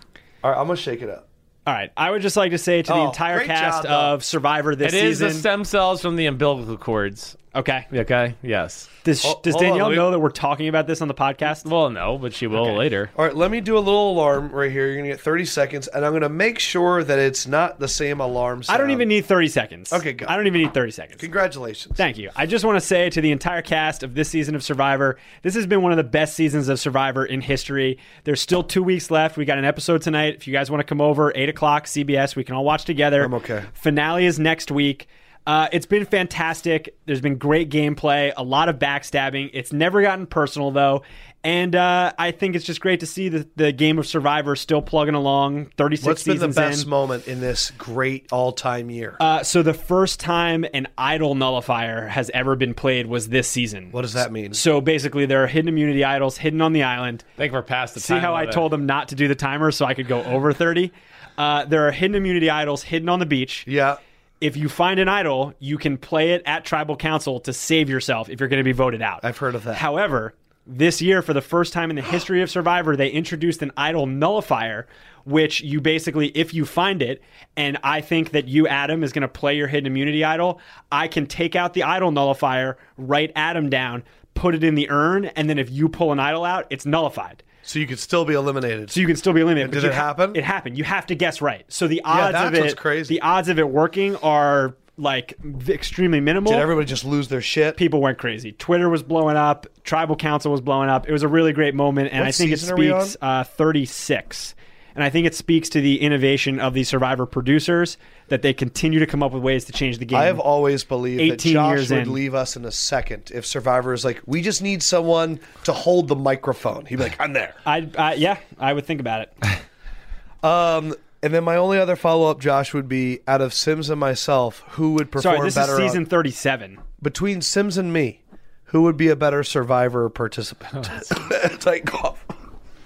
A: All right, I'm gonna shake it up.
C: All right. I would just like to say to the
A: Oh,
C: entire
A: great job,
C: cast
A: though.
C: of Survivor
B: It
C: this
B: is
C: season.
B: the stem cells from the umbilical cords.
C: okay.
B: Okay. Yes.
C: Does,
A: Hold-
C: does
A: Oh, hold on,
C: Danielle
A: let me-
C: know that we're talking about this on the podcast?
B: Well, no, but she will later.
A: All right, let me do a little alarm right here. You're gonna get 30 seconds, and I'm gonna make sure that it's not the same alarm. Sound.
C: I don't even need 30 seconds.
A: Okay, go.
C: I don't even need 30 seconds.
A: Congratulations.
C: Thank you. I just want to say to the entire cast of this season of Survivor, this has been one of the best seasons of Survivor in history. There's still two weeks left. We got an episode tonight. If you guys want to come over, 8 o'clock, CBS, we can all watch together.
A: I'm okay.
C: Finale is next week. Uh, it's been fantastic. There's been great gameplay, a lot of backstabbing. It's never gotten personal, though. And uh, I think it's just great to see the, the game of Survivor still plugging along 36
A: What's been
C: seasons
A: the best
C: in.
A: moment in this great all-time year?
C: Uh, so the first time an idol nullifier has ever been played was this season.
A: what does that mean?
C: So basically, there are hidden immunity idols hidden on the island.
B: I think we're past the
C: See
B: time
C: how I
B: limit.
C: told them not to do the timer so I could go over 30? Uh, there are hidden immunity idols hidden on the beach.
A: yeah.
C: If you find an idol, you can play it at tribal council to save yourself if you're going to be voted out.
A: I've heard of that.
C: However, this year, for the first time in the history of Survivor, they introduced an idol nullifier, which you basically, if you find it, and I think that you, Adam, is going to play your hidden immunity idol, I can take out the idol nullifier, write Adam down, put it in the urn, and then if you pull an idol out, it's nullified.
A: So you could still be eliminated.
C: So you can still be eliminated. but
A: did
C: you
A: it
C: ha-
A: happen?
C: It happened. You have to guess right. So the odds
A: that's
C: of it,
A: what's crazy.
C: the odds of it working are like v- extremely minimal.
A: Did everybody just lose their shit?
C: People went crazy. Twitter was blowing up. Tribal Council was blowing up. It was a really great moment, and
A: What
C: I think it
A: season are we
C: speaks uh, 36. And I think it speaks to the innovation of the Survivor producers that they continue to come up with ways to change the game.
A: I have always believed that
C: 18
A: Josh
C: years
A: would
C: in.
A: leave us in a second if Survivor is like, we just need someone to hold the microphone. He'd be like, I'm there.
C: I, I yeah, I would think about it.
A: Um, and then my only other follow up, Josh, would be out of Sims and myself, who would perform
C: Sorry, this is
A: better on-
C: season 37.
A: between Sims and me? Who would be a better Survivor participant? Take off.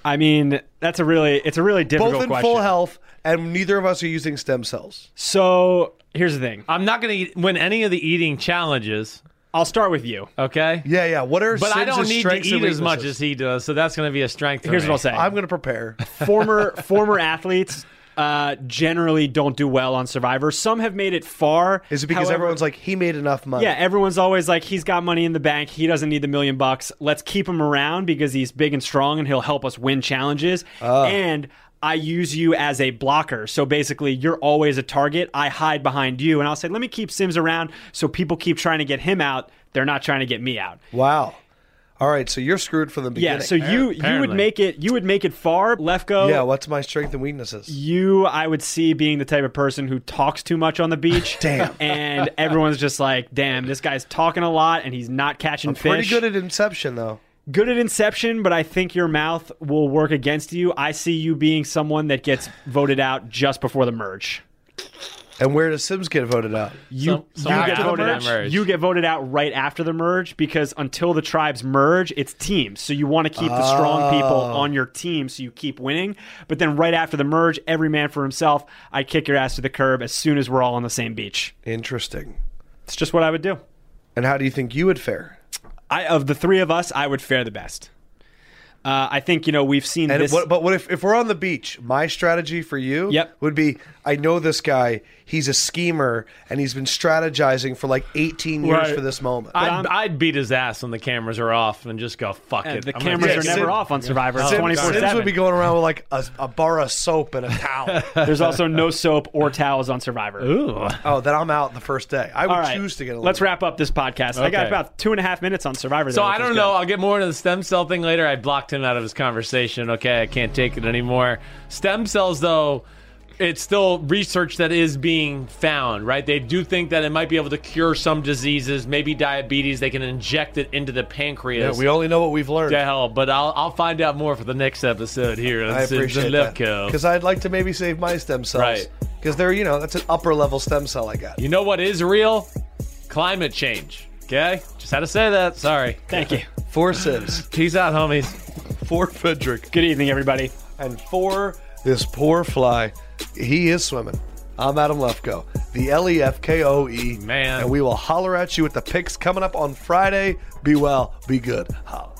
C: I mean, that's a really it's a really difficult
A: Both in
C: question.
A: full health, and neither of us are using stem cells.
C: So here's the thing.
B: I'm not going to win any of the eating challenges.
C: I'll start with you.
B: Okay.
A: Yeah, yeah. What are
B: But I
A: Sims'
B: don't need to
A: strengths and
B: eat as much
A: weaknesses?
B: as he does, so that's going to be a strength. for
C: Here's
B: me.
C: what I'll say.
A: I'm going to prepare.
C: former former athletes uh, generally don't do well on Survivor. Some have made it far.
A: Is it because
C: However-
A: everyone's like, he made enough money?
C: Yeah, everyone's always like, he's got money in the bank. He doesn't need the million bucks. Let's keep him around because he's big and strong and he'll help us win challenges.
A: Ah.
C: And I use you as a blocker. So basically, you're always a target. I hide behind you and I'll say, let me keep Sims around so people keep trying to get him out. They're not trying to get me out.
A: Wow. All right, so you're screwed from the
C: Yeah,
A: beginning.
C: so you you would
B: Apparently.
C: make it you would make it far. Lefko
A: Yeah, what's my strength and weaknesses?
C: you I would see being the type of person who talks too much on the beach.
A: Damn.
C: And everyone's just like, damn, this guy's talking a lot and he's not catching fish.
A: Pretty good at Inception, though.
C: Good at inception, but I think your mouth will work against you. I see you being someone that gets voted out just before the merge.
A: And where does Sims get voted out?
C: You,
B: Some-
C: you
B: someone
C: get
B: after
C: voted
B: the
C: out.
B: merge.
C: You get voted out right after the merge because until the tribes merge, it's teams. So you want to keep the strong people
A: Oh.
C: on your team so you keep winning. But then right after the merge, every man for himself. I kick your ass to the curb as soon as we're all on the same beach.
A: Interesting.
C: It's just what I would do.
A: And how do you think you would fare?
C: I of the three of us, I would fare the best. Uh, I think you know we've seen
A: And
C: this. uh,
A: what, but what if, if we're on the beach? My strategy for you
C: Yep.
A: would be: I know this guy. He's a schemer, and he's been strategizing for like 18 years
B: Right.
A: for this moment.
B: I'd,
C: I'm-
B: I'd beat his ass when the cameras are off and just go fuck
C: Uh,
B: it.
C: the
B: I'm gonna
A: Yeah,
C: cameras are
B: take
A: Sim-
C: never off on Survivor. It's
A: Sims-
C: twenty four
A: Sims would be
C: seven.
A: going around with like a, a bar of soap and a towel.
C: There's also no soap or towels on Survivor.
B: Ooh.
A: oh, then I'm out the first day. I would
C: All right,
A: choose to get. A
C: let's wrap up this podcast. I got
B: Okay.
C: about two and a half minutes on Survivor.
B: So
C: there,
B: I
C: which is
B: don't
C: good.
B: know. I'll get more into the stem cell thing later. I blocked him out of his conversation. Okay, I can't take it anymore. Stem cells, though, it's still research that is being found, right? They do think that it might be able to cure some diseases, maybe diabetes. They can inject it into the
A: Yeah,
B: pancreas.
A: we only know what we've learned.
B: to hell, but I'll, I'll find out more for the next episode here on
A: I
B: Sins and
A: appreciate that
B: Lefko.
A: because I'd like to maybe save my stem cells.
B: Right.
A: Because they're you know that's an upper level stem cell I got.
B: You know what is real? Climate change. Okay? Just had to say that. Sorry.
C: Thank you.
A: Four sibs,
B: Peace out, homies.
A: four Fedric,
C: Good evening, everybody.
A: and four this poor fly. He is swimming. I'm Adam Lefko, the L E F K O E
B: Man.
A: and we will holler at you with the picks coming up on Friday. Be well, be good. Holla.